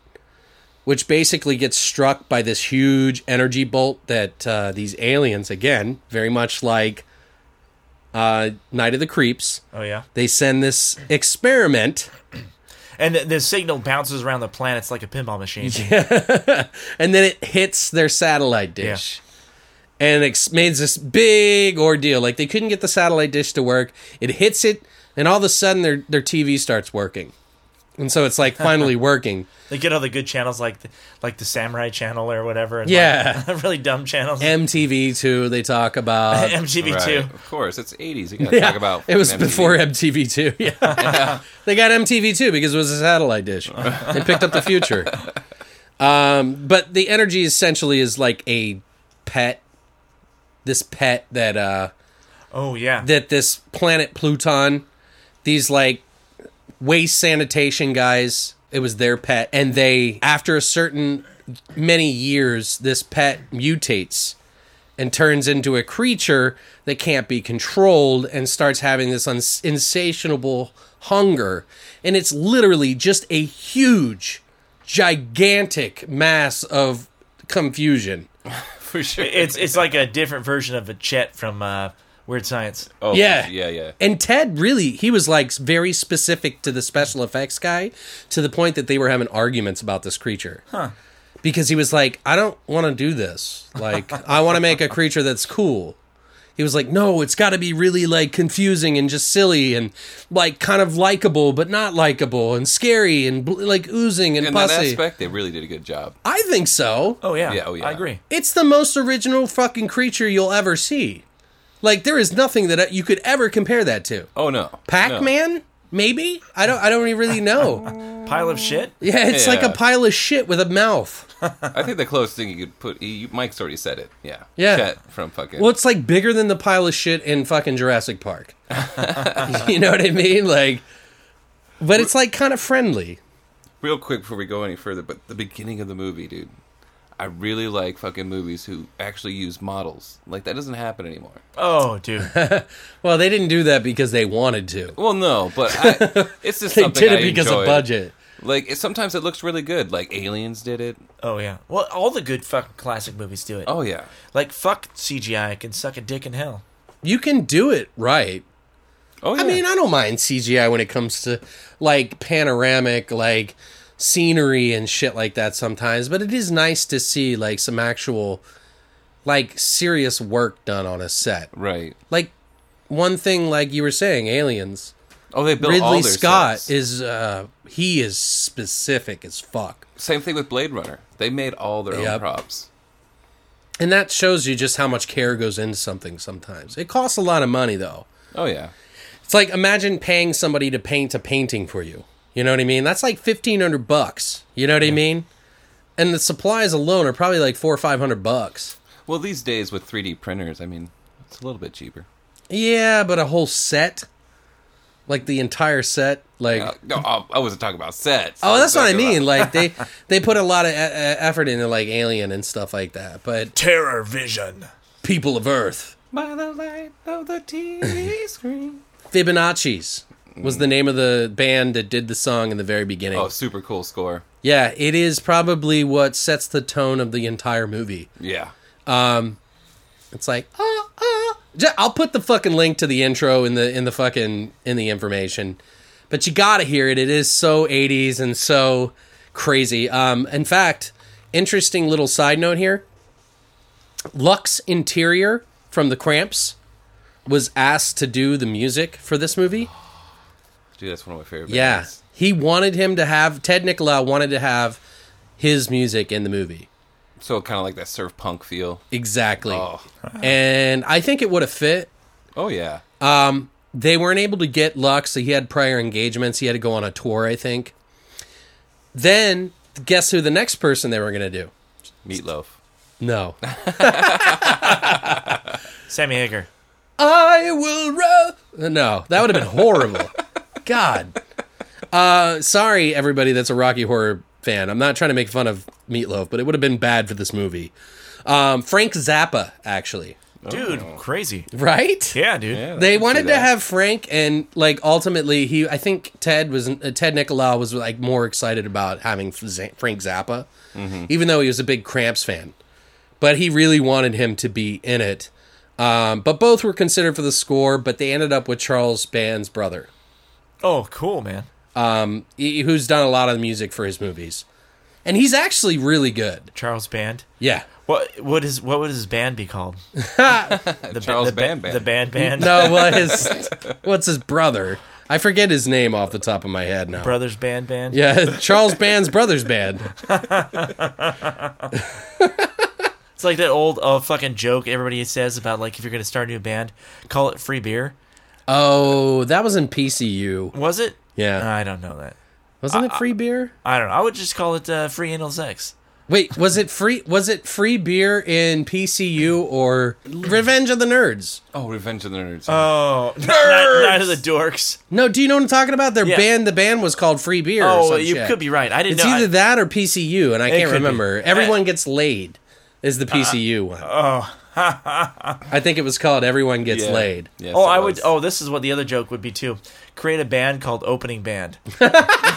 Speaker 2: which basically gets struck by this huge energy bolt that uh, these aliens again very much like uh, night of the creeps
Speaker 3: oh yeah.
Speaker 2: they send this experiment (laughs)
Speaker 3: And the, the signal bounces around the planets like a pinball machine.
Speaker 2: and then it hits their satellite dish and it made this big ordeal like they couldn't get the satellite dish to work it hits it and all of a sudden their, their tv starts working and so it's like finally working
Speaker 3: They get all the good channels like the, like the Samurai Channel or whatever. And
Speaker 2: Yeah.
Speaker 3: like, (laughs) really dumb channels.
Speaker 2: mtv2 they talk about
Speaker 3: MGB
Speaker 4: Right.
Speaker 3: two.
Speaker 4: Of course, it's '80s. You gotta talk about.
Speaker 2: it was
Speaker 4: MTV.
Speaker 2: before MTV2. (laughs) Yeah. they got MTV2 because it was a satellite dish and picked up the future. Um, but the energy essentially is like a pet. This pet that uh,
Speaker 3: Oh yeah.
Speaker 2: that this planet Pluton, these like waste sanitation guys, it was their pet, and they after a certain many years, this pet mutates and turns into a creature that can't be controlled and starts having this uns- insatiable hunger, and it's literally just a huge, gigantic mass of confusion.
Speaker 4: (laughs) For sure.
Speaker 3: it's it's like a different version of a Chet from uh, Weird Science.
Speaker 4: oh,
Speaker 2: Yeah.
Speaker 4: yeah, yeah.
Speaker 2: And Ted really, he was like very specific to the special effects guy to the point that they were having arguments about this creature. Huh. Because he was like, I don't want to do this. Like, I want to make a creature that's cool. He was like, no, it's got to be really like confusing and just silly and like kind of likable, but not likable and scary and bl- like oozing and
Speaker 4: In that
Speaker 2: pussy.
Speaker 4: aspect, they really did a good job.
Speaker 2: I think so.
Speaker 3: Oh yeah.
Speaker 4: Yeah, oh, yeah.
Speaker 3: I agree.
Speaker 2: It's the most original fucking creature you'll ever see. Like, there is nothing that uh, you could ever compare that to.
Speaker 4: Oh no,
Speaker 2: Pac Man? Maybe I don't. I don't even really know.
Speaker 4: (laughs)
Speaker 3: Pile of shit.
Speaker 2: Yeah, it's like a
Speaker 4: Yeah.
Speaker 2: pile of shit with a mouth.
Speaker 4: No. I think the closest thing you could put. You, Mike's already said it. Yeah.
Speaker 2: Yeah.
Speaker 4: Chet from fucking.
Speaker 2: Well, it's like bigger than the pile of shit in fucking
Speaker 4: (laughs)
Speaker 2: Jurassic Park. you know what I mean? Like, but it's like kind of friendly.
Speaker 4: real quick before we go any further, but the beginning of the movie, dude. I really like fucking movies who actually use models. Like that doesn't happen anymore.
Speaker 3: Oh dude.
Speaker 2: Well, they didn't do that because they wanted to.
Speaker 4: Well, no, but
Speaker 2: (laughs)
Speaker 4: I, it's just
Speaker 2: They
Speaker 4: something
Speaker 2: did it
Speaker 4: I
Speaker 2: because
Speaker 4: enjoy.
Speaker 2: of budget.
Speaker 4: Like it, sometimes it looks really good. Like Aliens did it.
Speaker 3: Oh yeah. Well, all the good fucking classic movies do it.
Speaker 4: Oh yeah,
Speaker 3: Like fuck CGI it can suck a dick in hell.
Speaker 2: You can do it right.
Speaker 4: oh yeah.
Speaker 2: I mean, I don't mind CGI when it comes to like panoramic, like scenery and shit like that sometimes, but it is nice to see like some actual, like serious work done on a set.
Speaker 4: right.
Speaker 2: Like one thing, like you were saying, Aliens.
Speaker 4: Oh, they built all
Speaker 2: Ridley
Speaker 4: their
Speaker 2: Scott
Speaker 4: sets.
Speaker 2: is, uh, he is specific as fuck.
Speaker 4: Same thing with Blade Runner. They made all their
Speaker 2: Yep.
Speaker 4: own props.
Speaker 2: And that shows you just how much care goes into something sometimes. It costs a lot of money though.
Speaker 4: Oh yeah.
Speaker 2: It's like imagine paying somebody to paint a painting for you. You know what I mean? That's like fifteen hundred bucks. You know what I mean? And the supplies alone are probably like four or five hundred bucks.
Speaker 4: Well, these days with 3D printers, I mean, it's a little bit cheaper.
Speaker 2: Yeah, but a whole set, like the entire set, like
Speaker 4: Uh, no, I I wasn't talking about sets.
Speaker 2: oh, that's what I
Speaker 4: talking about-
Speaker 2: mean. Like they they put a lot of e- e- effort into like Alien and stuff like that. But
Speaker 3: Terror Vision.
Speaker 2: people of Earth,
Speaker 4: By the light of the (laughs) TV screen.
Speaker 2: Fibonacci's was the name of the band that did the song in the very beginning.
Speaker 4: Oh, super cool score.
Speaker 2: Yeah, it is probably what sets the tone of the entire movie.
Speaker 4: Yeah.
Speaker 2: It's like, ah, ah. Ju- I'll put the fucking link to the intro in the in the fucking in the information. But you gotta hear it. It is so 80s and so crazy. Um, in fact, interesting little side note here. Lux Interior from the Cramps was asked to do the music for this movie.
Speaker 4: Dude, that's one of my favorite.
Speaker 2: Yeah.
Speaker 4: bands.
Speaker 2: He wanted him to have Ted Nicola wanted to have his music in the movie.
Speaker 4: So kind of like that surf punk feel.
Speaker 2: Exactly.
Speaker 4: Oh,
Speaker 2: And I think it would have fit.
Speaker 4: oh yeah.
Speaker 2: They weren't able to get Lux, so he had prior engagements. He had to go on a tour, I think. Then guess who the next person they were going to do?
Speaker 4: Meatloaf.
Speaker 2: No.
Speaker 3: Sammy Hager.
Speaker 2: I will row. No, that would have been horrible. God. Uh, sorry, everybody that's a Rocky Horror fan. I'm not trying to make fun of Meatloaf, but it would have been bad for this movie. Um, Frank Zappa, actually.
Speaker 3: Dude, crazy.
Speaker 2: Right?
Speaker 3: Yeah, dude.
Speaker 4: Oh. Yeah, I
Speaker 2: (laughs) They
Speaker 4: can see
Speaker 2: wanted to
Speaker 4: that.
Speaker 2: have Frank, and like ultimately, he I think Ted was uh, Ted Nicolau was like more excited about having F- Z- Frank Zappa, even though he was a big Cramps fan, but he really wanted him to be in it. Um, but both were considered for the score, but they ended up with Charles Band's brother,
Speaker 3: Oh, cool, man.
Speaker 2: he- who's done a lot of the music for his movies, and he's actually really good.
Speaker 3: Charles Band.
Speaker 2: Yeah,
Speaker 3: What what is what would his band be
Speaker 2: (laughs)
Speaker 3: called? the ba-
Speaker 4: Charles
Speaker 3: the ba-
Speaker 4: Band Band.
Speaker 3: The band band.
Speaker 2: no, well, his what's his brother? I forget his name off the top of my head now.
Speaker 3: Brothers Band Band.
Speaker 2: Yeah, Charles Band's brother's band.
Speaker 3: It's like that old uh, fucking joke everybody says about like if you're gonna start a new band, call it free beer.
Speaker 2: Oh, that was in PCU.
Speaker 3: Was it?
Speaker 2: Yeah.
Speaker 3: I don't know that.
Speaker 2: Wasn't it free beer?
Speaker 3: I don't know. I would just call it uh, free anal sex. (laughs)
Speaker 2: Wait, was it free was it free beer in PCU or Revenge of the Nerds?
Speaker 4: Oh, Revenge of the Nerds.
Speaker 3: Oh, Night, Night of the Dorks.
Speaker 2: No, do you know what I'm talking about? Their
Speaker 3: Yeah.
Speaker 2: band the band was called Free Beer. or
Speaker 3: Oh,
Speaker 2: some
Speaker 3: you
Speaker 2: shit.
Speaker 3: could be right. I didn't
Speaker 2: It's
Speaker 3: know. I-
Speaker 2: either that or PCU, and I
Speaker 3: could be.
Speaker 2: can't
Speaker 3: Eh. Uh,
Speaker 2: remember. Everyone gets laid is the PCU one. Oh.
Speaker 3: (laughs)
Speaker 2: I think it was called Everyone Gets
Speaker 4: Yeah.
Speaker 2: Laid.
Speaker 4: Yes,
Speaker 3: oh,
Speaker 4: it
Speaker 3: I
Speaker 4: was.
Speaker 3: would. Oh, this is what the other joke would be too. Create a band called Opening Band.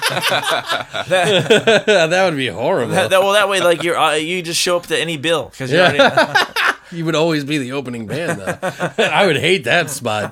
Speaker 3: that,
Speaker 2: (laughs) that would be horrible.
Speaker 3: that, well, that way, like you're, uh, you just show up to any bill because you're
Speaker 2: Yeah.
Speaker 3: already,
Speaker 2: You would always be the opening band, though. (laughs) I would hate that
Speaker 3: (laughs)
Speaker 2: spot.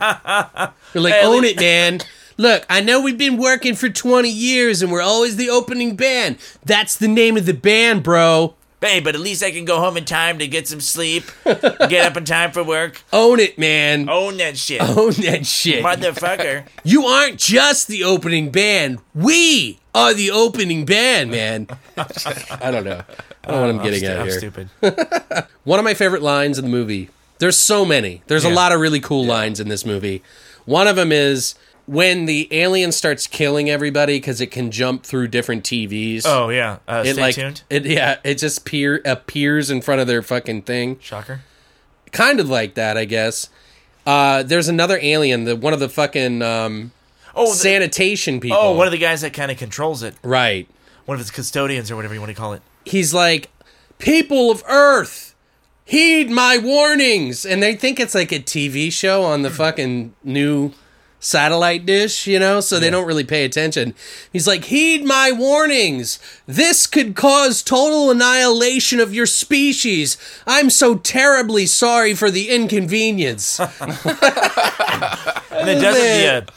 Speaker 2: You're like,
Speaker 3: Hey, at
Speaker 2: own
Speaker 3: least-
Speaker 2: it, man. Look, I know we've been working for 20 years and we're always the opening band. That's the name of the band, bro.
Speaker 3: hey, but at least I can go home in time to get some sleep, get up in time for work,
Speaker 2: Own it, man.
Speaker 3: own that
Speaker 2: (laughs)
Speaker 3: shit,
Speaker 2: Own that shit. (laughs)
Speaker 3: motherfucker.
Speaker 2: You aren't just the opening band. We are the opening band, man. (laughs) I don't know. I don't know what I'm getting
Speaker 3: I'm
Speaker 2: at here.
Speaker 3: stupid.
Speaker 2: One of my favorite lines in the movie. There's so many. There's a
Speaker 3: Yeah.
Speaker 2: lot of really cool lines in this movie. One of them is when the alien starts killing everybody because it can jump through different TVs.
Speaker 3: Oh yeah, uh,
Speaker 2: it
Speaker 3: stay
Speaker 2: like
Speaker 3: tuned.
Speaker 2: it yeah. It just peer, appears in front of their fucking thing.
Speaker 3: Shocker.
Speaker 2: Kind of like that, I guess. Uh, there's another alien. The one of the fucking um,
Speaker 3: Oh, the,
Speaker 2: sanitation people.
Speaker 3: oh, one of the guys that kind of controls it,
Speaker 2: right.
Speaker 3: one of his custodians or whatever you want to call it.
Speaker 2: he's like, People of Earth, heed my warnings. And they think it's like a TV show on the fucking new satellite dish, you know? So they don't really pay attention. He's like, Heed my warnings. This could cause total annihilation of your species. I'm so terribly sorry for the inconvenience.
Speaker 3: And then doesn't the,
Speaker 2: man.
Speaker 3: uh,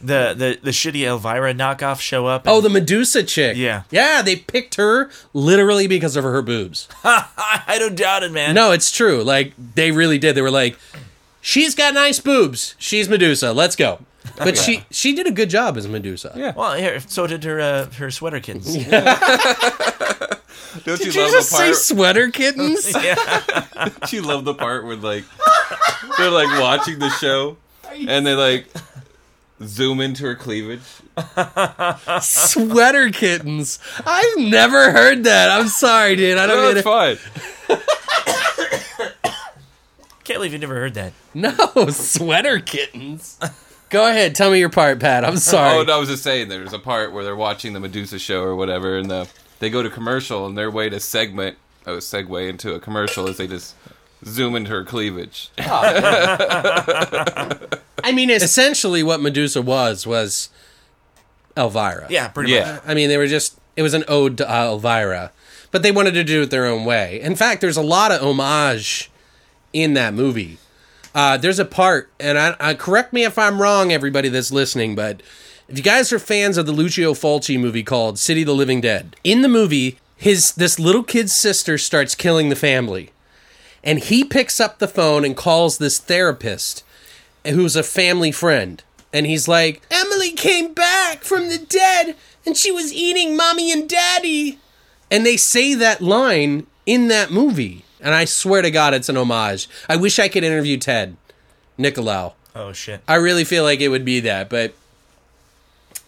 Speaker 3: the the the shitty Elvira knockoff show up?
Speaker 2: oh,
Speaker 3: And,
Speaker 2: the Medusa chick.
Speaker 3: Yeah.
Speaker 2: Yeah, they picked her literally because of her boobs.
Speaker 3: (laughs) I don't doubt it, man.
Speaker 2: No, it's true. Like they really did. They were like, "She's got nice boobs. She's Medusa. Let's go." But she she did a good job as Medusa.
Speaker 4: Yeah.
Speaker 3: Well, here, so did her uh, her sweater
Speaker 2: (laughs)
Speaker 3: kittens.
Speaker 4: Don't you
Speaker 2: Did you
Speaker 4: love
Speaker 2: just
Speaker 4: the
Speaker 2: say
Speaker 4: part?
Speaker 2: sweater
Speaker 3: (laughs)
Speaker 4: (laughs)
Speaker 2: kittens?
Speaker 4: don't you love the part where like they're like watching the (laughs) show and they like zoom into her cleavage?
Speaker 2: sweater kittens. I've never heard that. I'm sorry, dude. I
Speaker 4: No,
Speaker 2: don't
Speaker 4: it's
Speaker 2: get it.
Speaker 4: fine.
Speaker 3: Can't believe you never heard that.
Speaker 2: No, (laughs) sweater kittens. Go ahead, tell me your part, Pat. I'm sorry.
Speaker 4: (laughs) Oh, no, I was just saying there's a part where they're watching the Medusa show or whatever, and the, they go to commercial, and their way to segment, oh, segue into a commercial is they just zoom into her cleavage.
Speaker 2: I mean, it's essentially what Medusa was was Elvira.
Speaker 3: Yeah, pretty much.
Speaker 4: Yeah,
Speaker 2: I mean, they were just, it was an ode to uh, Elvira, but they wanted to do it their own way. In fact, there's a lot of homage in that movie. Uh, there's a part, and I, I correct me if I'm wrong, everybody that's listening, but if you guys are fans of the Lucio Fulci movie called City of the Living Dead, in the movie, his this little kid's sister starts killing the family, and he picks up the phone and calls this therapist who's a family friend. And he's like, Emily came back from the dead and she was eating mommy and daddy. And they say that line in that movie. And I swear to God, it's an homage. I wish I could interview Ted Nicolau.
Speaker 3: Oh shit.
Speaker 2: I really feel like it would be that, but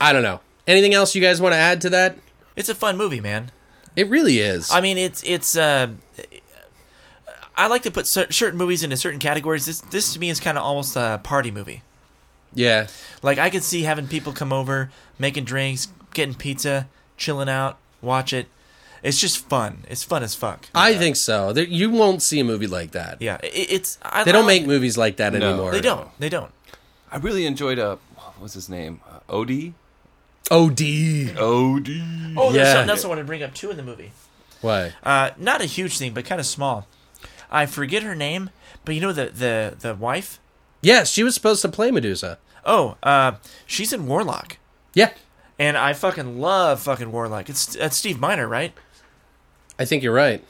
Speaker 2: I don't know. Anything else you guys want to add to that?
Speaker 3: It's a fun movie, man.
Speaker 2: It really is.
Speaker 3: I mean, it's it's. Uh, I like to put cer- certain movies into certain categories. This this to me is kind of almost a party movie.
Speaker 2: yeah.
Speaker 3: Like I could see having people come over, making drinks, getting pizza, chilling out, watch it. It's just fun. It's fun as fuck.
Speaker 2: I think so. There, you won't see a movie like that.
Speaker 3: yeah, it, it's. I,
Speaker 2: They
Speaker 3: I
Speaker 2: don't
Speaker 3: like-
Speaker 2: make movies like that
Speaker 4: No.
Speaker 2: anymore.
Speaker 3: They don't. They don't.
Speaker 4: (laughs) I really enjoyed uh, what was his name? Uh, Odie.
Speaker 2: OD.
Speaker 4: Odie.
Speaker 3: Oh,
Speaker 2: Yeah.
Speaker 3: there's something else I want to bring up too in the movie.
Speaker 2: Why?
Speaker 3: Uh, not a huge thing, but kind of small. I forget her name, but you know the the the wife.
Speaker 2: Yes, she was supposed to play Medusa.
Speaker 3: Oh, uh, she's in Warlock,
Speaker 2: Yeah.
Speaker 3: and I fucking love fucking Warlock. It's that's Steve Miner, right?
Speaker 2: I think you're right.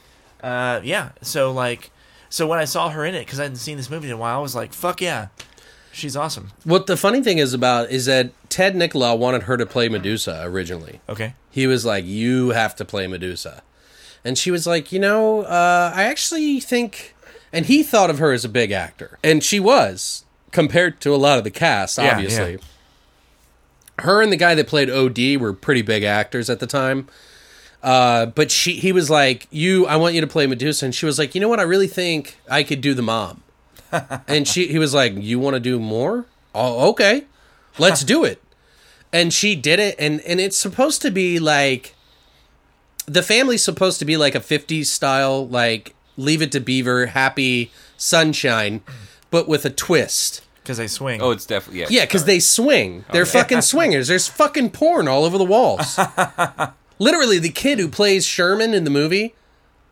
Speaker 3: Uh, yeah. So like, so when I saw her in it, because I hadn't seen this movie in a while, I was like, fuck yeah, she's awesome.
Speaker 2: What the funny thing is about is that Ted Nicola wanted her to play Medusa originally.
Speaker 3: Okay.
Speaker 2: He was like, "You have to play Medusa," and she was like, "You know, uh, I actually think." And he thought of her as a big actor, and she was compared to a lot of the cast,
Speaker 3: yeah.
Speaker 2: obviously. Her and the guy that played OD were pretty big actors at the time. Uh, but she, he was like, "You, I want you to play Medusa," and she was like, "You know what? I really think I could do the mom." and she, he was like, "You want to do more? Oh, okay, let's do it." and she did it and and it's supposed to be like the family's supposed to be like a 50s style like leave it to beaver happy sunshine but with a twist
Speaker 3: Because they swing.
Speaker 4: Oh, it's definitely yeah.
Speaker 2: yeah because they swing they're fucking swingers there's fucking porn all over the walls literally the kid who plays sherman in the movie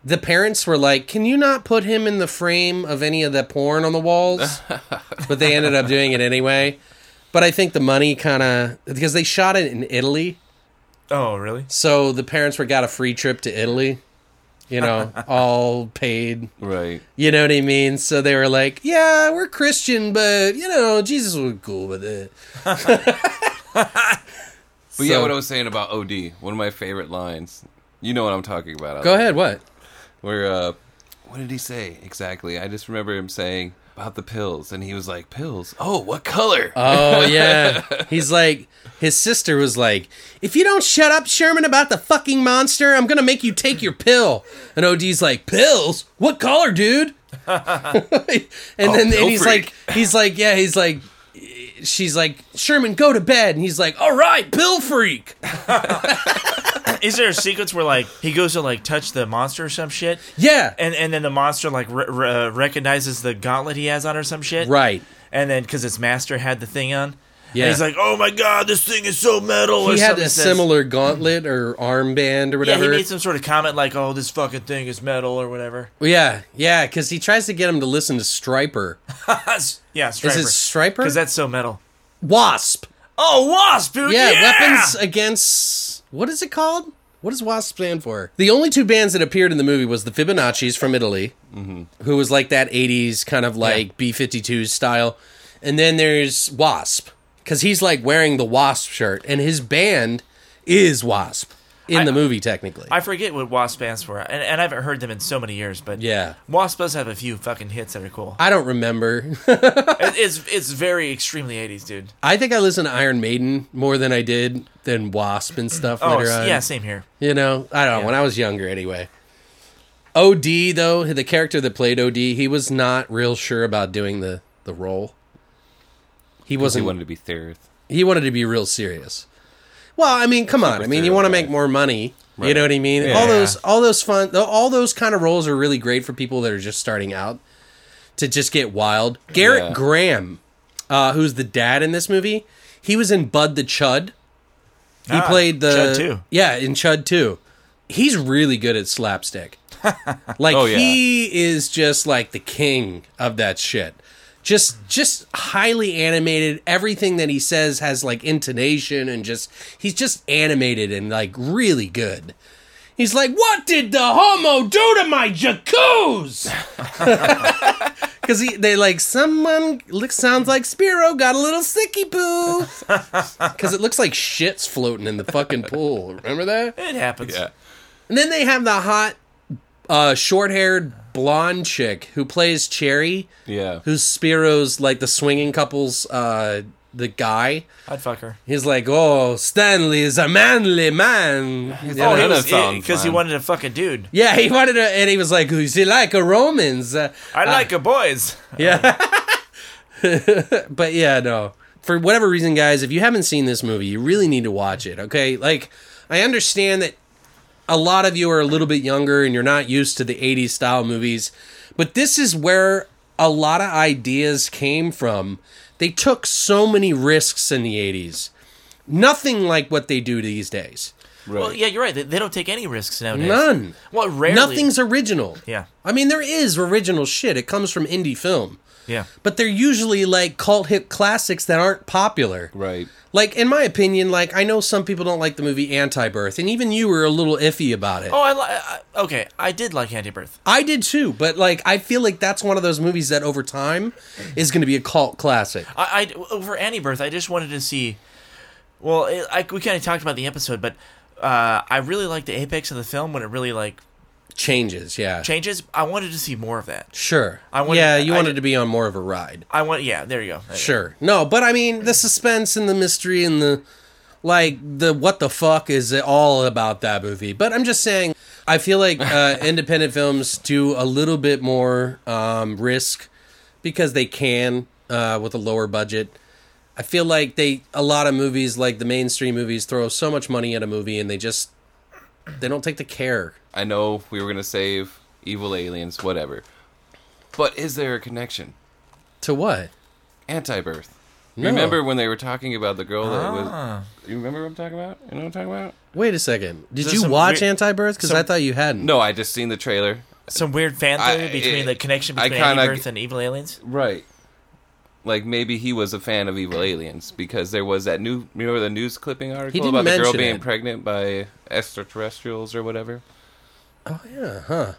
Speaker 2: the parents were like can you not put him in the frame of any of the porn on the walls but they ended up doing it anyway but i think the money kind of because they shot it in italy
Speaker 3: oh really?
Speaker 2: so the parents were got a free trip to Italy, you (laughs) know, all paid.
Speaker 4: Right.
Speaker 2: You know what I mean? So they were like, "Yeah, we're Christian, but you know, Jesus was cool with it."
Speaker 4: But yeah,
Speaker 2: So-
Speaker 4: what I was saying about OD, one of my favorite lines. You know what I'm talking about.
Speaker 2: Go ahead. What?
Speaker 4: Where, uh, what did he say exactly? I just remember him saying about the pills, and he was like, "Pills? Oh, what color?"
Speaker 2: Oh (laughs) yeah. He's like, his sister was like, "If you don't shut up, Sherman, about the fucking monster, I'm gonna make you take your pill." And OD's like, "Pills? What color, (laughs) dude?" and then
Speaker 4: pill
Speaker 2: and he's
Speaker 4: freak.
Speaker 2: like, he's like, yeah, he's like. She's like, Sherman, go to bed. And he's like, all right, pill freak.
Speaker 3: Is there a sequence where like he goes to like touch the monster or some shit?
Speaker 2: Yeah.
Speaker 3: And and then the monster like re- re- recognizes the gauntlet he has on or some shit.
Speaker 2: right.
Speaker 3: And then because its master had the thing on.
Speaker 2: Yeah.
Speaker 3: And he's like, oh my god, this thing is so metal. or
Speaker 2: he had
Speaker 3: something
Speaker 2: a
Speaker 3: says-
Speaker 2: similar gauntlet or armband or
Speaker 3: Yeah,
Speaker 2: whatever.
Speaker 3: he
Speaker 2: Yeah,
Speaker 3: made some sort of comment like, oh, this fucking thing is metal or whatever.
Speaker 2: yeah, cuz he tries to get him to listen to Striper.
Speaker 3: yeah, Striper.
Speaker 2: Is it Striper?
Speaker 3: Because that's so metal.
Speaker 2: Wasp.
Speaker 3: Oh, Wasp, dude.
Speaker 2: Yeah,
Speaker 3: Yeah,
Speaker 2: weapons against what is it called? What does Wasp stand for? The only two bands that appeared in the movie was the Fibonacci's from Italy,
Speaker 3: Mm-hmm.
Speaker 2: who was like that 80s kind of like B52 style. And then there's Wasp cuz he's like wearing the Wasp shirt and his band is Wasp in the movie technically.
Speaker 3: I forget what Wasp bands for, and, and I haven't heard them in so many years. But
Speaker 2: Yeah.
Speaker 3: Wasp does have a few fucking hits that are cool.
Speaker 2: I don't remember. (laughs)
Speaker 3: It- it's it's very extremely eighties, dude.
Speaker 2: I think I listened to Iron Maiden more than I did than Wasp and stuff
Speaker 3: Oh,
Speaker 2: later
Speaker 3: s-
Speaker 2: on.
Speaker 3: yeah, same here.
Speaker 2: You know, I don't know, when I was younger anyway. OD though, the character that played OD, he was not real sure about doing the the role. He
Speaker 4: he
Speaker 2: wasn't
Speaker 4: wanted to be Thirith.
Speaker 2: he wanted to be real serious. Well, I mean, come on. I mean, you
Speaker 4: serious
Speaker 2: want to
Speaker 4: guy.
Speaker 2: make more money. You
Speaker 4: Right.
Speaker 2: know what I mean?
Speaker 4: Yeah.
Speaker 2: All those all those fun all those kind of roles are really great for people that are just starting out to just get wild. Garrett
Speaker 4: Yeah.
Speaker 2: Graham, uh, who's the dad in this movie, he was in Bud the Chud. He
Speaker 3: Ah,
Speaker 2: played the
Speaker 3: Chud 2.
Speaker 2: Yeah, in Chud 2. He's really good at slapstick. Like
Speaker 4: Oh, yeah.
Speaker 2: he is just like the king of that shit. Just just highly animated. Everything that he says has like intonation and just he's just animated and like really good. He's like, "What did the homo do to my jacuzzi?" (laughs) Because they like someone looks sounds like Spiro got a little sicky poo. Because it looks like shit's floating in the fucking pool. Remember that?
Speaker 3: It happens.
Speaker 4: Yeah.
Speaker 2: And then they have the hot, uh, short-haired blonde chick who plays Cherry,
Speaker 4: Yeah.
Speaker 2: who's Spiro's like the swinging couple's uh, the guy.
Speaker 3: I'd fuck her.
Speaker 2: He's like, "Oh, Stanley is a manly man."
Speaker 4: Oh,
Speaker 3: he
Speaker 4: that
Speaker 3: was
Speaker 4: sounds
Speaker 3: because he
Speaker 4: fun.
Speaker 3: wanted to fuck a dude.
Speaker 2: Yeah, he wanted to, and he was like, "Is he like a Romans?" Uh,
Speaker 3: I like a boys.
Speaker 2: yeah, but yeah, no. For whatever reason, guys, if you haven't seen this movie, you really need to watch it. Okay, like I understand that a lot of you are a little bit younger and you're not used to the '80s style movies, but this is where a lot of ideas came from. They took so many risks in the '80s. Nothing like what they do these days.
Speaker 3: Well, yeah, you're right. They, they don't take any risks nowadays.
Speaker 2: None.
Speaker 3: Well, rarely.
Speaker 2: Nothing's original.
Speaker 3: Yeah.
Speaker 2: I mean, there is original shit. It comes from indie film,
Speaker 3: Yeah.
Speaker 2: but they're usually like cult hit classics that aren't popular.
Speaker 4: Right.
Speaker 2: Like, in my opinion, like I know some people don't like the movie Anti Birth, and even you were a little iffy about it.
Speaker 3: Oh, I like. Okay, I did like Anti Birth.
Speaker 2: I did too, but like I feel like that's one of those movies that over time is going to be a cult classic.
Speaker 3: I, I over Anti Birth, I just wanted to see. Well, it, I, we kind of talked about the episode, but uh, I really liked the apex of the film when it really like
Speaker 2: Changes, yeah,
Speaker 3: changes. I wanted to see more of that.
Speaker 2: sure.
Speaker 3: I wanted-
Speaker 2: yeah, you
Speaker 3: I-
Speaker 2: wanted to be on more of a ride.
Speaker 3: I want. Yeah, there you go. There you go.
Speaker 2: Sure. No, but I mean the suspense and the mystery and the like the what the fuck is it all about that movie. But I'm just saying I feel
Speaker 3: (laughs)
Speaker 2: like uh, independent films do a little bit more um, risk because they can uh, with a lower budget. I feel like they a lot of movies like the mainstream movies throw so much money at a movie and they just they don't take the care.
Speaker 4: I know we were gonna save evil aliens, whatever. But is there a connection?
Speaker 2: To what?
Speaker 4: Anti-birth.
Speaker 2: No. Ah.
Speaker 4: Remember when they were talking about the girl that was? You remember what I'm talking about? You know what I'm talking about?
Speaker 2: Wait a second. Did
Speaker 3: There's
Speaker 2: you
Speaker 3: some
Speaker 2: watch
Speaker 3: weird-
Speaker 2: Anti Birth? Because I
Speaker 3: some-
Speaker 2: thought you hadn't.
Speaker 4: No, I just seen the trailer.
Speaker 3: Some weird fan theory
Speaker 4: I-
Speaker 3: between
Speaker 4: it-
Speaker 3: the connection
Speaker 4: I
Speaker 3: between
Speaker 4: kinda-
Speaker 3: Anti Birth and Evil Aliens.
Speaker 4: Right. Like maybe he was a fan of Evil Aliens because there was that new remember the news clipping article
Speaker 2: didn't
Speaker 4: about the girl
Speaker 2: mention
Speaker 4: being
Speaker 2: it.
Speaker 4: pregnant by extraterrestrials or whatever.
Speaker 2: Oh yeah, huh.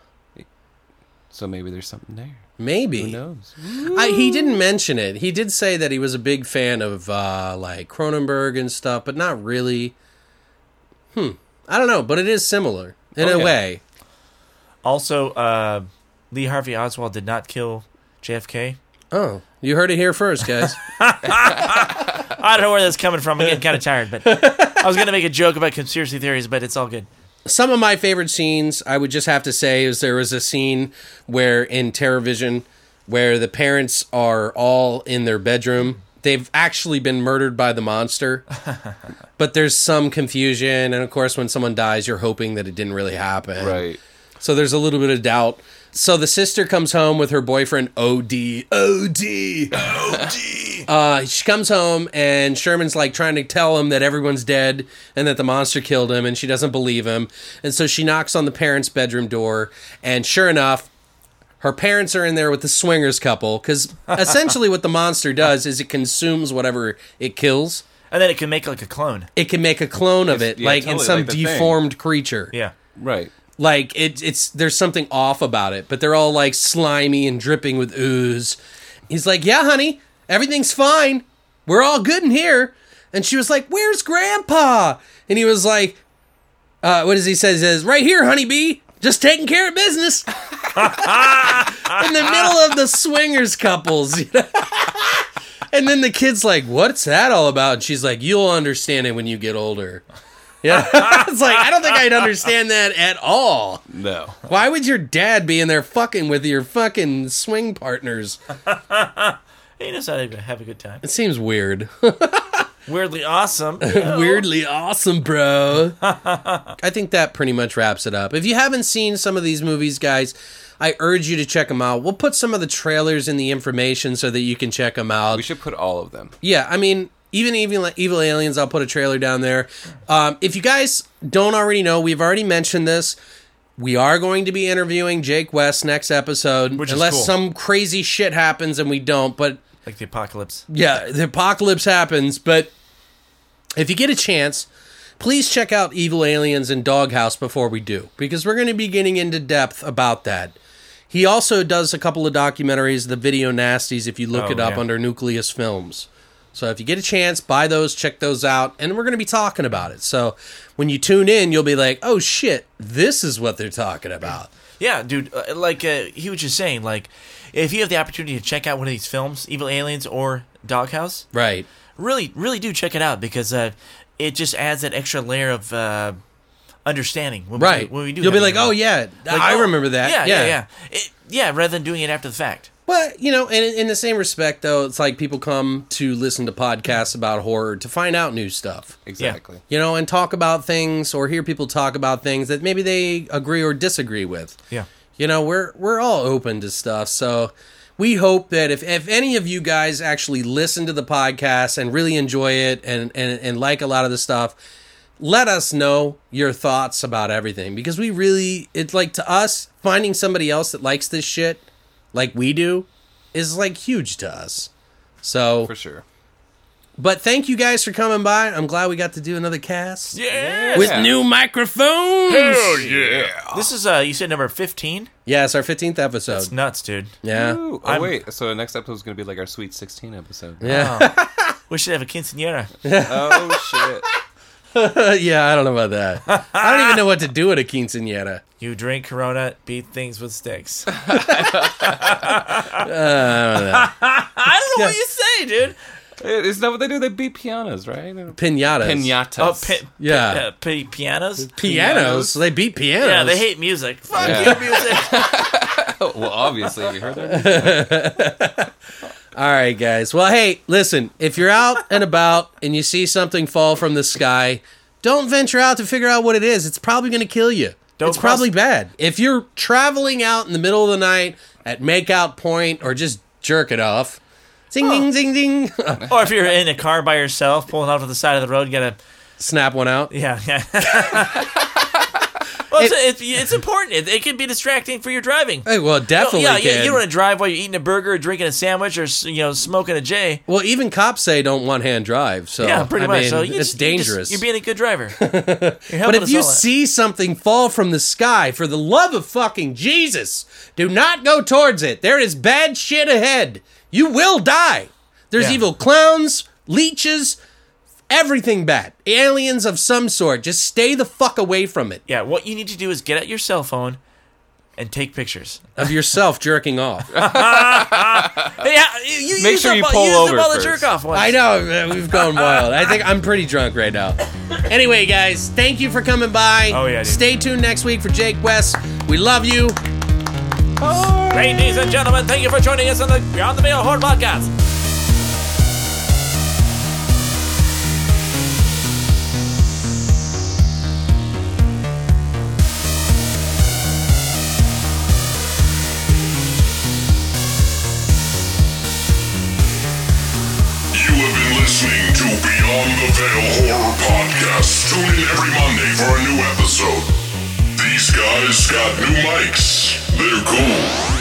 Speaker 4: So maybe there's something there.
Speaker 2: Maybe.
Speaker 4: Who knows?
Speaker 2: (laughs) I, he didn't mention it. He did say that he was a big fan of uh, like Cronenberg and stuff, but not really. Hmm. I don't know, but it is similar in
Speaker 4: Okay.
Speaker 2: a way.
Speaker 3: Also, uh, Lee Harvey Oswald did not kill JFK.
Speaker 2: Oh, you heard it here
Speaker 4: (laughs)
Speaker 2: first, guys.
Speaker 3: I don't know where that's coming from. I'm getting kind of tired, but I was gonna make a joke about conspiracy theories, but it's all good.
Speaker 2: Some of my favorite scenes, I would just have to say, is there was a scene where in TerraVision, where the parents are all in their bedroom. They've actually been murdered by
Speaker 4: (laughs)
Speaker 2: the monster, but there's some confusion. And of course, when someone dies, you're hoping that it didn't really happen.
Speaker 4: Right.
Speaker 2: So there's a little bit of doubt. So the sister comes home with her boyfriend OD. OD. (laughs) Uh, she comes home and Sherman's like trying to tell him that everyone's dead and that the monster killed him and she doesn't believe him. And so she knocks on the parents' bedroom door and sure enough, her parents are in there with the swingers
Speaker 4: (laughs)
Speaker 2: couple because essentially what the monster does is it consumes whatever it kills.
Speaker 3: And then it can make like a clone.
Speaker 2: It can make a clone of it,
Speaker 4: yeah,
Speaker 2: like in
Speaker 4: totally,
Speaker 2: some
Speaker 4: like the thing.
Speaker 2: deformed creature
Speaker 3: Yeah.
Speaker 4: Right.
Speaker 2: like it, it's there's something off about it but they're all like slimy and dripping with ooze he's like yeah honey everything's fine we're all good in here and she was like where's grandpa and he was like uh, what does he say he says right here honeybee just taking care of business (laughs) in the middle of the swingers couples you know? (laughs) and then the kid's like what's that all about and she's like you'll understand it when you get older yeah (laughs) it's like i don't think i'd understand that at all
Speaker 4: No.
Speaker 2: why would your dad be in there fucking with your fucking swing partners?
Speaker 3: He knows how to have a good time.
Speaker 2: It seems weird. (laughs)
Speaker 3: Weirdly awesome.
Speaker 2: Weirdly awesome, bro. I think that pretty much wraps it up. If you haven't seen some of these movies, guys, I urge you to check them out. We'll put some of the trailers in the information so that you can check them out.
Speaker 4: We should put all of them.
Speaker 2: Yeah, I mean, even Evil, Evil Aliens, I'll put a trailer down there. Um, if you guys don't already know, we've already mentioned this. We are going to be interviewing Jake West next episode,
Speaker 3: Which is
Speaker 2: unless
Speaker 3: cool.
Speaker 2: some crazy shit happens and we don't. But
Speaker 3: like the apocalypse.
Speaker 2: yeah, the apocalypse happens. But if you get a chance, please check out Evil Aliens and Doghouse before we do, because we're going to be getting into depth about that. He also does a couple of documentaries, the video nasties, if you look
Speaker 3: Oh,
Speaker 2: it up
Speaker 3: yeah.
Speaker 2: under Nucleus Films. So if you get a chance, buy those, check those out, and we're going to be talking about it. So when you tune in, you'll be like, oh shit, this is what they're talking about.
Speaker 3: Yeah, dude. uh, Like uh, he was just saying, like if you have the opportunity to check out one of these films, Evil Aliens or Doghouse,
Speaker 2: Right.
Speaker 3: really, really do check it out because uh, it just adds that extra layer of uh, understanding. When we
Speaker 2: Right.
Speaker 3: do- when we do,
Speaker 2: You'll be
Speaker 3: have
Speaker 2: like,
Speaker 3: it.
Speaker 2: oh yeah,
Speaker 3: Like,
Speaker 2: I
Speaker 3: oh,
Speaker 2: remember that.
Speaker 3: Yeah, yeah, yeah. It- yeah, rather than doing it after the fact.
Speaker 2: But you know, in, in the same respect, though, it's like people come to listen to podcasts about horror to find out new stuff,
Speaker 4: Exactly.
Speaker 2: you know, and talk about things or hear people talk about things that maybe they agree or disagree with.
Speaker 3: Yeah.
Speaker 2: You know, we're we're all open to stuff, so we hope that if, if any of you guys actually listen to the podcast and really enjoy it and, and, and like a lot of the stuff, let us know your thoughts about everything because we really it's like to us finding somebody else that likes this shit like we do is like huge to us. So
Speaker 4: For sure.
Speaker 2: but thank you guys for coming by. I'm glad we got to do another cast.
Speaker 3: Yeah.
Speaker 2: With new microphones.
Speaker 5: Hell yeah.
Speaker 3: This is uh, you said number fifteen.
Speaker 2: Yeah, it's our 15th episode.
Speaker 3: It's nuts, dude.
Speaker 2: yeah.
Speaker 4: Ooh, oh,
Speaker 3: I'm-
Speaker 4: wait. So the next episode is going to be like our Sweet 16 episode.
Speaker 2: Yeah.
Speaker 3: We should have a quinceanera.
Speaker 2: (laughs)
Speaker 4: oh,
Speaker 2: yeah, I don't know about that. I don't even know what to do at a quinceanera.
Speaker 3: You drink Corona, beat things with sticks.
Speaker 2: (laughs) Uh,
Speaker 3: (laughs) I don't know what you say, dude.
Speaker 4: shit. Isn't that what they do? They beat pianos, right? They're-
Speaker 2: Pinatas.
Speaker 4: Pinatas.
Speaker 3: Oh, pi-
Speaker 2: Yeah.
Speaker 3: pi- uh, pi- pianos.
Speaker 2: Pianos. They beat pianos.
Speaker 3: Yeah, they hate music. Fuck
Speaker 4: Yeah.
Speaker 3: you,
Speaker 2: (laughs)
Speaker 3: music.
Speaker 4: Oh, well, obviously, have you heard that?
Speaker 2: All right, guys. Well, hey, listen. If you're out and about and you see something fall from the sky, don't venture out to figure out what it is. It's probably going to kill you.
Speaker 3: Don't
Speaker 2: it's
Speaker 3: cross-
Speaker 2: probably bad. If you're traveling out in the middle of the night at makeout point or just jerk it off, ding ding ding ding, (laughs)
Speaker 3: or if you're in a car by yourself, pulling out to the side of the road, get a
Speaker 2: snap one out.
Speaker 3: yeah, yeah. (laughs) well, it's, it's, it's important. It, it can be distracting for your driving.
Speaker 2: Hey, well, definitely.
Speaker 3: yeah, yeah.
Speaker 2: kid.
Speaker 3: You don't want to drive while you're eating a burger, or drinking a sandwich, or s- you know, smoking a J.
Speaker 2: Well, even cops say don't one hand drive. So
Speaker 3: Yeah, pretty
Speaker 2: Oh, I
Speaker 3: much.
Speaker 2: mean,
Speaker 3: so you
Speaker 2: it's
Speaker 3: just- you just-
Speaker 2: dangerous.
Speaker 3: You're being a good
Speaker 2: (laughs)
Speaker 3: driver. You're
Speaker 2: but
Speaker 3: helping
Speaker 2: if
Speaker 3: us
Speaker 2: you
Speaker 3: all out.
Speaker 2: see something fall from the sky, for the love of fucking Jesus, do not go towards it. There is bad shit ahead. You will die. There's
Speaker 3: Yeah.
Speaker 2: evil clowns, leeches, everything bad. Aliens of some sort. Just stay the fuck away from it.
Speaker 3: yeah, what you need to do is get out your cell phone and take pictures.
Speaker 2: Of yourself jerking off. Uh,
Speaker 3: yeah, you, you
Speaker 4: Make
Speaker 3: used
Speaker 4: sure
Speaker 3: up
Speaker 4: you
Speaker 3: all-
Speaker 4: pull
Speaker 3: used up
Speaker 4: over
Speaker 3: all the
Speaker 4: first.
Speaker 3: jerk off once.
Speaker 2: I know man, we've gone wild. I think I'm pretty drunk right now. Anyway, guys, thank you for coming by.
Speaker 3: Oh, yeah, dude.
Speaker 2: Stay tuned next week for Jake West. We love you.
Speaker 3: Ladies and gentlemen, thank you for joining us on the Beyond the Veil Horror Podcast.
Speaker 1: You have been listening to Beyond the Veil Horror Podcast. Tune in every Monday for a new episode. These guys got new mics. They're cool.